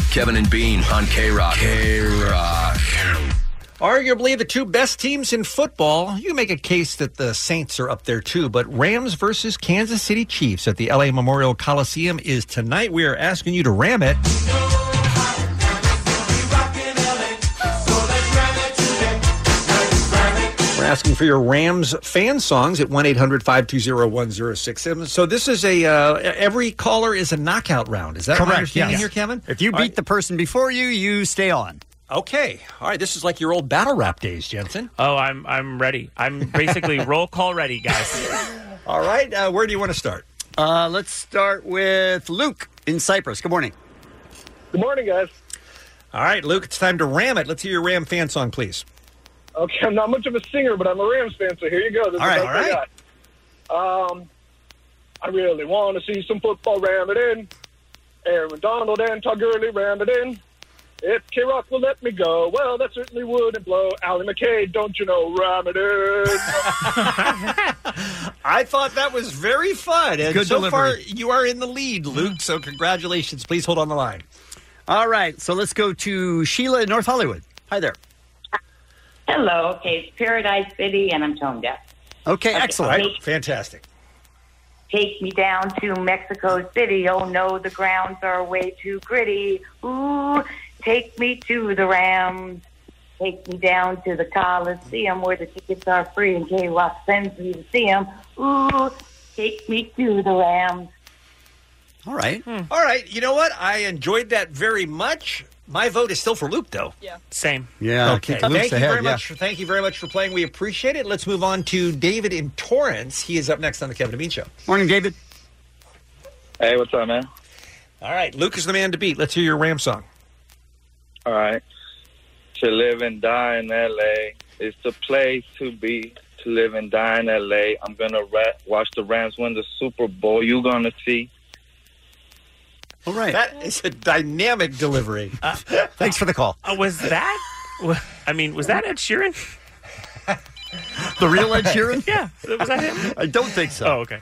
[SPEAKER 16] Kevin and Bean on K Rock. K Rock.
[SPEAKER 12] Arguably the two best teams in football. You make a case that the Saints are up there too, but Rams versus Kansas City Chiefs at the LA Memorial Coliseum is tonight. We are asking you to ram it. We're asking for your Rams fan songs at 1 800 520 1067. So, this is a, uh, every caller is a knockout round. Is that my
[SPEAKER 10] Correct,
[SPEAKER 12] understanding
[SPEAKER 10] yes.
[SPEAKER 12] here, Kevin?
[SPEAKER 10] If you
[SPEAKER 12] All
[SPEAKER 10] beat the person before you, you stay on.
[SPEAKER 12] Okay. All right. This is like your old battle rap days, Jensen.
[SPEAKER 11] Oh, I'm I'm ready. I'm basically roll call ready, guys.
[SPEAKER 12] All right. Uh, where do you want to start?
[SPEAKER 10] Uh, let's start with Luke in Cyprus. Good morning.
[SPEAKER 12] Good morning, guys. All right, Luke, it's time to ram it. Let's hear your Ram fan song, please.
[SPEAKER 2] Okay, I'm not much of a singer, but I'm a Rams fan, so here you go. This
[SPEAKER 12] All right,
[SPEAKER 2] is what
[SPEAKER 12] all
[SPEAKER 2] I
[SPEAKER 12] right.
[SPEAKER 2] got. Um, I really want to see some football ram it in. Aaron Donald and Todd Gurley ram it in. If K Rock will let me go, well, that certainly wouldn't blow. Allie McKay, don't you know, ram it in.
[SPEAKER 12] I thought that was very fun. And
[SPEAKER 10] Good
[SPEAKER 12] so far,
[SPEAKER 10] delivery.
[SPEAKER 12] you are in the lead, Luke. So congratulations. Please hold on the line.
[SPEAKER 10] All right, so let's go to Sheila in North Hollywood. Hi there.
[SPEAKER 9] Hello. Okay, it's Paradise City, and I'm tone deaf.
[SPEAKER 10] Okay,
[SPEAKER 9] Okay,
[SPEAKER 10] excellent.
[SPEAKER 9] great.
[SPEAKER 12] Fantastic.
[SPEAKER 9] Take me down to Mexico City. Oh no, the grounds are way too gritty. Ooh, take me to the Rams. Take me down to the Coliseum where the tickets are free and K Rock sends me to see 'em. Ooh, take me to the Rams.
[SPEAKER 10] All right.
[SPEAKER 12] All right. You know what? I enjoyed that very much. My vote is still for Luke, though. Yeah.
[SPEAKER 11] Same.
[SPEAKER 10] Yeah, I
[SPEAKER 12] Okay.
[SPEAKER 10] think Luke's
[SPEAKER 12] Thank you
[SPEAKER 10] ahead,
[SPEAKER 12] very
[SPEAKER 10] yeah.
[SPEAKER 12] much. Thank you very much for playing. We appreciate it. Let's move on to David in Torrance. He is up next on the Kevin and Bean Show.
[SPEAKER 10] Morning, David.
[SPEAKER 24] Hey, what's up, man?
[SPEAKER 12] All right. Luke is the man to beat. Let's hear your Ram song.
[SPEAKER 24] All right. To live and die in LA is the place to be. To live and die in LA. I'm going to ra- watch the Rams win the Super Bowl. you going to see.
[SPEAKER 10] All right.
[SPEAKER 12] That is a dynamic delivery.
[SPEAKER 10] Thanks for the call.
[SPEAKER 11] Uh, was that? I mean, was that Ed Sheeran?
[SPEAKER 10] The real Ed Sheeran?
[SPEAKER 11] yeah. Was that him?
[SPEAKER 10] I don't think so.
[SPEAKER 11] Oh, okay.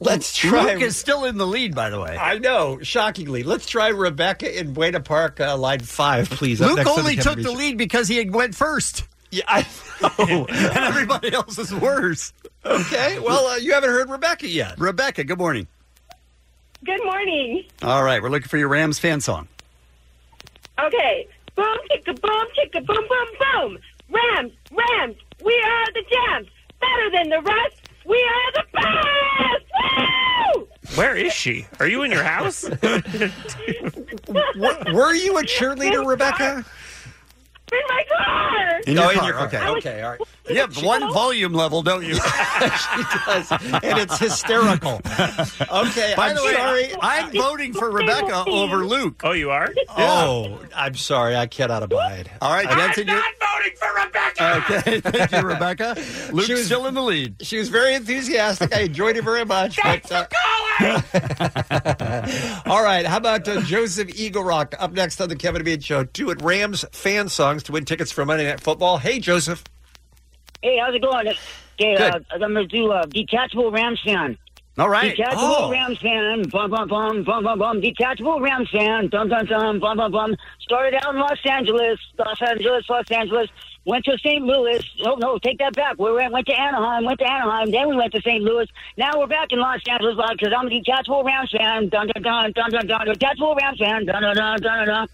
[SPEAKER 12] Let's try.
[SPEAKER 10] Luke is still in the lead, by the way.
[SPEAKER 12] I know, shockingly. Let's try Rebecca in Buena Park, uh, line five, please. up
[SPEAKER 10] Luke
[SPEAKER 12] next on
[SPEAKER 10] only
[SPEAKER 12] Kevin
[SPEAKER 10] took the
[SPEAKER 12] Beach
[SPEAKER 10] lead because he had went first.
[SPEAKER 12] Yeah, I know.
[SPEAKER 10] and everybody else is worse.
[SPEAKER 12] Show. Okay, well, uh, you haven't heard Rebecca yet.
[SPEAKER 10] Rebecca, good morning.
[SPEAKER 1] Good morning.
[SPEAKER 10] All right, we're looking for your Rams fan song.
[SPEAKER 1] Okay. Boom, chicka, boom, chicka, boom, boom, boom. Rams, Rams, we are the jams. Better than the rest, we are the best. Woo!
[SPEAKER 11] Where is she? Are you in your house?
[SPEAKER 12] were, were you a cheerleader, Rebecca?
[SPEAKER 1] In my car.
[SPEAKER 10] In your
[SPEAKER 12] oh, in
[SPEAKER 10] car,
[SPEAKER 12] your car.
[SPEAKER 10] okay.
[SPEAKER 12] Okay, okay, all right.
[SPEAKER 10] You have one volume level, don't you?
[SPEAKER 12] she does, and it's hysterical. Okay,
[SPEAKER 10] By
[SPEAKER 12] I'm
[SPEAKER 10] the way,
[SPEAKER 12] sorry.
[SPEAKER 10] I'm voting for Rebecca over Luke.
[SPEAKER 11] Oh, you are?
[SPEAKER 12] Oh, I'm sorry. I cannot abide.
[SPEAKER 10] All right, Jensen. you
[SPEAKER 11] voting for Rebecca.
[SPEAKER 10] Okay, thank you, Rebecca. Luke's
[SPEAKER 12] She was-
[SPEAKER 10] still in the lead.
[SPEAKER 12] She was very enthusiastic. I enjoyed it very much. Thanks but, uh, All right. How about uh, Joseph Eagle Rock up next on the Kevin and Bean Show? Two at Rams fan songs to win tickets for Monday Night Football. Hey, Joseph.
[SPEAKER 25] Hey, how's it going? Okay, uh, I'm gonna do uh, detachable ram sound.
[SPEAKER 10] All right.
[SPEAKER 25] Detachable
[SPEAKER 10] Oh.
[SPEAKER 25] ram sound. Bum bum bum bum bum bum. Detachable ram sound. Dum dum dum. Bum bum bum. Started out in Los Angeles, Los Angeles, Los Angeles. Went to St. Louis. Oh no, take that back. We went, went to Anaheim. Went to Anaheim. Then we went to St. Louis. Now we're back in Los Angeles because I'm a detachable ram sound. Dun dun dun dun dun dun. Detachable ram sound. Dun dun dun dun dun. dun.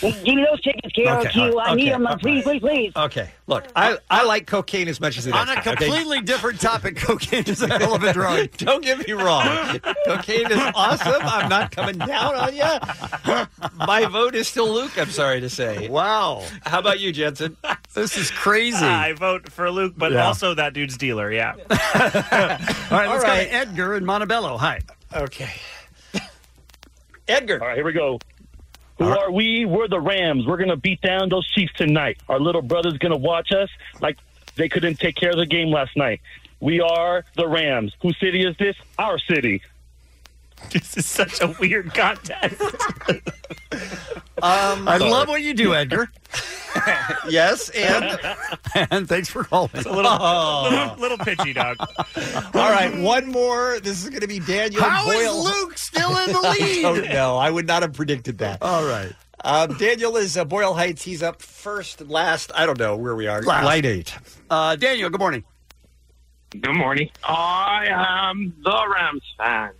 [SPEAKER 25] Give me those tickets, KRQ.
[SPEAKER 12] all right,
[SPEAKER 25] I need
[SPEAKER 12] okay,
[SPEAKER 25] them. uh,
[SPEAKER 12] all
[SPEAKER 25] Please, please, please.
[SPEAKER 12] Okay. Look, I, I like cocaine as much as it is.
[SPEAKER 10] On a completely different topic, cocaine is a hell of a drug.
[SPEAKER 12] Don't get me wrong. cocaine is awesome. I'm not coming down on you. My vote is still Luke, I'm sorry to say.
[SPEAKER 10] Wow.
[SPEAKER 12] How about you, Jensen?
[SPEAKER 10] This is crazy.
[SPEAKER 11] I vote for Luke, but
[SPEAKER 10] Yeah.
[SPEAKER 11] also that dude's dealer. Yeah.
[SPEAKER 10] All right, let's
[SPEAKER 12] All
[SPEAKER 10] go
[SPEAKER 12] right.
[SPEAKER 10] to Edgar in Montebello. Hi.
[SPEAKER 12] Okay. Edgar.
[SPEAKER 26] All right, here we go. Who
[SPEAKER 11] Uh-huh.
[SPEAKER 26] are we? We're the Rams. We're going to beat down those Chiefs tonight. Our little brother's going to watch us like they couldn't take care of the game last night. We are the Rams. Whose city is this? Our city.
[SPEAKER 11] This is such a weird contest.
[SPEAKER 12] Um,
[SPEAKER 10] I love what you do, Edgar.
[SPEAKER 12] yes, and
[SPEAKER 10] and thanks for calling.
[SPEAKER 11] A little,
[SPEAKER 12] Oh.
[SPEAKER 11] little, little pitchy dog.
[SPEAKER 12] all right, one more. This is going to be Daniel
[SPEAKER 10] How is
[SPEAKER 12] Boyle.
[SPEAKER 10] Luke still in the
[SPEAKER 12] I don't
[SPEAKER 10] lead?
[SPEAKER 12] know. I would not have predicted that.
[SPEAKER 10] All right.
[SPEAKER 12] Um, Daniel is uh, Boyle Heights. He's up first, last. I don't know where we are.
[SPEAKER 10] Last.
[SPEAKER 12] Light eight.
[SPEAKER 10] Uh, Daniel, good morning.
[SPEAKER 26] Good morning.
[SPEAKER 12] Uh,
[SPEAKER 26] I am the Rams fan.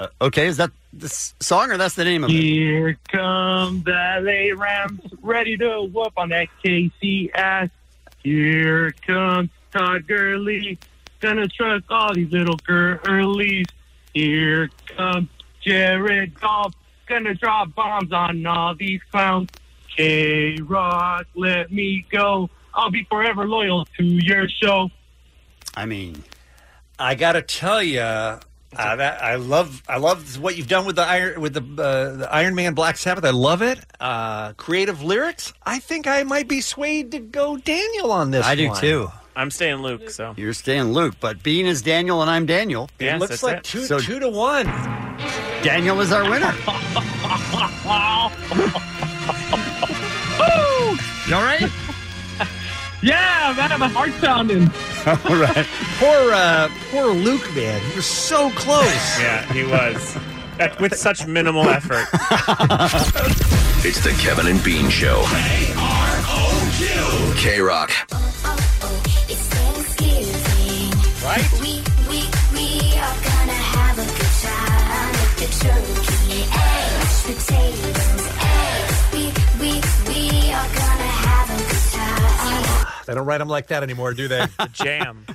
[SPEAKER 10] Uh, Okay, is that the s- song or that's the name of it?
[SPEAKER 26] Here come the LA Rams, ready to whoop on that KCS. Here comes Todd Gurley, gonna trust all these little girlies. Here comes Jared Goff, gonna drop bombs on all these clowns. K Rock, let me go. I'll be forever loyal to your show.
[SPEAKER 10] I mean,
[SPEAKER 12] I got to tell you, uh, that I love I love what you've done with the iron with the, uh, the Iron Man Black Sabbath. I love it. Uh, creative lyrics. I think I might be swayed to go Daniel on this.
[SPEAKER 10] I do
[SPEAKER 12] one.
[SPEAKER 10] too.
[SPEAKER 11] I'm staying Luke, so.
[SPEAKER 10] You're staying Luke, but Bean is Daniel and I'm Daniel.
[SPEAKER 12] It
[SPEAKER 11] Yes,
[SPEAKER 12] looks
[SPEAKER 11] that's
[SPEAKER 12] like
[SPEAKER 11] it.
[SPEAKER 12] two
[SPEAKER 10] So-
[SPEAKER 12] two to one.
[SPEAKER 10] Daniel is our winner.
[SPEAKER 26] Woo!
[SPEAKER 10] You all right?
[SPEAKER 26] Yeah, man, my heart's pounding.
[SPEAKER 10] all right.
[SPEAKER 12] Poor uh, poor Luke, man. He was so close.
[SPEAKER 11] Yeah, he was. That- With such minimal effort.
[SPEAKER 16] It's the Kevin and Bean Show. K Rock.
[SPEAKER 27] It's Thanksgiving.
[SPEAKER 12] Right?
[SPEAKER 27] We, we, we are gonna have a good time with the turkey, eggs, potatoes, eggs. We, we, we are gonna have a good time.
[SPEAKER 12] They don't write them like that anymore, do they?
[SPEAKER 11] The jam.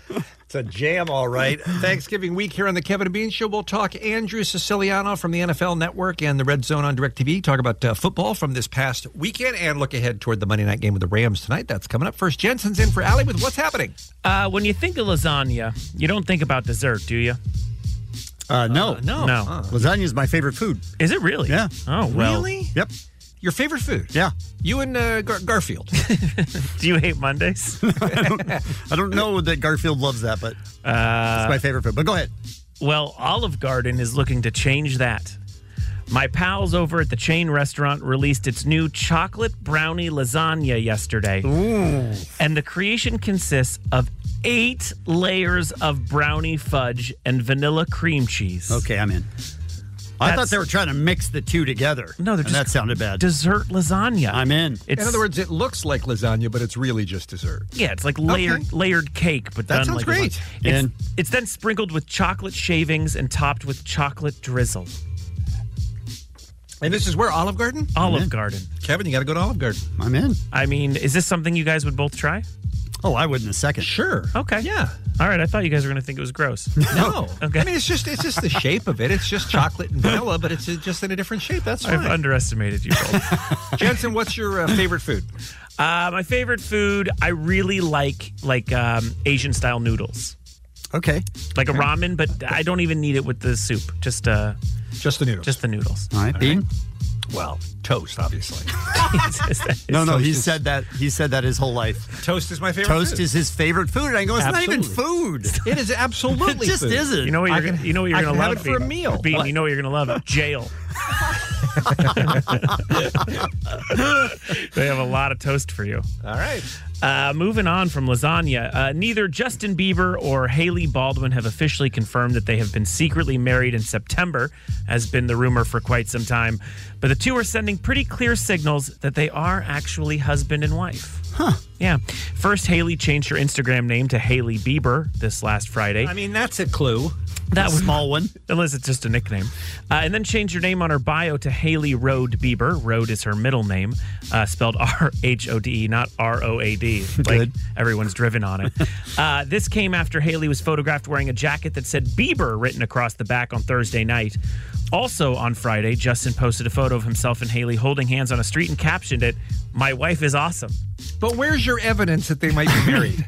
[SPEAKER 12] It's a jam, all right. Thanksgiving week here on the Kevin and Bean Show. We'll talk Andrew Siciliano from the NFL Network and the Red Zone on DirecTV. Talk about uh, football from this past weekend and look ahead toward the Monday night game with the Rams tonight. That's coming up. First, Jensen's in for Allie with what's happening.
[SPEAKER 11] Uh, when you think of lasagna, you don't think about dessert, do you?
[SPEAKER 10] Uh, no.
[SPEAKER 12] no.
[SPEAKER 11] No.
[SPEAKER 10] Lasagna is my favorite food.
[SPEAKER 11] Is it really?
[SPEAKER 10] Yeah.
[SPEAKER 11] Oh, well.
[SPEAKER 12] Really?
[SPEAKER 10] Yep.
[SPEAKER 12] Your favorite food?
[SPEAKER 10] Yeah.
[SPEAKER 12] You and uh, Gar- Garfield.
[SPEAKER 11] Do you hate Mondays?
[SPEAKER 10] I don't know that Garfield loves that, but it's
[SPEAKER 11] Uh,
[SPEAKER 10] my favorite food. But go ahead.
[SPEAKER 11] well, Olive Garden is looking to change that. My pals over at the chain restaurant released its new chocolate brownie lasagna yesterday.
[SPEAKER 5] Ooh.
[SPEAKER 11] And the creation consists of eight layers of brownie fudge and vanilla cream cheese.
[SPEAKER 10] Okay, I'm in. I thought they were trying to mix the two together. No, they're just that sounded bad.
[SPEAKER 11] Dessert lasagna.
[SPEAKER 10] I'm in.
[SPEAKER 12] in other words, it looks like lasagna, but it's really just dessert.
[SPEAKER 11] Yeah, it's like layered layered cake, but
[SPEAKER 12] That
[SPEAKER 11] done
[SPEAKER 12] sounds
[SPEAKER 11] like
[SPEAKER 12] great.
[SPEAKER 11] lasagna.
[SPEAKER 12] And-
[SPEAKER 11] It's, it's then sprinkled with chocolate shavings and topped with chocolate drizzle.
[SPEAKER 12] And this is where Olive Garden?
[SPEAKER 11] Olive Garden.
[SPEAKER 12] Kevin, you got to go to Olive Garden.
[SPEAKER 10] I'm in.
[SPEAKER 11] I mean, is this something you guys would both try?
[SPEAKER 10] Oh, I would in a second.
[SPEAKER 12] Sure.
[SPEAKER 11] Okay.
[SPEAKER 12] Yeah.
[SPEAKER 11] All right. I thought you guys were going to think it was gross.
[SPEAKER 12] No.
[SPEAKER 11] Okay.
[SPEAKER 12] I mean, it's just it's just the shape of it. It's just chocolate and vanilla, but it's just in a different shape. That's fine.
[SPEAKER 11] I've underestimated you both.
[SPEAKER 12] Jensen, what's your uh, favorite food?
[SPEAKER 11] Uh, my favorite food, I really like like um, Asian style noodles,
[SPEAKER 10] Okay.
[SPEAKER 11] like a ramen, but I don't even need it with the soup. Just uh,
[SPEAKER 12] just the noodles.
[SPEAKER 11] Just the noodles.
[SPEAKER 10] All right, Bean.
[SPEAKER 12] Well, toast, obviously.
[SPEAKER 10] no, no, he
[SPEAKER 12] toast is-
[SPEAKER 10] said that. He said that his whole life.
[SPEAKER 12] Toast is my favorite.
[SPEAKER 10] Toast
[SPEAKER 12] food.
[SPEAKER 10] is his favorite food. And I go, it's not even food.
[SPEAKER 12] It is absolutely.
[SPEAKER 10] It just
[SPEAKER 12] food.
[SPEAKER 10] isn't.
[SPEAKER 11] You know what
[SPEAKER 10] I
[SPEAKER 11] you're gonna,
[SPEAKER 10] can-
[SPEAKER 11] you know what you're
[SPEAKER 10] I
[SPEAKER 11] gonna
[SPEAKER 10] can have
[SPEAKER 11] love
[SPEAKER 10] it for a
[SPEAKER 11] Bean?
[SPEAKER 10] meal.
[SPEAKER 11] Bean,
[SPEAKER 10] What?
[SPEAKER 11] you know what you're gonna love jail. they have a lot of toast for you.
[SPEAKER 12] All right.
[SPEAKER 11] Uh, moving on from lasagna, uh, neither Justin Bieber or Haley Baldwin have officially confirmed that they have been secretly married in September, has been the rumor for quite some time. But the two are sending pretty clear signals that they are actually husband and wife. Huh. Yeah. First, Haley changed her Instagram name to Haley Bieber this last Friday.
[SPEAKER 12] I mean, that's a clue.
[SPEAKER 11] That
[SPEAKER 12] A
[SPEAKER 11] was
[SPEAKER 10] small one,
[SPEAKER 11] unless it's just a nickname. Uh, and then changed her name on her bio to Haley Road Bieber. Road is her middle name, uh, spelled R H O D E, not R O A D. Like
[SPEAKER 10] Good.
[SPEAKER 11] everyone's driven on it. uh, this came after Haley was photographed wearing a jacket that said Bieber written across the back on Thursday night. Also on Friday, Justin posted a photo of himself and Haley holding hands on a street and captioned it, "My wife is awesome."
[SPEAKER 12] But where's your evidence that they might be married?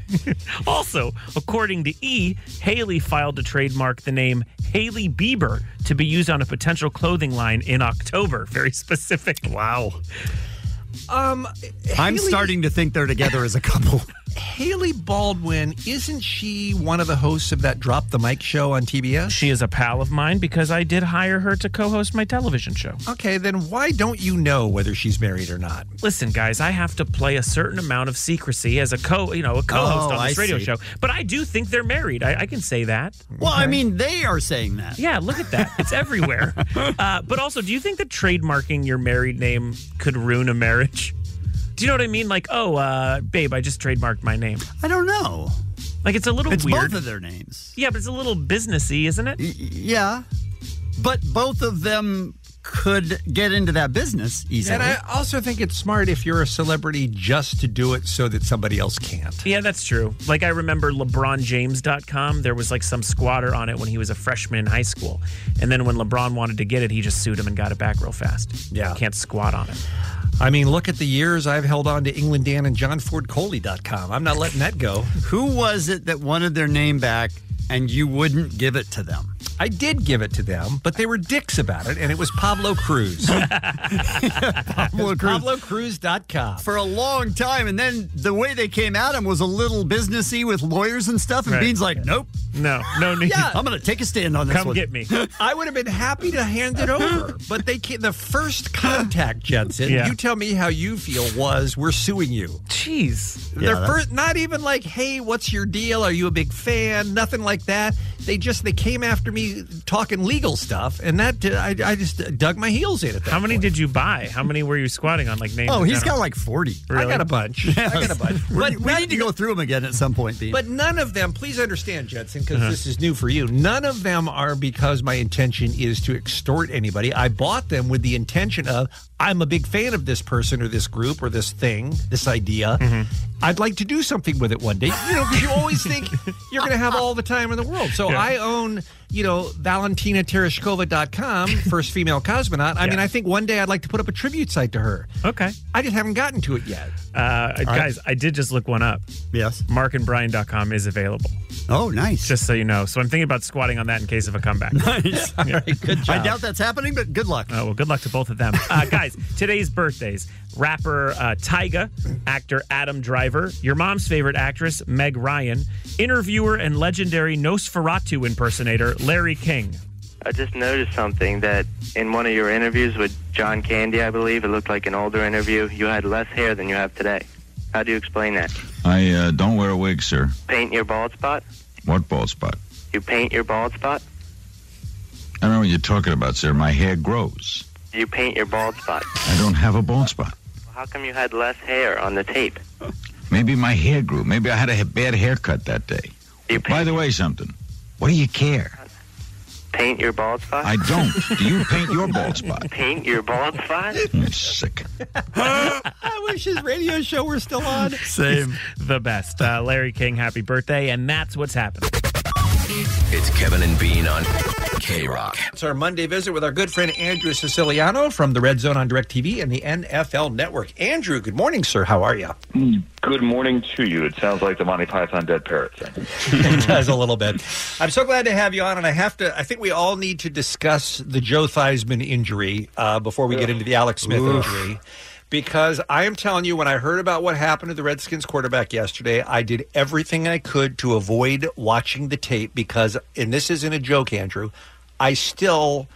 [SPEAKER 11] Also, according to E, Haley filed to trademark the name Haley Bieber to be used on a potential clothing line in October. Very specific.
[SPEAKER 10] Wow.
[SPEAKER 12] um,
[SPEAKER 10] I'm
[SPEAKER 12] Haley-
[SPEAKER 10] starting to think they're together as a couple.
[SPEAKER 12] Haley Baldwin, isn't she one of the hosts of that Drop the Mic show on TBS?
[SPEAKER 11] She is a pal of mine because I did hire her to co host my television show.
[SPEAKER 12] Okay, then why don't you know whether she's married or not?
[SPEAKER 11] Listen, guys, I have to play a certain amount of secrecy as a co you know, a co-host
[SPEAKER 10] Oh,
[SPEAKER 11] on this
[SPEAKER 10] I
[SPEAKER 11] radio
[SPEAKER 10] see.
[SPEAKER 11] show. But I do think they're married. I, I can say that.
[SPEAKER 10] Well, I mean, they are saying that.
[SPEAKER 11] Yeah, look at that. It's everywhere. uh, but also, do you think that trademarking your married name could ruin a marriage? Do you know what I mean? Like, oh, uh, babe, I just trademarked my name.
[SPEAKER 10] I don't know.
[SPEAKER 11] Like, it's a little
[SPEAKER 10] Oh. It's
[SPEAKER 11] weird.
[SPEAKER 10] both of their names.
[SPEAKER 11] yeah, but it's a little businessy, isn't it?
[SPEAKER 10] Yeah, but both of them Um, could get into that business easily.
[SPEAKER 12] And I also think it's smart if you're a celebrity just to do it so that somebody else can't.
[SPEAKER 11] Yeah, that's true. Like I remember LeBronJames.com, there was like some squatter on it when he was a freshman in high school. And then when LeBron wanted to get it, he just sued him and got it back real fast.
[SPEAKER 12] Yeah.
[SPEAKER 11] Can't squat on it.
[SPEAKER 12] I mean, look at the years I've held on to England Dan and JohnFordColey.com. I'm not letting that go.
[SPEAKER 10] Who was it that wanted their name back and you wouldn't give it to them?
[SPEAKER 12] I did give it to them, but they were dicks about it, and it was Pablo Cruz. Pablo Cruz. PabloCruz.com.
[SPEAKER 10] For a long time, and then the way they came at him was a little businessy with lawyers and stuff. And
[SPEAKER 12] Right.
[SPEAKER 10] Bean's like, "Nope,
[SPEAKER 11] no, no need.
[SPEAKER 12] Yeah.
[SPEAKER 10] I'm going to take a stand on this
[SPEAKER 12] Come
[SPEAKER 10] one.
[SPEAKER 12] get
[SPEAKER 11] me.
[SPEAKER 12] Oh, I would have been happy to hand it over, but they can the first contact, Jensen.
[SPEAKER 10] Yeah.
[SPEAKER 12] You tell me how you feel was we're suing you.
[SPEAKER 11] Jeez,
[SPEAKER 12] Their
[SPEAKER 10] Yeah,
[SPEAKER 12] first, not even like, hey, what's your deal? Are you a big fan? Nothing like that. They just they came after me talking legal stuff, and that uh, I, I just dug my heels in at that.
[SPEAKER 11] How many did you buy? How many were you squatting on? Like names?
[SPEAKER 10] Oh,
[SPEAKER 11] in
[SPEAKER 10] he's
[SPEAKER 11] general?
[SPEAKER 10] got like 40.
[SPEAKER 11] Really?
[SPEAKER 12] I got a bunch. I got a bunch.
[SPEAKER 10] We- we need to go through them again at some point, Bean.
[SPEAKER 12] But none of them, please understand, Judson,
[SPEAKER 11] Uh-huh.
[SPEAKER 12] because this is new for you. None of them are because my intention is to extort anybody. I bought them with the intention of I'm a big fan of this person or this group or this thing, this idea.
[SPEAKER 11] Mm-hmm.
[SPEAKER 12] I'd like to do something with it one day. You know, 'cause you always think you're going to have all the time in the world. So
[SPEAKER 11] Yeah.
[SPEAKER 12] I own, you know, ValentinaTereshkova.com, first female cosmonaut. I mean, I think one day I'd like to put up a tribute site to her.
[SPEAKER 11] Okay.
[SPEAKER 12] I just haven't gotten to it yet.
[SPEAKER 11] Uh, guys, I did just look one up.
[SPEAKER 10] Yes.
[SPEAKER 11] Markandbrian.com is available.
[SPEAKER 10] Oh, nice.
[SPEAKER 11] Just so you know. So I'm thinking about squatting on that in case of a comeback.
[SPEAKER 10] Nice.
[SPEAKER 11] Yeah.
[SPEAKER 12] good
[SPEAKER 10] I doubt that's happening, but good luck.
[SPEAKER 11] Oh, well, good luck to both of them. Uh, guys, today's birthdays rapper uh, Tyga, actor Adam Driver, your mom's favorite actress, Meg Ryan, interviewer and legendary Nosferatu impersonator, Larry King.
[SPEAKER 14] I just noticed something that in one of your interviews with John Candy, I believe, it looked like an older interview, you had less hair than you have today. How do you explain that?
[SPEAKER 13] I uh, don't wear a wig, sir.
[SPEAKER 14] Paint your bald spot?
[SPEAKER 13] What bald spot?
[SPEAKER 14] You paint your bald spot?
[SPEAKER 13] I don't know what you're talking about, sir. My hair grows.
[SPEAKER 14] You paint your bald spot.
[SPEAKER 13] I don't have a bald spot.
[SPEAKER 14] How come you had less hair on the tape?
[SPEAKER 13] Maybe my hair grew. Maybe I had a ha- bad haircut that day. By the way, something. What do you care?
[SPEAKER 14] Paint your bald spot?
[SPEAKER 13] I don't. do you paint your bald spot?
[SPEAKER 14] Paint your bald spot?
[SPEAKER 13] I'm sick.
[SPEAKER 15] I wish his radio show were still on.
[SPEAKER 14] Same. the best. Uh, Larry King, happy birthday. And that's what's happening.
[SPEAKER 16] It's Kevin and Bean on K Rock.
[SPEAKER 12] It's our Monday visit with our good friend Andrew Siciliano from the Red Zone on DirecTV and the NFL Network. Andrew, good morning, sir. How are you?
[SPEAKER 24] Hmm. Good morning to you. It sounds like the Monty Python Dead Parrot thing.
[SPEAKER 12] it does a little bit. I'm so glad to have you on, and I have to. I think we all need to discuss the Joe Theismann injury uh, before we get into the Alex Smith
[SPEAKER 4] Oof.
[SPEAKER 12] injury, because I am telling you, when I heard about what happened to the Redskins quarterback yesterday, I did everything I could to avoid watching the tape because, and this isn't a joke, Andrew, I still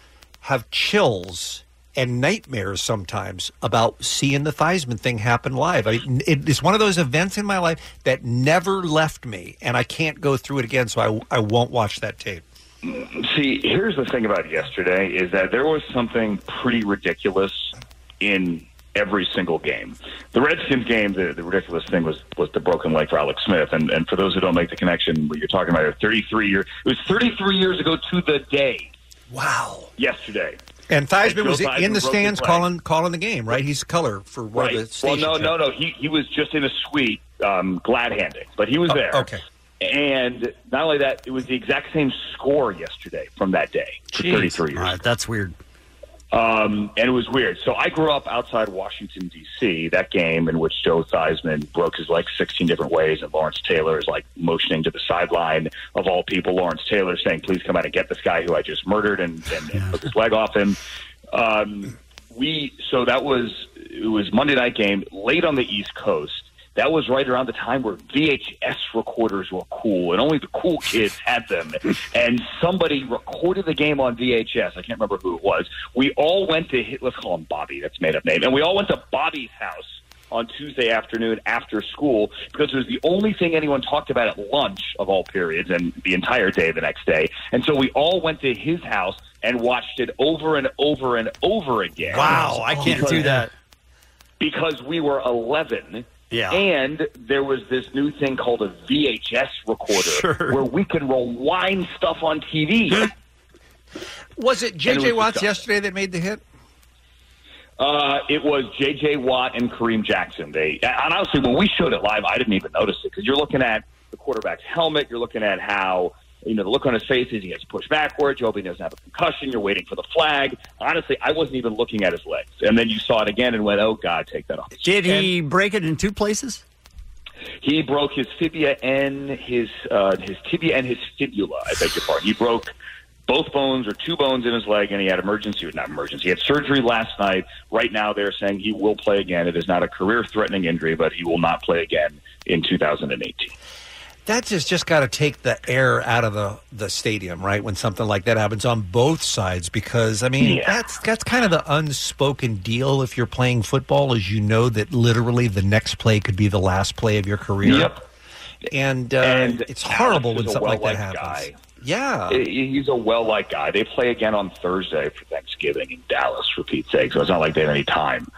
[SPEAKER 12] have chills. And nightmares sometimes about seeing the Theismann thing happen live. I mean, it- it's one of those events in my life that never left me, and I can't go through it again. So I, I won't watch that tape.
[SPEAKER 24] See, here's the thing about yesterday is that there was something pretty ridiculous in every single game. The Redskins game, the, the ridiculous thing was was the broken leg for Alex Smith. And and for those who don't make the connection, what you're talking about here, 33 year it was 33 years ago to the day.
[SPEAKER 12] Wow.
[SPEAKER 24] Yesterday.
[SPEAKER 12] And
[SPEAKER 24] Joe
[SPEAKER 12] Theismann was in-
[SPEAKER 24] Theismann
[SPEAKER 12] in the
[SPEAKER 24] broke his
[SPEAKER 12] stands
[SPEAKER 24] leg.
[SPEAKER 12] calling calling the game, right? He's color for one of the
[SPEAKER 24] Well,
[SPEAKER 12] stations.
[SPEAKER 24] no, no, no. He he was just in a suite, um, glad handing, but he was
[SPEAKER 12] Oh,
[SPEAKER 24] there.
[SPEAKER 12] okay.
[SPEAKER 24] And not only that, it was the exact same score yesterday from that day for 33 years.
[SPEAKER 10] that's weird.
[SPEAKER 24] Um, and it was weird. So I grew up outside Washington D.C. That game in which Joe Theismann broke his leg 16 different ways, and Lawrence Taylor is like motioning to the sideline of all people. Lawrence Taylor saying, "Please come out and get this guy who I just murdered and, and, and took his leg off him." Um, we so that was it was Monday night game late on the East Coast. That was right around the time where VHS recorders were cool, and only the cool kids had them. And somebody recorded the game on VHS. I can't remember who it was. We all went to hit. Let's call him Bobby. That's a made up name. And we all went to Bobby's house on Tuesday afternoon after school because it was the only thing anyone talked about at lunch of all periods and the entire day the next day. And so we all went to his house and watched it over and over and over again.
[SPEAKER 10] Wow, I can't
[SPEAKER 24] Because-
[SPEAKER 10] do that.
[SPEAKER 24] Because we were 11.
[SPEAKER 10] Yeah.
[SPEAKER 24] And there was this new thing called a VHS recorder where we could rewind stuff on TV.
[SPEAKER 12] Was it
[SPEAKER 24] And it
[SPEAKER 12] J.J.
[SPEAKER 24] was
[SPEAKER 12] Watts
[SPEAKER 24] disgusting.
[SPEAKER 12] yesterday that made the hit?
[SPEAKER 24] Uh, it was J.J. Watt and Kareem Jackson. They and honestly, when we showed it live, I didn't even notice it because you're looking at the quarterback's helmet. You're looking at how you know the look on his face as he gets pushed backwards. You hope he doesn't have a concussion. You're waiting for the flag. Honestly, I wasn't even looking at his legs. And then you saw it again and went, "Oh God, take that off."
[SPEAKER 10] Did he break it in two places?
[SPEAKER 24] He broke his fibia and his uh, his tibia and his fibula. I beg your pardon. He broke both bones or two bones in his leg, and he had emergency not emergency. He had surgery last night. Right now, they're saying he will play again. It is not a career threatening injury, but he will not play again in 2018.
[SPEAKER 12] That just just got to take the air out of the the stadium, right? When something like that happens on both sides, because I mean,
[SPEAKER 24] Yeah.
[SPEAKER 12] that's that's kind of the unspoken deal if you're playing football, is you know that literally the next play could be the last play of your career.
[SPEAKER 24] Yep.
[SPEAKER 12] And, uh, it's horrible when something like that happens. Yeah.
[SPEAKER 24] He's a well liked guy. They play again on Thursday for Thanksgiving in Dallas, for Pete's sake. So it's not like they have any time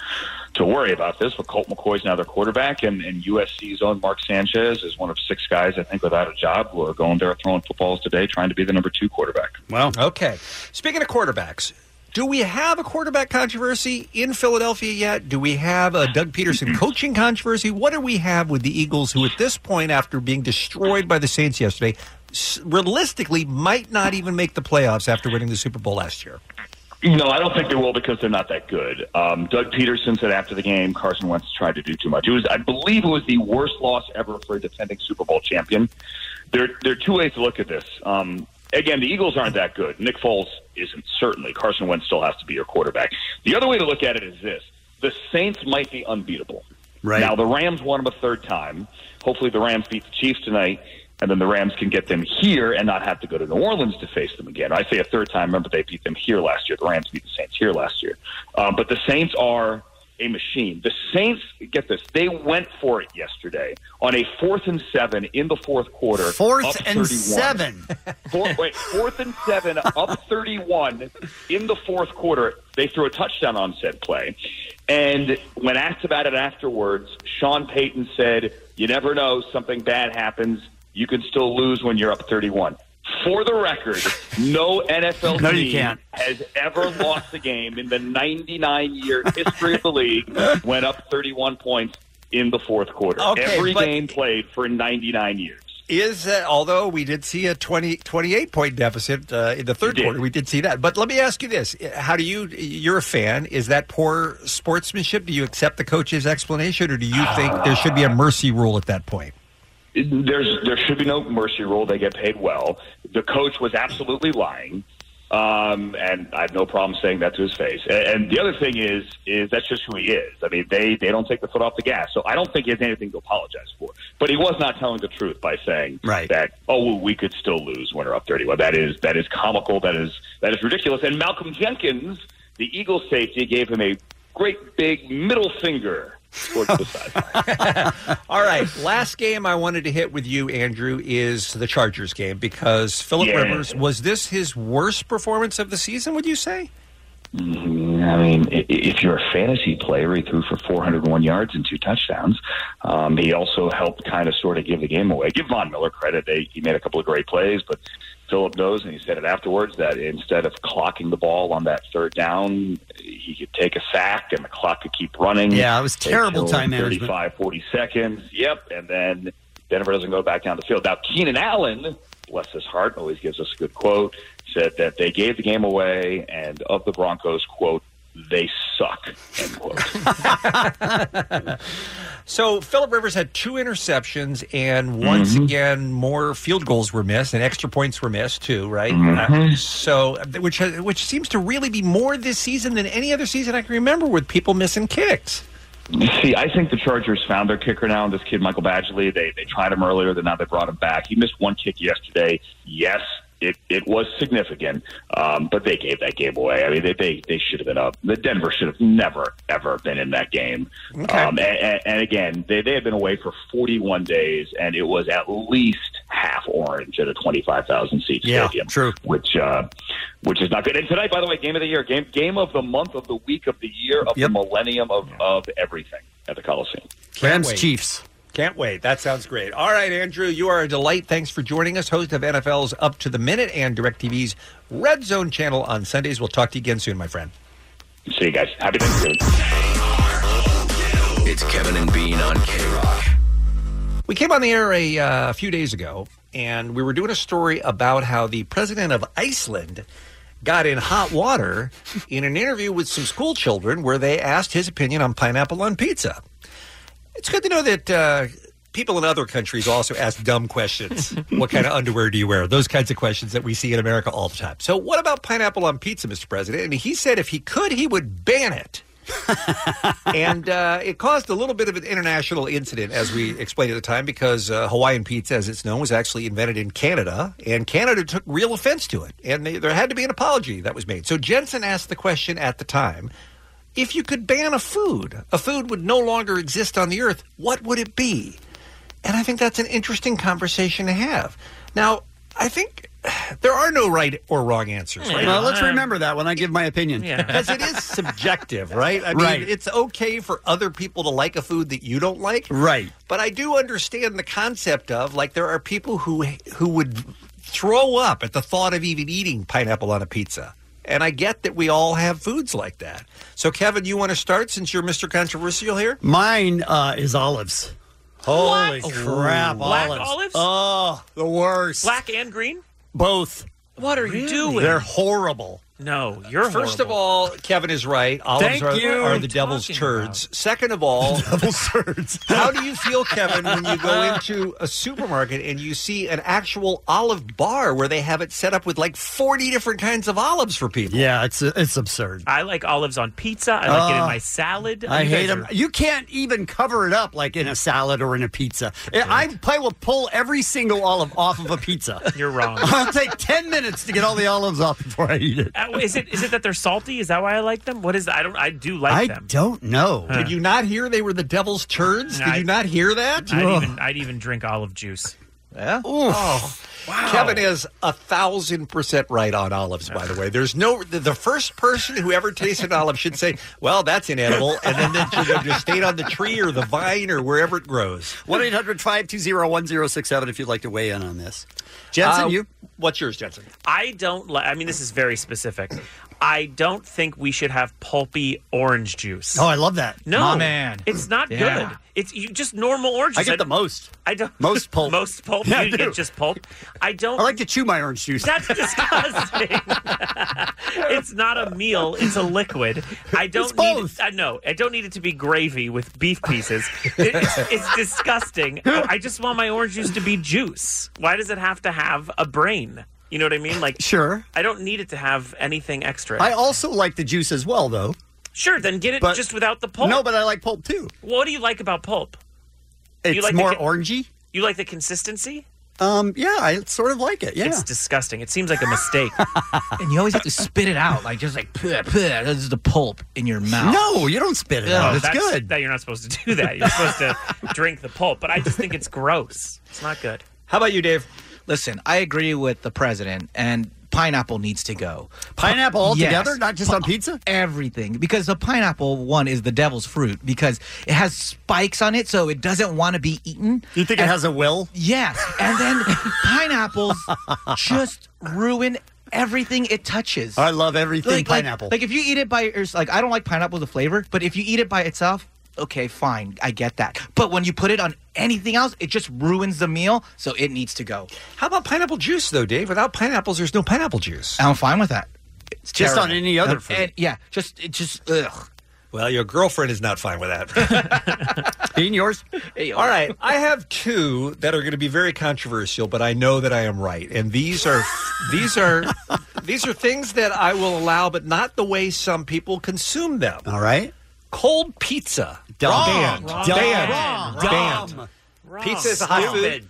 [SPEAKER 24] to worry about this. But Colt McCoy's now their quarterback, and, and USC's own Mark Sanchez is one of six guys, I think, without a job who are going there throwing footballs today, trying to be the number two quarterback.
[SPEAKER 10] Wow.
[SPEAKER 12] Okay. Speaking of quarterbacks, do we have a quarterback controversy in Philadelphia yet? Do we have a Doug Peterson coaching controversy? What do we have with the Eagles, who at this point, after being destroyed by the Saints yesterday, s- realistically might not even make the playoffs after winning the Super Bowl last year?
[SPEAKER 24] No, I don't think they will because they're not that good. Um, Doug Peterson said after the game, Carson Wentz tried to do too much. It was, I believe, it was the worst loss ever for a defending Super Bowl champion. There, there are two ways to look at this. Um, again, the Eagles aren't that good. Nick Foles isn't certainly. Carson Wentz still has to be your quarterback. The other way to look at it is this: the Saints might be unbeatable.
[SPEAKER 10] Right.
[SPEAKER 24] Now the Rams won them a third time. Hopefully the Rams beat the Chiefs tonight. and then the Rams can get them here and not have to go to New Orleans to face them again. I say a third time. Remember, they beat them here last year. The Rams beat the Saints here last year. Um, but the Saints are a machine. The Saints, get this, they went for it yesterday on a fourth and seven in the fourth quarter. up
[SPEAKER 10] Fourth
[SPEAKER 24] 31.
[SPEAKER 10] and seven.
[SPEAKER 24] Four, wait, fourth and seven, up 31 in the fourth quarter. They threw a touchdown on said play. And when asked about it afterwards, Sean Payton said, You never know, something bad happens. You can still lose when you're up 31. For the record, no NFL
[SPEAKER 10] No, you
[SPEAKER 24] team
[SPEAKER 10] can't.
[SPEAKER 24] has ever lost a game in the 99 year history of the league when up 31 points in the fourth quarter.
[SPEAKER 12] Okay,
[SPEAKER 24] Every
[SPEAKER 12] but-
[SPEAKER 24] game played for 99 years.
[SPEAKER 12] Is that although we did see a 20, 28 point deficit uh, in the third quarter, we did see that. But let me ask you this: How do you? You're a fan. Is that poor sportsmanship? Do you accept the coach's explanation, or do you think there should be a mercy rule at that point?
[SPEAKER 24] there's there should be no mercy rule. They get paid well. The coach was absolutely lying, um, and I have no problem saying that to his face. And, and the other thing is is that's just who he is. I mean, they they don't take the foot off the gas. So I don't think he has anything to apologize for. But he was not telling the truth by saying that oh well, we could still lose when we're up thirty one. That is that is comical. That is that is ridiculous. And Malcolm Jenkins, the Eagles safety, gave him a great big middle finger towards the side.
[SPEAKER 12] All right. Last game I wanted to hit with you, Andrew, is the Chargers game because Philip
[SPEAKER 24] Yeah.
[SPEAKER 12] Rivers was this his worst performance of the season? Would you say?
[SPEAKER 24] Mm, I mean, i- i- if you're a fantasy player, he threw for 401 yards and two touchdowns. Um, he also helped kind of sort of give the game away. Give Von Miller credit; they, he made a couple of great plays, but Philip knows, and he said it afterwards that instead of clocking the ball on that third down, he could take a sack and the clock could keep running.
[SPEAKER 10] Yeah, it was
[SPEAKER 24] They
[SPEAKER 10] terrible
[SPEAKER 24] killed
[SPEAKER 10] time management.
[SPEAKER 24] 35, 40 seconds. Yep, and then Denver doesn't go back down the field. Now Keenan Allen, bless his heart, always gives us a good quote. Said that they gave the game away, and of the Broncos, quote, they suck. End quote.
[SPEAKER 12] So Philip Rivers had two interceptions, and once again, more field goals were missed, and extra points were missed too. Right?
[SPEAKER 24] Mhm.
[SPEAKER 12] Uh, so, which which seems to really be more this season than any other season I can remember, with people missing kicks.
[SPEAKER 24] You see, I think the Chargers found their kicker now. This kid, Michael Badgley, they they tried him earlier, then now they brought him back. He missed one kick yesterday. Yes, it it was significant, um, but they gave that game away. I mean, they they, they should have been up. The Denver should have never ever been in that game. Um, and, and, and again, they they had been away for 41 days, and it was at least half orange at a 25,000 seat
[SPEAKER 10] Yeah,
[SPEAKER 24] stadium. True, which uh, which is not good. And tonight, by the way, game of the year, game game of the month, of the week, of the year, of the millennium, of of everything at the Coliseum.
[SPEAKER 12] Rams Chiefs. Can't wait. That sounds great. All right, Andrew, you are a delight. Thanks for joining us, host of NFL's Up to the Minute and DirecTV's Red Zone channel on Sundays. We'll talk to you again soon, my friend.
[SPEAKER 24] See you guys. Happy Thanksgiving.
[SPEAKER 16] It's Kevin and Bean on K Rock.
[SPEAKER 12] We came on the air a uh, few days ago, and we were doing a story about how the president of Iceland got in hot water in an interview with some school children where they asked his opinion on pineapple on pizza. It's good to know that uh, people in other countries also ask dumb questions. what kind of underwear do you wear? Those kinds of questions that we see in America all the time. So, what about pineapple on pizza, Mr. President? I mean, he said if he could, he would ban it. and uh, it caused a little bit of an international incident, as we explained at the time, because uh, Hawaiian pizza, as it's known, was actually invented in Canada, and Canada took real offense to it. And they, there had to be an apology that was made. So Jensen asked the question at the time if you could ban a food, a food would no longer exist on the earth, what would it be? And I think that's an interesting conversation to have. Now, I think there are no right or wrong answers. Right?
[SPEAKER 10] Well, let's remember that when I give my opinion.
[SPEAKER 12] Because it is subjective, right? I mean,
[SPEAKER 10] Right.
[SPEAKER 12] it's okay for other people to like a food that you don't like.
[SPEAKER 10] Right.
[SPEAKER 12] But I do understand the concept of like there are people who who would throw up at the thought of even eating pineapple on a pizza. And I get that we all have foods like that. So Kevin, you want to start since you're Mr. Controversial here?
[SPEAKER 10] Mine uh, is olives. Holy crap,
[SPEAKER 11] Black olives?
[SPEAKER 10] olives. Oh, the worst.
[SPEAKER 11] Black and green?
[SPEAKER 10] Both.
[SPEAKER 11] What are you doing?
[SPEAKER 10] They're horrible.
[SPEAKER 11] No, you're
[SPEAKER 12] First of all, Kevin is right. Olives
[SPEAKER 11] Thank
[SPEAKER 12] are,
[SPEAKER 11] you.
[SPEAKER 12] are the devil's turds. Second of all, devil's turds. how do you feel, Kevin, when you go into a supermarket and you see an actual olive bar where they have it set up with like 40 different kinds of olives for people?
[SPEAKER 10] Yeah, it's it's absurd.
[SPEAKER 11] I like olives on pizza. I like it in
[SPEAKER 10] Uh,
[SPEAKER 11] my salad.
[SPEAKER 10] I
[SPEAKER 11] You guys
[SPEAKER 10] hate them.
[SPEAKER 11] are-
[SPEAKER 10] You can't even cover it up like in a salad or in a pizza. I probably will pull every single olive off of a pizza.
[SPEAKER 11] You're wrong.
[SPEAKER 10] I'll take 10 minutes to get all the olives off before I eat it.
[SPEAKER 11] Uh, is it is it that they're salty? Is that why I like them? What is that? I don't. I do like
[SPEAKER 10] I
[SPEAKER 11] them.
[SPEAKER 10] don't know.
[SPEAKER 11] Huh.
[SPEAKER 12] Did you not hear they were the devil's turds?
[SPEAKER 11] I-
[SPEAKER 12] Did you not hear that?
[SPEAKER 11] I'd even, I'd even drink olive juice.
[SPEAKER 12] Yeah. Oh. Kevin is a thousand percent right on olives. By the way, there's no the, the first person who ever tasted an olive should say, "Well, that's an edible," and then it should have just stayed on the tree or the vine or wherever it grows.
[SPEAKER 10] 1 800 520 1067 if you'd like to weigh in on this. Jensen,
[SPEAKER 11] Uh,
[SPEAKER 10] you?
[SPEAKER 12] What's yours, Jensen?
[SPEAKER 11] I don't like. I mean, this is very specific. I don't think we should have pulpy orange juice.
[SPEAKER 10] Oh, I love that.
[SPEAKER 11] No, it's not
[SPEAKER 10] Yeah.
[SPEAKER 11] good. It's you just normal orange.
[SPEAKER 10] I
[SPEAKER 11] juice.
[SPEAKER 10] get the most.
[SPEAKER 11] I don't
[SPEAKER 10] most pulp.
[SPEAKER 11] most pulp.
[SPEAKER 10] Yeah, I
[SPEAKER 11] you
[SPEAKER 10] do.
[SPEAKER 11] get just pulp. I don't.
[SPEAKER 10] I like to chew my orange juice.
[SPEAKER 11] That's disgusting. it's not a meal; it's a liquid. I don't need. It, I know. I don't need it to be gravy with beef pieces. It- it's, it's disgusting. I just want my orange juice to be juice. Why does it have to have a brain? You know what I mean? Like,
[SPEAKER 10] Sure.
[SPEAKER 11] I don't need it to have anything extra.
[SPEAKER 10] I also like the juice as well, though.
[SPEAKER 11] sure. Then get it
[SPEAKER 10] But-
[SPEAKER 11] just without the pulp.
[SPEAKER 10] No, but I like pulp too.
[SPEAKER 11] What do you like about pulp? You
[SPEAKER 10] It's
[SPEAKER 11] like the
[SPEAKER 10] more
[SPEAKER 11] co-
[SPEAKER 10] orangey.
[SPEAKER 11] You like the consistency?
[SPEAKER 10] Um, yeah, I sort of like it. Uh, Yeah.
[SPEAKER 11] It's disgusting. It seems like a mistake.
[SPEAKER 17] And you always have to spit it out, like just like "Puh, puh," this is the pulp in your mouth.
[SPEAKER 10] No, you don't spit it out. It's
[SPEAKER 11] that's-
[SPEAKER 10] good.
[SPEAKER 11] That you're not supposed to do that. You're supposed to drink the pulp. But I just think it's gross. It's not good.
[SPEAKER 17] How about you, Dave? Listen, I agree with the president, and pineapple needs to go.
[SPEAKER 10] Pineapple altogether? Not
[SPEAKER 17] just on pizza? Everything. Because the pineapple one is the devil's fruit because it has spikes on it, so it doesn't want to be eaten.
[SPEAKER 10] You think it has a will?
[SPEAKER 17] Yeah. And then pineapples just ruin everything it touches.
[SPEAKER 10] I love everything
[SPEAKER 17] Like- like-
[SPEAKER 10] pineapple.
[SPEAKER 17] Like, if you eat it by yours, like I don't like pineapple the flavor, but if you eat it by itself, okay, fine, I get that. But when you put it on anything else, it just ruins the meal, so it needs to go.
[SPEAKER 12] How about pineapple juice though, Dave? Without pineapples, there's no pineapple juice.
[SPEAKER 17] I'm fine with that. It's
[SPEAKER 12] Just on
[SPEAKER 17] terrible.
[SPEAKER 12] any other
[SPEAKER 17] And-
[SPEAKER 12] food.
[SPEAKER 17] and- yeah, just it just ugh.
[SPEAKER 12] Well, your girlfriend is not fine with that.
[SPEAKER 10] Being yours.
[SPEAKER 12] All right, I have two that are going to be very controversial, but I know that I am right, and these are these are these are things that I will allow, but not the way some people consume them.
[SPEAKER 10] All right.
[SPEAKER 12] Cold pizza.
[SPEAKER 10] Dumb.
[SPEAKER 12] Banned.
[SPEAKER 10] Wrong.
[SPEAKER 12] Banned.
[SPEAKER 10] Wrong.
[SPEAKER 12] Banned.
[SPEAKER 10] Dumb.
[SPEAKER 12] Pizza is a hot
[SPEAKER 10] Stupid.
[SPEAKER 12] food.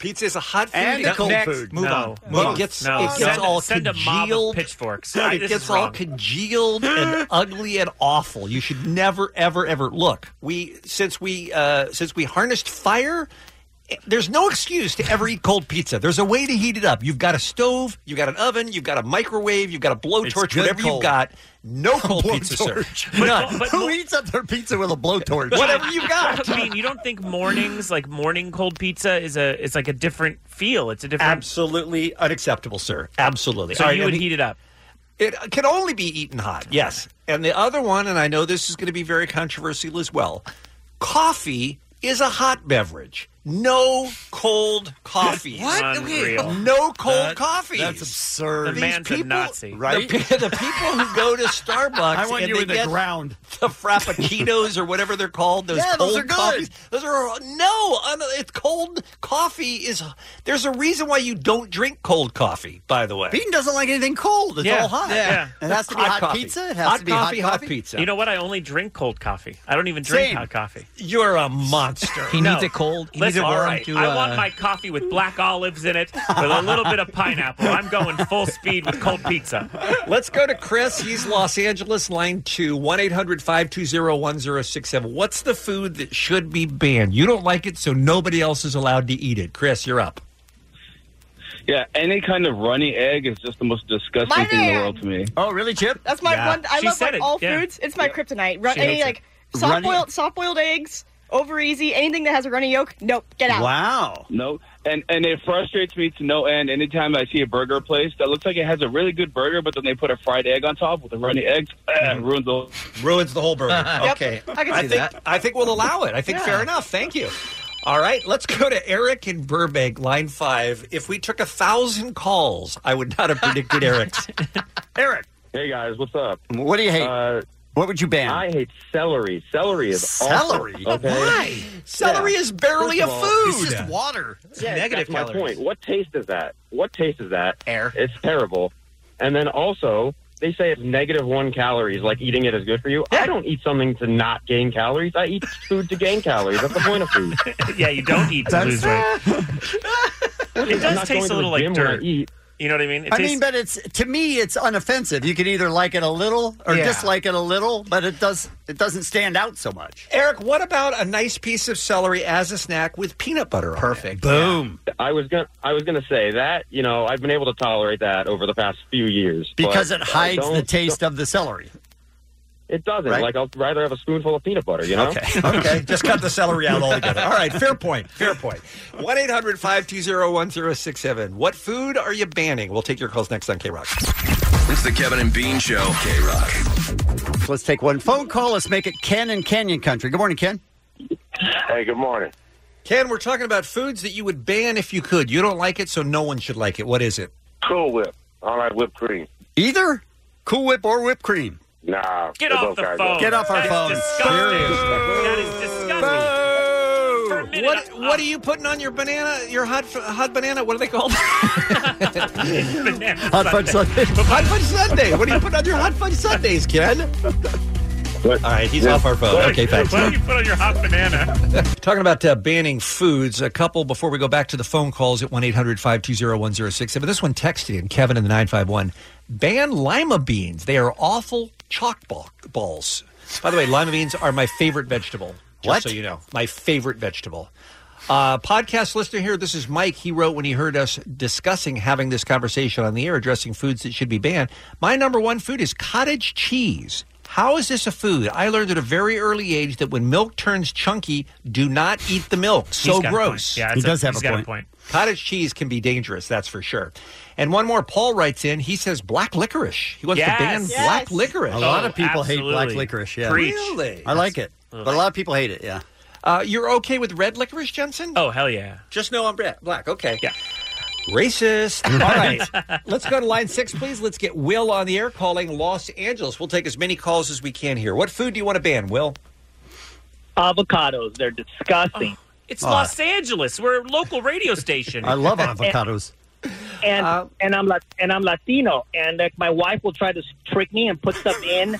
[SPEAKER 12] Pizza is a hot food.
[SPEAKER 10] And a
[SPEAKER 12] It-
[SPEAKER 10] cold
[SPEAKER 12] Next,
[SPEAKER 10] food.
[SPEAKER 12] Move
[SPEAKER 10] No.
[SPEAKER 12] on.
[SPEAKER 10] No.
[SPEAKER 12] It gets,
[SPEAKER 10] No.
[SPEAKER 12] it gets
[SPEAKER 10] Send-
[SPEAKER 12] all
[SPEAKER 10] send a mob of
[SPEAKER 12] congealed.
[SPEAKER 11] pitchforks. I-
[SPEAKER 12] It
[SPEAKER 11] this
[SPEAKER 12] gets
[SPEAKER 11] is
[SPEAKER 12] all
[SPEAKER 11] wrong.
[SPEAKER 12] congealed and ugly and awful. You should never, ever, ever look. We since we uh, since we harnessed fire. There's no excuse to ever eat cold pizza. There's a way to heat it up. You've got a stove, you've got an oven, you've got a microwave, you've got a blowtorch,
[SPEAKER 10] good
[SPEAKER 12] whatever
[SPEAKER 10] cold.
[SPEAKER 12] you've got. No cold pizza, sir.
[SPEAKER 10] Blowtorch.
[SPEAKER 12] None.
[SPEAKER 10] Who eats up their pizza with a blowtorch?
[SPEAKER 11] I mean, you don't think mornings like morning cold pizza is a it's like a different feel. It's a different.
[SPEAKER 12] Absolutely unacceptable, sir. Absolutely.
[SPEAKER 11] So
[SPEAKER 12] All right,
[SPEAKER 11] you
[SPEAKER 12] and
[SPEAKER 11] would
[SPEAKER 12] the-
[SPEAKER 11] heat it up.
[SPEAKER 12] It can only be eaten hot, yes. And the other one, and I know this is going to be very controversial as well coffee is a hot beverage. No cold coffee.
[SPEAKER 17] What? Okay. Unreal.
[SPEAKER 12] No cold
[SPEAKER 17] That-
[SPEAKER 12] coffee.
[SPEAKER 17] that's
[SPEAKER 10] absurd.
[SPEAKER 11] The man's a Nazi.
[SPEAKER 12] right? The, pe- the people who go to Starbucks.
[SPEAKER 10] I want
[SPEAKER 12] and
[SPEAKER 10] you
[SPEAKER 12] they
[SPEAKER 10] in the
[SPEAKER 12] get
[SPEAKER 10] ground.
[SPEAKER 12] The frappuccinos or whatever they're called. Those
[SPEAKER 10] Yeah,
[SPEAKER 12] cold
[SPEAKER 10] those are good.
[SPEAKER 12] coffees. Those are no. un- It's cold coffee is. There's a reason why you don't drink cold coffee. By the way,
[SPEAKER 10] Bean doesn't like anything cold. It's
[SPEAKER 12] Yeah,
[SPEAKER 10] all hot.
[SPEAKER 12] yeah.
[SPEAKER 10] It has to be hot,
[SPEAKER 12] Hot coffee.
[SPEAKER 10] pizza. It has
[SPEAKER 12] Hot
[SPEAKER 10] to be
[SPEAKER 12] coffee,
[SPEAKER 10] hot
[SPEAKER 12] hot
[SPEAKER 10] coffee.
[SPEAKER 12] pizza.
[SPEAKER 11] You know what? I only drink cold coffee. I don't even drink
[SPEAKER 12] Same.
[SPEAKER 11] hot coffee.
[SPEAKER 12] You're a monster.
[SPEAKER 11] No.
[SPEAKER 12] He
[SPEAKER 11] Listen, all right, I
[SPEAKER 12] uh,
[SPEAKER 11] want my coffee with black olives in it, with a little bit of pineapple. I'm going full speed with cold pizza.
[SPEAKER 12] Let's go to Chris. He's Los Angeles, line 2, 1 800 520 1067. What's the food that should be banned? You don't like it, so nobody else is allowed to eat it. Chris, you're up.
[SPEAKER 18] Yeah, any kind of runny egg is just the most disgusting
[SPEAKER 19] My
[SPEAKER 18] thing in
[SPEAKER 19] man.
[SPEAKER 18] the world to me.
[SPEAKER 10] Oh, really, Chip?
[SPEAKER 19] That's my one. I love like all
[SPEAKER 18] yeah.
[SPEAKER 19] foods. It's my kryptonite. Run,
[SPEAKER 18] She
[SPEAKER 19] any
[SPEAKER 18] hates it.
[SPEAKER 19] like
[SPEAKER 18] Runny-
[SPEAKER 19] soft boiled soft boiled eggs, over easy. Anything that has a runny yolk, nope, get out.
[SPEAKER 10] Wow.
[SPEAKER 18] No, and and it frustrates me to no end. Anytime I see a burger place that looks like it has a really good burger, but then they put a fried egg on top with a runny egg, eh, ruins the whole
[SPEAKER 12] ruins the whole burger. Okay. think, I think we'll allow it. I think
[SPEAKER 18] Yeah.
[SPEAKER 12] fair enough. Thank you. All right, let's go to Eric in Burbank, line 5. If we took a thousand calls, I would not have predicted Eric's. Eric.
[SPEAKER 5] Hey guys, what's up?
[SPEAKER 10] What do you hate?
[SPEAKER 5] Uh,
[SPEAKER 10] what would you ban?
[SPEAKER 5] I hate celery. Celery is
[SPEAKER 10] Celery?
[SPEAKER 5] Awful, okay?
[SPEAKER 10] Why?
[SPEAKER 5] Celery is barely a food.
[SPEAKER 28] It's just water. It's
[SPEAKER 5] Yeah,
[SPEAKER 28] negative
[SPEAKER 5] that's my
[SPEAKER 28] calories.
[SPEAKER 5] point. What taste is that? What taste is that? Air. It's terrible. And then also, they say it's negative one calories. Like eating it is good for you. I don't eat something to not gain calories. I eat food to gain calories. That's the point of food.
[SPEAKER 11] yeah, you don't eat to lose weight. It
[SPEAKER 5] I'm
[SPEAKER 11] does
[SPEAKER 5] not going
[SPEAKER 11] taste
[SPEAKER 5] to
[SPEAKER 11] a little
[SPEAKER 5] the
[SPEAKER 11] like
[SPEAKER 5] gym when I
[SPEAKER 11] dirt. You know what I mean? It
[SPEAKER 10] I
[SPEAKER 11] tastes,
[SPEAKER 10] mean, but it's to me, it's unoffensive. You can either like it a little or
[SPEAKER 11] Yeah.
[SPEAKER 10] dislike it a little, but it does it doesn't stand out so much.
[SPEAKER 12] Eric, what about a nice piece of celery as a snack with peanut butter? Perfect.
[SPEAKER 5] Boom. I was gonna. I was gonna say that. You know, I've been able to tolerate that over the past few years but
[SPEAKER 10] Because it
[SPEAKER 5] I
[SPEAKER 10] hides the
[SPEAKER 5] don't-
[SPEAKER 10] taste of the celery.
[SPEAKER 5] It doesn't.
[SPEAKER 10] right?
[SPEAKER 5] Like I'll rather have a spoonful of peanut butter. You know.
[SPEAKER 12] Okay. okay. Just cut the celery out altogether. All right. Fair point. Fair point. 1 800 520 1067. What food are you banning? We'll take your calls next on K Rock.
[SPEAKER 16] It's the Kevin and Bean Show. K Rock.
[SPEAKER 10] Let's take one phone call. Let's make it Ken in Canyon Country. Good morning, Ken.
[SPEAKER 12] Hey, good morning. Ken, we're talking about foods that you would ban if you could. You don't like it, so no one should like it. What is it?
[SPEAKER 26] Cool Whip. All right, whipped cream.
[SPEAKER 10] Either Cool Whip or whipped cream.
[SPEAKER 26] Nah.
[SPEAKER 11] Get
[SPEAKER 26] they're
[SPEAKER 11] off
[SPEAKER 26] both
[SPEAKER 11] the
[SPEAKER 26] kinds of-
[SPEAKER 11] phone.
[SPEAKER 10] Get off our
[SPEAKER 11] That's
[SPEAKER 10] phone.
[SPEAKER 11] Disgusting. That is disgusting.
[SPEAKER 12] What What are you putting on your banana? Your hot f- hot banana? What are they called?
[SPEAKER 10] Hot fudge sundae.
[SPEAKER 12] hot fudge sundae. What do you put on your hot fudge sundaes, Ken? All right, he's
[SPEAKER 11] Yeah.
[SPEAKER 12] off our phone.
[SPEAKER 11] What do
[SPEAKER 12] okay,
[SPEAKER 11] you-
[SPEAKER 12] thanks.
[SPEAKER 11] What do you put on your hot banana?
[SPEAKER 12] Talking about uh, banning foods, a couple before we go back to the phone calls at 1 800 520 1067. This one texted in Kevin in the 951 ban lima beans. They are awful chalk ball- balls. By the way, lima beans are my favorite vegetable. Just
[SPEAKER 10] What?
[SPEAKER 12] So you know, my favorite vegetable. Uh, podcast listener here, this is Mike. He wrote when he heard us discussing having this conversation on the air, addressing foods that should be banned. My number one food is cottage cheese. How is this a food? I learned at a very early age that when milk turns chunky, do not eat the milk. So
[SPEAKER 11] He's got a
[SPEAKER 12] gross.
[SPEAKER 11] point. Yeah, He it's a- does have he's a got a point. point.
[SPEAKER 12] Cottage cheese can be dangerous, that's for sure. And one more, Paul writes in. He says black licorice. He wants
[SPEAKER 10] Yes.
[SPEAKER 12] to ban
[SPEAKER 10] Yes.
[SPEAKER 12] black licorice.
[SPEAKER 10] A lot of people hate black licorice. Yeah,
[SPEAKER 12] Really?
[SPEAKER 10] I like it, but a lot of people hate it. Yeah.
[SPEAKER 12] Uh, you're okay with red licorice, Jensen?
[SPEAKER 11] Oh hell yeah!
[SPEAKER 12] Just know I'm bre- black. Okay. Yeah. Racist. All right. Let's go to line six, please. Let's get Will on the air calling Los Angeles. We'll take as many calls as we can here. What food do you want to ban, Will?
[SPEAKER 22] Avocados. They're disgusting.
[SPEAKER 11] It's
[SPEAKER 22] Oh.
[SPEAKER 11] Los Angeles. We're a local radio station.
[SPEAKER 22] I love avocados. And
[SPEAKER 12] Uh,
[SPEAKER 22] and I'm Lat- and I'm Latino, and like my wife will try to s- trick me and put stuff in,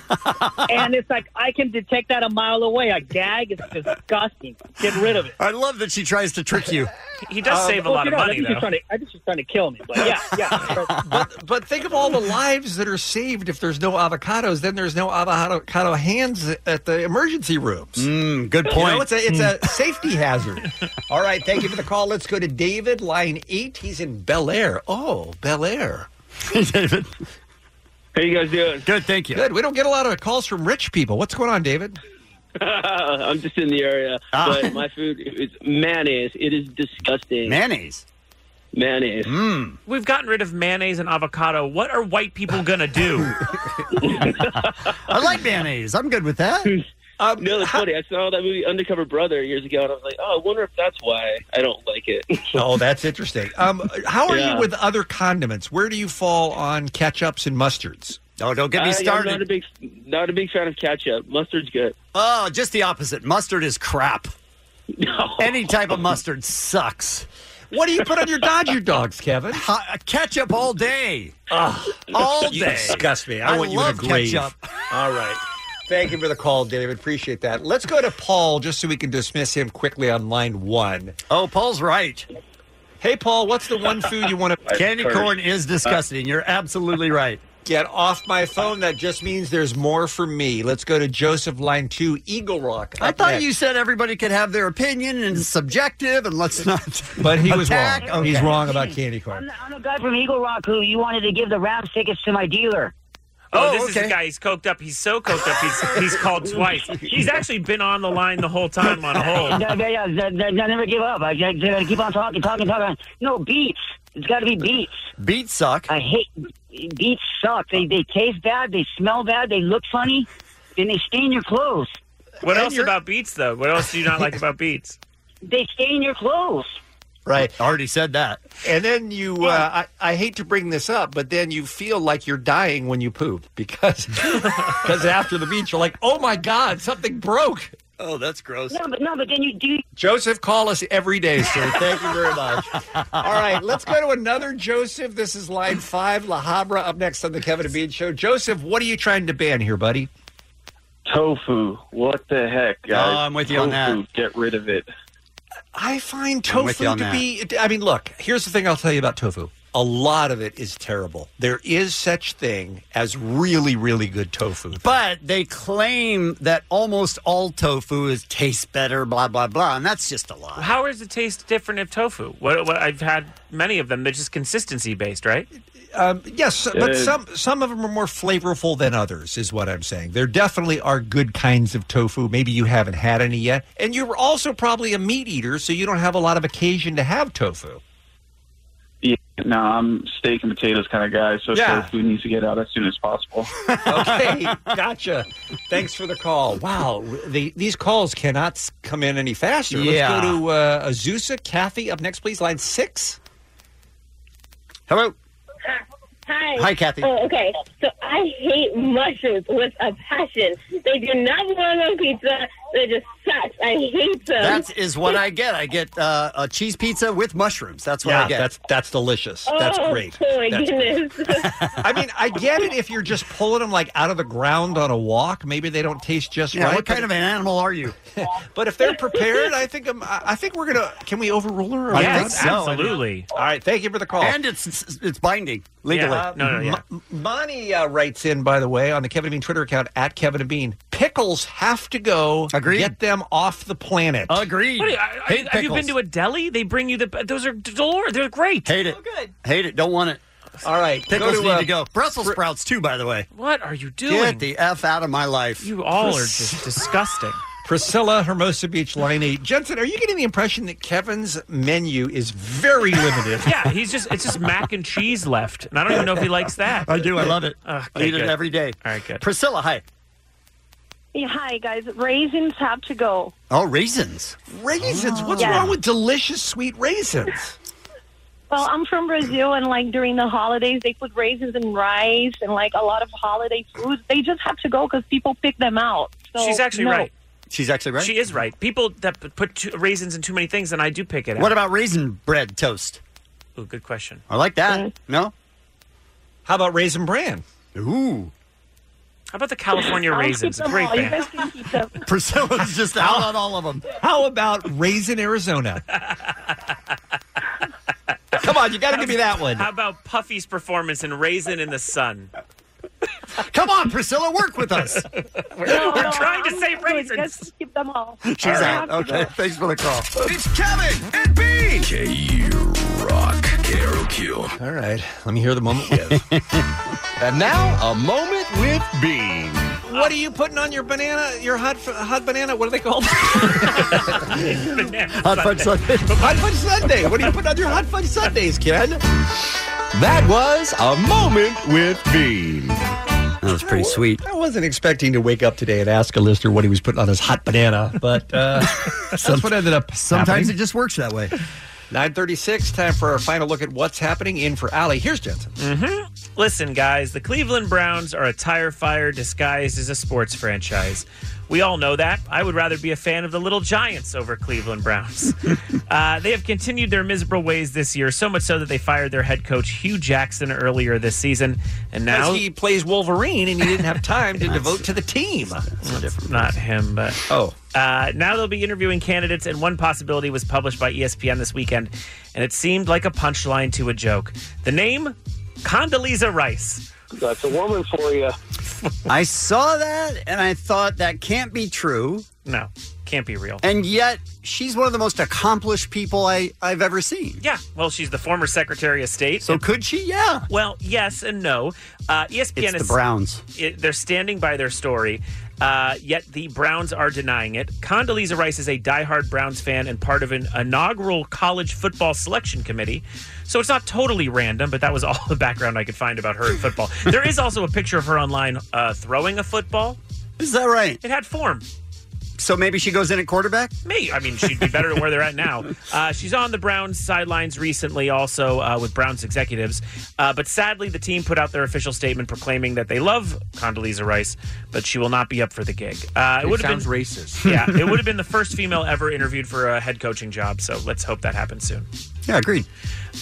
[SPEAKER 22] and it's like I can detect that a mile away. A gag is disgusting. Get rid of it.
[SPEAKER 10] I love that she tries to trick you.
[SPEAKER 11] He
[SPEAKER 22] Um, well, you know, I think she's trying to- I think she's trying to kill me, but yeah, yeah.
[SPEAKER 12] But, but think of all the lives that are saved if there's no avocados. Then there's no avocado hands at the emergency rooms.
[SPEAKER 10] Mm, good
[SPEAKER 12] You
[SPEAKER 10] point. Hmm.
[SPEAKER 12] know, it's a, it's a safety hazard. All right. Thank you for the call. Let's go to David, line eight. He's in Bel Air. Oh, Bel Air.
[SPEAKER 10] Hey, David.
[SPEAKER 12] How you guys
[SPEAKER 22] doing?
[SPEAKER 10] Good, thank you.
[SPEAKER 12] Good. We don't get a lot of calls from rich people. What's going on, David?
[SPEAKER 22] I'm just in the area,
[SPEAKER 12] Ah.
[SPEAKER 22] but my food is mayonnaise. It is disgusting.
[SPEAKER 10] Mayonnaise.
[SPEAKER 22] Mayonnaise.
[SPEAKER 12] Mm.
[SPEAKER 11] We've gotten rid of mayonnaise and avocado. What are white people gonna do?
[SPEAKER 10] I like mayonnaise. I'm good with that.
[SPEAKER 12] Um,
[SPEAKER 22] no, it's funny. I saw that movie Undercover Brother years ago, and I was like, oh, I wonder if that's why I don't like it.
[SPEAKER 12] Oh, that's interesting. Um, how are
[SPEAKER 22] Yeah.
[SPEAKER 12] you with other condiments? Where do you fall on ketchups and mustards?
[SPEAKER 10] Oh, don't
[SPEAKER 22] I- Uh, I'm not a big, not a big fan of ketchup. Mustard's good.
[SPEAKER 10] Oh, just the opposite. Mustard is crap. Any type of mustard sucks.
[SPEAKER 12] What do you put on your Dodger dogs, Kevin?
[SPEAKER 10] uh, ketchup all day.
[SPEAKER 22] Ah.
[SPEAKER 10] all
[SPEAKER 12] You
[SPEAKER 10] day.
[SPEAKER 12] disgust me. I, want you in a
[SPEAKER 10] love
[SPEAKER 12] grave.
[SPEAKER 10] ketchup.
[SPEAKER 12] All right. Thank you for the call, David. Appreciate that. Let's go to Paul just so we can dismiss him quickly on line one.
[SPEAKER 10] Oh, Paul's right.
[SPEAKER 12] Hey, Paul, what's the one food you want to?
[SPEAKER 10] Candy corn is disgusting. You're absolutely right.
[SPEAKER 12] Get off my phone. That just means there's more for me. Let's go to Joseph, line two, Eagle Rock.
[SPEAKER 10] I
[SPEAKER 12] up
[SPEAKER 10] thought
[SPEAKER 12] next.
[SPEAKER 10] you said everybody could have their opinion and it's subjective and let's not.
[SPEAKER 12] But he was wrong.
[SPEAKER 10] attack.
[SPEAKER 12] He's
[SPEAKER 10] Okay.
[SPEAKER 12] wrong about candy corn.
[SPEAKER 25] I'm a guy from Eagle Rock who you wanted to give the Rams tickets to my dealer.
[SPEAKER 11] Oh, this is the guy. He's coked up. He's so coked up. He's he's called twice. He's actually been on the line the whole time
[SPEAKER 10] Oh.
[SPEAKER 11] on hold.
[SPEAKER 25] yeah, uh, yeah, yeah, yeah, yeah, never give up. I, I, I keep on talking, talking, talking. No beats. It's got to be beats.
[SPEAKER 10] Beats suck.
[SPEAKER 25] I hate beats. Suck. They they taste bad. They smell bad. They look funny. Then they stain your clothes.
[SPEAKER 11] What else about beets though? What else do you not like about beets?
[SPEAKER 25] They stain your clothes.
[SPEAKER 2] Right.
[SPEAKER 10] Already said that.
[SPEAKER 2] And then you,
[SPEAKER 12] uh, I, I hate to bring this up, but then you feel like you're dying when you poop because because after the beach you're like, oh my god, something broke.
[SPEAKER 10] Oh, that's gross.
[SPEAKER 25] No, but no, but then you do.
[SPEAKER 12] Joseph, call us every day, sir. Thank you very much. All right, let's go to another Joseph. This is line five, La Habra, up next on the Kevin and Bean Show. Joseph, what are you trying to ban here, buddy?
[SPEAKER 24] Tofu. What the heck, guys?
[SPEAKER 12] No,
[SPEAKER 10] Oh,
[SPEAKER 12] I'm with you on that.
[SPEAKER 24] Tofu, Get rid of it.
[SPEAKER 12] I find
[SPEAKER 24] I'm
[SPEAKER 12] tofu
[SPEAKER 24] with you
[SPEAKER 12] to
[SPEAKER 24] on that.
[SPEAKER 12] be. I mean, look. Here's the thing I'll tell you about tofu. A lot of it is terrible. There is such thing as really, really good tofu.
[SPEAKER 10] But they claim that almost all tofu is tastes better, blah blah blah, Uh, and that's just a lie.
[SPEAKER 11] How is the taste different of tofu? What, what I've had many of them. They're just consistency based, right?
[SPEAKER 12] Um, yes, but
[SPEAKER 11] Uh,
[SPEAKER 12] some some of them are more flavorful than others, is what I'm saying. There definitely are good kinds of tofu. Maybe you haven't had any yet, and you're also probably a meat eater, so you don't have a lot of occasion to have tofu.
[SPEAKER 24] Yeah, no, I'm steak and potatoes kind of guy, so
[SPEAKER 12] Yeah.
[SPEAKER 24] tofu needs to get out as soon as possible.
[SPEAKER 12] Okay, gotcha. Thanks for the call. Wow, the, these calls cannot s- come in any faster.
[SPEAKER 10] Yeah.
[SPEAKER 12] Let's go to uh, Azusa, Kathy, up next, please. Line six.
[SPEAKER 10] Hello.
[SPEAKER 23] Hi.
[SPEAKER 10] Hi, Kathy.
[SPEAKER 23] Oh, okay. So I hate mushrooms with a passion. They do not belong on pizza. They just sucks. I hate them.
[SPEAKER 10] That is what I get. I get uh, a cheese pizza with mushrooms. That's what
[SPEAKER 12] yeah,
[SPEAKER 10] I get.
[SPEAKER 12] that's that's delicious. that's
[SPEAKER 23] Oh,
[SPEAKER 12] great.
[SPEAKER 23] Oh my
[SPEAKER 12] That's
[SPEAKER 23] goodness.
[SPEAKER 12] I mean, I get it if you're just pulling them like out of the ground on a walk. Maybe they don't taste just
[SPEAKER 10] Yeah,
[SPEAKER 12] right.
[SPEAKER 10] what kind of an animal are you?
[SPEAKER 12] but if they're prepared, I think I'm, I I think we're gonna. Can we overrule her?
[SPEAKER 10] I think so.
[SPEAKER 12] All right. Thank you for the call.
[SPEAKER 10] And it's it's, it's binding legally.
[SPEAKER 12] Uh, M- Monty uh, writes in, by the way, on the Kevin and Bean Twitter account at Kevin and Bean. Pickles have to go. Agreed. Get them off the planet.
[SPEAKER 10] Agreed.
[SPEAKER 11] What do you- I- I- have you been to a deli? They bring you the. Those are galore. They're great.
[SPEAKER 10] Hate it. Hate it. Don't want it.
[SPEAKER 12] All right.
[SPEAKER 10] Pickles
[SPEAKER 11] go to,
[SPEAKER 10] need
[SPEAKER 11] uh,
[SPEAKER 10] to go. Brussels
[SPEAKER 11] Br-
[SPEAKER 10] sprouts too, by the way.
[SPEAKER 11] What are you doing?
[SPEAKER 10] Get the f out of my life.
[SPEAKER 11] You all are just disgusting.
[SPEAKER 12] Priscilla, Hermosa Beach, Line 8. Jensen, are you getting the impression that Kevin's menu is very limited?
[SPEAKER 11] yeah, he's just it's just mac and cheese left, and I don't even know if he likes that.
[SPEAKER 10] I do. I love it.
[SPEAKER 11] Okay,
[SPEAKER 10] I eat
[SPEAKER 11] good.
[SPEAKER 10] it every day.
[SPEAKER 11] All right, good.
[SPEAKER 10] Priscilla, hi.
[SPEAKER 22] Yeah, hi guys. Raisins have to go.
[SPEAKER 10] Oh, raisins.
[SPEAKER 12] Raisins? What's
[SPEAKER 22] Yeah.
[SPEAKER 12] wrong with delicious sweet raisins?
[SPEAKER 22] Well, I'm from Brazil, and like during the holidays, they put raisins in rice and like a lot of holiday foods. They just have to go because people pick them out. So,
[SPEAKER 11] She's actually
[SPEAKER 22] no.
[SPEAKER 11] right.
[SPEAKER 10] She's actually right.
[SPEAKER 11] She is right. People that p- put two, raisins in too many things, and I do pick it out.
[SPEAKER 10] What about raisin bread toast?
[SPEAKER 11] Ooh, good question.
[SPEAKER 10] I like that.
[SPEAKER 12] Mm.
[SPEAKER 10] No.
[SPEAKER 12] How about raisin bran?
[SPEAKER 10] Ooh.
[SPEAKER 11] How about the California
[SPEAKER 22] I'll
[SPEAKER 11] raisins?
[SPEAKER 22] keep them
[SPEAKER 11] Great
[SPEAKER 22] all. You
[SPEAKER 11] band.
[SPEAKER 22] guys can keep them.
[SPEAKER 10] Priscilla's just out on all of them.
[SPEAKER 12] How about Raisin Arizona? Come on, you got to give me that one.
[SPEAKER 11] How about Puffy's performance in Raisin in the Sun?
[SPEAKER 10] Come on, Priscilla, work with us.
[SPEAKER 11] We're,
[SPEAKER 22] No,
[SPEAKER 11] we're
[SPEAKER 22] no,
[SPEAKER 11] trying to
[SPEAKER 22] I'm
[SPEAKER 11] say
[SPEAKER 22] good. You guys
[SPEAKER 11] raisins.
[SPEAKER 22] can keep them all.
[SPEAKER 10] She's
[SPEAKER 22] They
[SPEAKER 10] out.
[SPEAKER 22] have to
[SPEAKER 10] Okay.
[SPEAKER 22] go.
[SPEAKER 10] Thanks for the call.
[SPEAKER 16] It's Kevin and Bean. K Rock KROQ.
[SPEAKER 12] All right, let me hear the moment with. and now, a moment with Bean. What are you putting on your banana, your hot, f- hot banana? What are they called?
[SPEAKER 11] hot
[SPEAKER 12] fudge sundae. hot fudge sundae. What are you putting on your hot fudge sundaes, kid? That was a moment with Bean. That
[SPEAKER 10] was pretty sweet.
[SPEAKER 12] I wasn't expecting to wake up today and ask a listener what he was putting on his hot banana, but uh, that's what ended up.
[SPEAKER 10] Sometimes
[SPEAKER 12] happening.
[SPEAKER 10] it just works that way.
[SPEAKER 12] 936, time for our final look at what's happening in for Alley. Here's Jensen.
[SPEAKER 11] Mm-hmm. Listen, guys, the Cleveland Browns are a tire fire disguised as a sports franchise. We all know that. I would rather be a fan of the Little Giants over Cleveland Browns. uh, they have continued their miserable ways this year, so much so that they fired their head coach Hugh Jackson earlier this season, and now
[SPEAKER 12] As he plays Wolverine and he didn't have time to devote to the team.
[SPEAKER 11] Not him, but
[SPEAKER 12] oh.
[SPEAKER 11] Uh, now they'll be interviewing candidates, and one possibility was published by E ESPN this weekend, and it seemed like a punchline to a joke. The name Condoleezza Rice.
[SPEAKER 10] That's a woman for you. I saw that and I thought that can't be true.
[SPEAKER 11] No, can't be real.
[SPEAKER 10] And yet, she's one of the most accomplished people I, I've ever seen.
[SPEAKER 11] Yeah, well, she's the former Secretary of State.
[SPEAKER 10] So could she? Yeah.
[SPEAKER 11] Well, yes and no. Uh, ESPN
[SPEAKER 10] It's
[SPEAKER 11] is
[SPEAKER 10] the Browns.
[SPEAKER 11] it- they're standing by their story. Uh, yet the Browns are denying it. Condoleezza Rice is a diehard Browns fan and part of an inaugural college football selection committee. So it's not totally random, but that was all the background I could find about her in football. there is also a picture of her online uh, throwing a football.
[SPEAKER 10] Is that right?
[SPEAKER 11] It had form.
[SPEAKER 10] So maybe she goes in at quarterback?
[SPEAKER 11] Me. I mean, she'd be better than where they're at now. Uh, she's on the Browns sidelines recently, also uh, with Browns executives. Uh, but sadly, the team put out their official statement proclaiming that they love Condoleezza Rice, but she will not be up for the gig. Uh,
[SPEAKER 1] It
[SPEAKER 11] would have
[SPEAKER 1] sounds
[SPEAKER 11] been
[SPEAKER 1] racist.
[SPEAKER 11] yeah, it would have been the first female ever interviewed for a head coaching job. So let's hope that happens soon.
[SPEAKER 10] Yeah, agreed.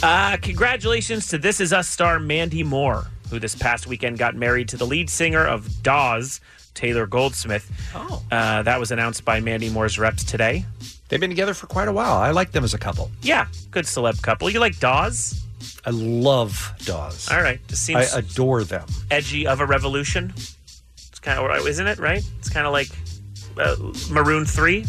[SPEAKER 11] Uh, congratulations to This Is Us star Mandy Moore, who this past weekend got married to the lead singer of Dawes, Taylor Goldsmith. Oh. Uh, that was announced by Mandy Moore's reps today.
[SPEAKER 12] They've been together for quite a while. I like them as a couple.
[SPEAKER 11] Yeah, good celeb couple. You like Dawes?
[SPEAKER 12] I love Dawes.
[SPEAKER 11] All right, just seems
[SPEAKER 12] I adore them.
[SPEAKER 11] edgy of a revolution. It's kind of, isn't it? Right? It's kind of like uh, Maroon Three.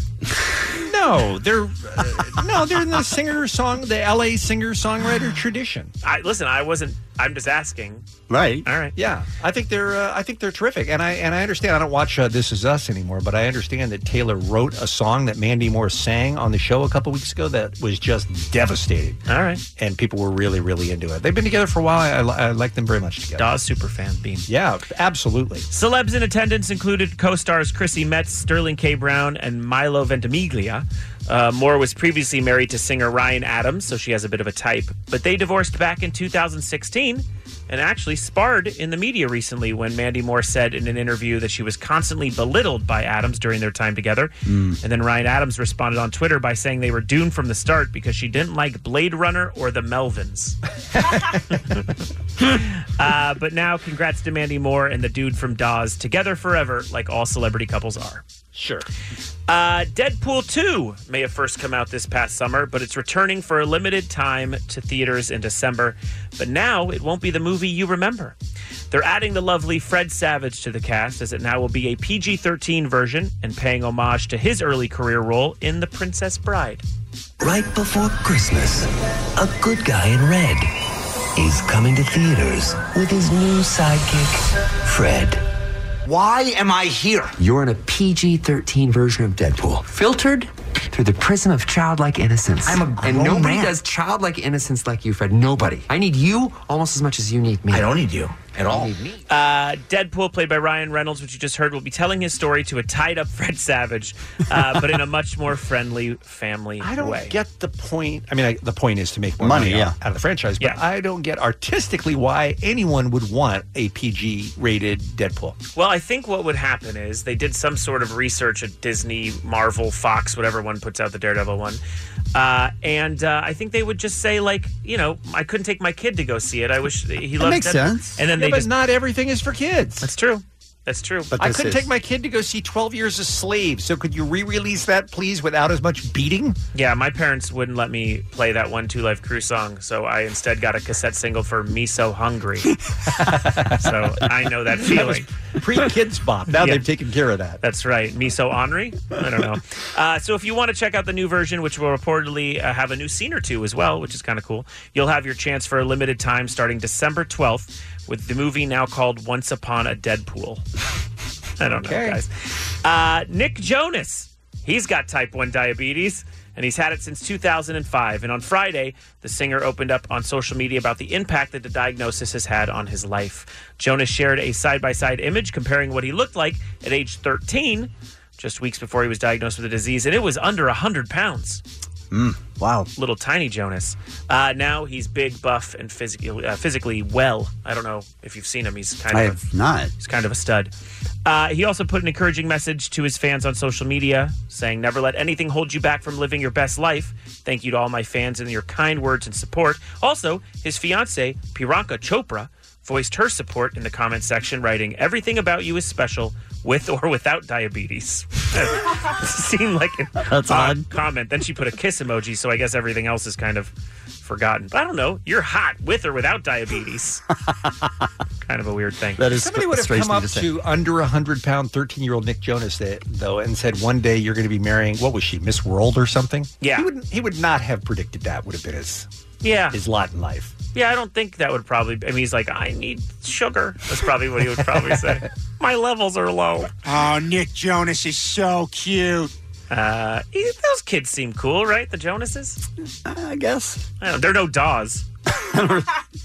[SPEAKER 12] No, they're uh, no, they're in the singer song, the LA singer songwriter tradition.
[SPEAKER 11] I listen. I wasn't. I'm just asking.
[SPEAKER 10] Right.
[SPEAKER 11] All right.
[SPEAKER 12] Yeah, I think they're uh, I think they're terrific, and I and I understand. I don't watch uh, This Is Us anymore, but I understand that Taylor wrote a song that Mandy Moore sang on the show a couple weeks ago that was just devastating.
[SPEAKER 11] All right,
[SPEAKER 12] and people were really really into it. They've been together for a while. I, li- I like them very much together.
[SPEAKER 11] Dawes super fan beam.
[SPEAKER 12] Yeah, absolutely.
[SPEAKER 11] Celebs in attendance included co-stars Chrissy Metz, Sterling K. Brown, and Milo Ventimiglia. Uh, Moore was previously married to singer Ryan Adams, so she has a bit of a type. But they divorced back in 2016 and actually sparred in the media recently when Mandy Moore said in an interview that she was constantly belittled by Adams during their time together.
[SPEAKER 14] Mm.
[SPEAKER 11] And then Ryan Adams responded on Twitter by saying they were doomed from the start because she didn't like Blade Runner or the Melvins. uh, but now, congrats to Mandy Moore and the dude from Dawes together forever, like all celebrity couples are.
[SPEAKER 12] Sure.
[SPEAKER 11] Uh, Deadpool 2 may have first come out this past summer, but it's returning for a limited time to theaters in December. But now it won't be the movie you remember. They're adding the lovely Fred Savage to the cast, as it now will be a PG 13 version and paying homage to his early career role in The Princess Bride.
[SPEAKER 2] Right before Christmas, a good guy in red is coming to theaters with his new sidekick, Fred. Why am I here? You're in a PG 13 version of Deadpool, filtered through the prism of childlike innocence.
[SPEAKER 9] I'm a
[SPEAKER 2] And
[SPEAKER 9] grown
[SPEAKER 2] nobody
[SPEAKER 9] man.
[SPEAKER 2] does childlike innocence like you, Fred. Nobody. I need you almost as much as you need me. I don't need you at all.
[SPEAKER 11] Uh, Deadpool, played by Ryan Reynolds, which you just heard, will be telling his story to a tied up Fred Savage, uh, but in a much more friendly family
[SPEAKER 12] I don't
[SPEAKER 11] way.
[SPEAKER 12] get the point. I mean, I, the point is to make more
[SPEAKER 11] Money,
[SPEAKER 12] money,
[SPEAKER 11] yeah.
[SPEAKER 12] out, out of the franchise, but I don't get artistically why anyone would want a PG rated Deadpool.
[SPEAKER 11] Well, I think what would happen is they did some sort of research at Disney, Marvel, Fox, whatever one puts out the Daredevil one. Uh, and uh, I think they would just say, like, you know, I couldn't take my kid to go see it. I wish he
[SPEAKER 12] That
[SPEAKER 11] loved
[SPEAKER 12] makes
[SPEAKER 11] Deadpool."
[SPEAKER 12] sense.
[SPEAKER 11] And then
[SPEAKER 12] Yeah,
[SPEAKER 11] they
[SPEAKER 12] but
[SPEAKER 11] just.
[SPEAKER 12] not everything is for kids.
[SPEAKER 11] That's true. That's true.
[SPEAKER 12] I couldn't take my kid to go see 12 Years a Slave, so could you re release that, please, without as much beating?
[SPEAKER 11] Yeah, my parents wouldn't let me play that one Two Life Crew song, so I instead got a cassette single for Me So Hungry. so I know that feeling.
[SPEAKER 12] Pre kids bop. Now
[SPEAKER 11] Yeah.
[SPEAKER 12] they've taken care of that.
[SPEAKER 11] That's right. Miso Henri? I don't know. Uh, so if you want to check out the new version, which will reportedly uh, have a new scene or two as well, which is kind of cool, you'll have your chance for a limited time starting December 12th with the movie now called Once Upon a Deadpool. I don't
[SPEAKER 5] Okay.
[SPEAKER 11] know, guys. Uh, Nick Jonas, he's got type 1 diabetes. And he's had it since 2005. And on Friday, the singer opened up on social media about the impact that the diagnosis has had on his life. Jonas shared a side by side image comparing what he looked like at age 13, just weeks before he was diagnosed with the disease, and it was under 100 pounds.
[SPEAKER 13] Hmm.
[SPEAKER 10] wow.
[SPEAKER 11] Little tiny Jonas. Uh, now he's big, buff, and physically uh, physically well. I don't know if you've seen him. He's kind
[SPEAKER 10] I
[SPEAKER 11] of
[SPEAKER 10] have not.
[SPEAKER 11] He's kind of a stud. Uh, he also put an encouraging message to his fans on social media, saying, "Never let anything hold you back from living your best life. Thank you to all my fans and your kind words and support." Also, his fiancee Piranka Chopra voiced her support in the comment section, writing, "Everything about you is special." With or without diabetes, seemed like an
[SPEAKER 10] That's odd.
[SPEAKER 11] comment. Then she put a kiss emoji, so I guess everything else is kind of forgotten. But I don't know. You're hot with or without diabetes. kind of a weird thing.
[SPEAKER 10] That is
[SPEAKER 12] Somebody would have come up to, under a hundred pound thirteen year old Nick Jonas that though and said one day you're going to be marrying what was she Miss World or something?
[SPEAKER 11] Yeah.
[SPEAKER 12] he would he would not have predicted that would have been his
[SPEAKER 11] Yeah.
[SPEAKER 12] his lot in life.
[SPEAKER 11] Yeah, I don't think that would probably. I mean, he's like, I need sugar. That's probably what he would probably say. My levels are low.
[SPEAKER 1] Oh, Nick Jonas is so cute.
[SPEAKER 11] Uh, eh, those kids seem cool, right? The Jonases?
[SPEAKER 10] Uh, I guess.
[SPEAKER 11] I don't, they're no Dawes.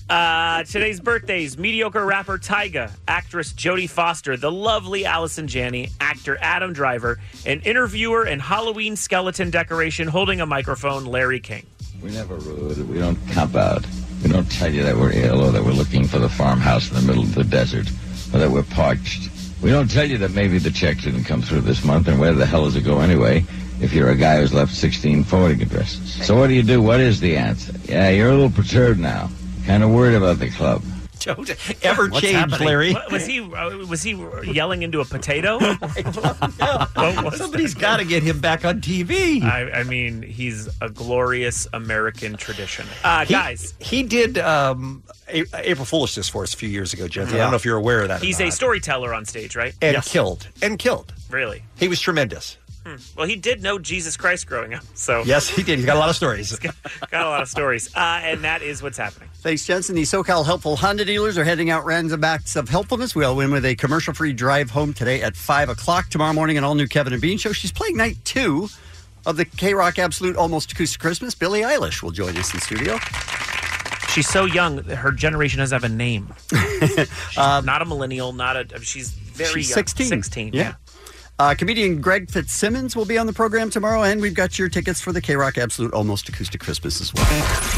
[SPEAKER 11] uh, today's birthdays mediocre rapper Tyga, actress Jodie Foster, the lovely Allison Janney, actor Adam Driver, and interviewer and Halloween skeleton decoration holding a microphone Larry King.
[SPEAKER 13] We never rude. We don't cop out. We don't tell you that we're ill or that we're looking for the farmhouse in the middle of the desert or that we're parched. We don't tell you that maybe the check didn't come through this month and where the hell does it go anyway if you're a guy who's left 16 forwarding addresses. So what do you do? What is the answer? Yeah, you're a little perturbed now. Kind of worried about the club.
[SPEAKER 11] Don't
[SPEAKER 12] ever change, Larry.
[SPEAKER 11] What, was he uh, was he yelling into a potato?
[SPEAKER 12] Somebody's got to get him back on TV.
[SPEAKER 11] I, I mean, he's a glorious American tradition. Uh,
[SPEAKER 12] He-
[SPEAKER 11] guys,
[SPEAKER 12] he, did um, A- April Foolish this for us a few years ago, Jennifer. I
[SPEAKER 11] Yeah.
[SPEAKER 12] don't know if you're aware of that. or
[SPEAKER 11] he's
[SPEAKER 12] not.
[SPEAKER 11] a storyteller on stage, right?
[SPEAKER 12] and killed and killed.
[SPEAKER 11] Really?
[SPEAKER 12] He was tremendous.
[SPEAKER 11] Hmm. Well, he did know Jesus Christ growing up, so
[SPEAKER 12] Yes, he did. He's got a lot of stories.
[SPEAKER 11] got a lot of stories. Uh, and that is what's happening.
[SPEAKER 10] Thanks, Jensen. The SoCal Helpful Honda dealers are handing out random acts of helpfulness. We'll win with a commercial free drive home today at 5 o'clock. Tomorrow morning, an all new Kevin and Bean show. She's playing night two of the K Rock Absolute Almost Acoustic Christmas. Billie Eilish will join us in studio.
[SPEAKER 11] She's so young, her generation doesn't have a name. She's
[SPEAKER 12] Um,
[SPEAKER 11] not a millennial, not a. She's very
[SPEAKER 10] She's
[SPEAKER 11] young.
[SPEAKER 10] 16.
[SPEAKER 11] 16.
[SPEAKER 10] Yeah. Uh, comedian Greg Fitzsimmons will be on the program tomorrow, and we've got your tickets for the K Rock Absolute Almost Acoustic Christmas as well.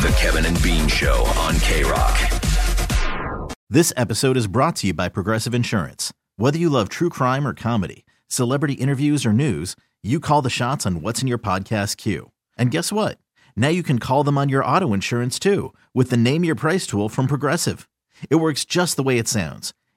[SPEAKER 16] The Kevin and Bean Show on K Rock.
[SPEAKER 1] This episode is brought to you by Progressive Insurance. Whether you love true crime or comedy, celebrity interviews or news, you call the shots on what's in your podcast queue. And guess what? Now you can call them on your auto insurance too with the Name Your Price tool from Progressive. It works just the way it sounds.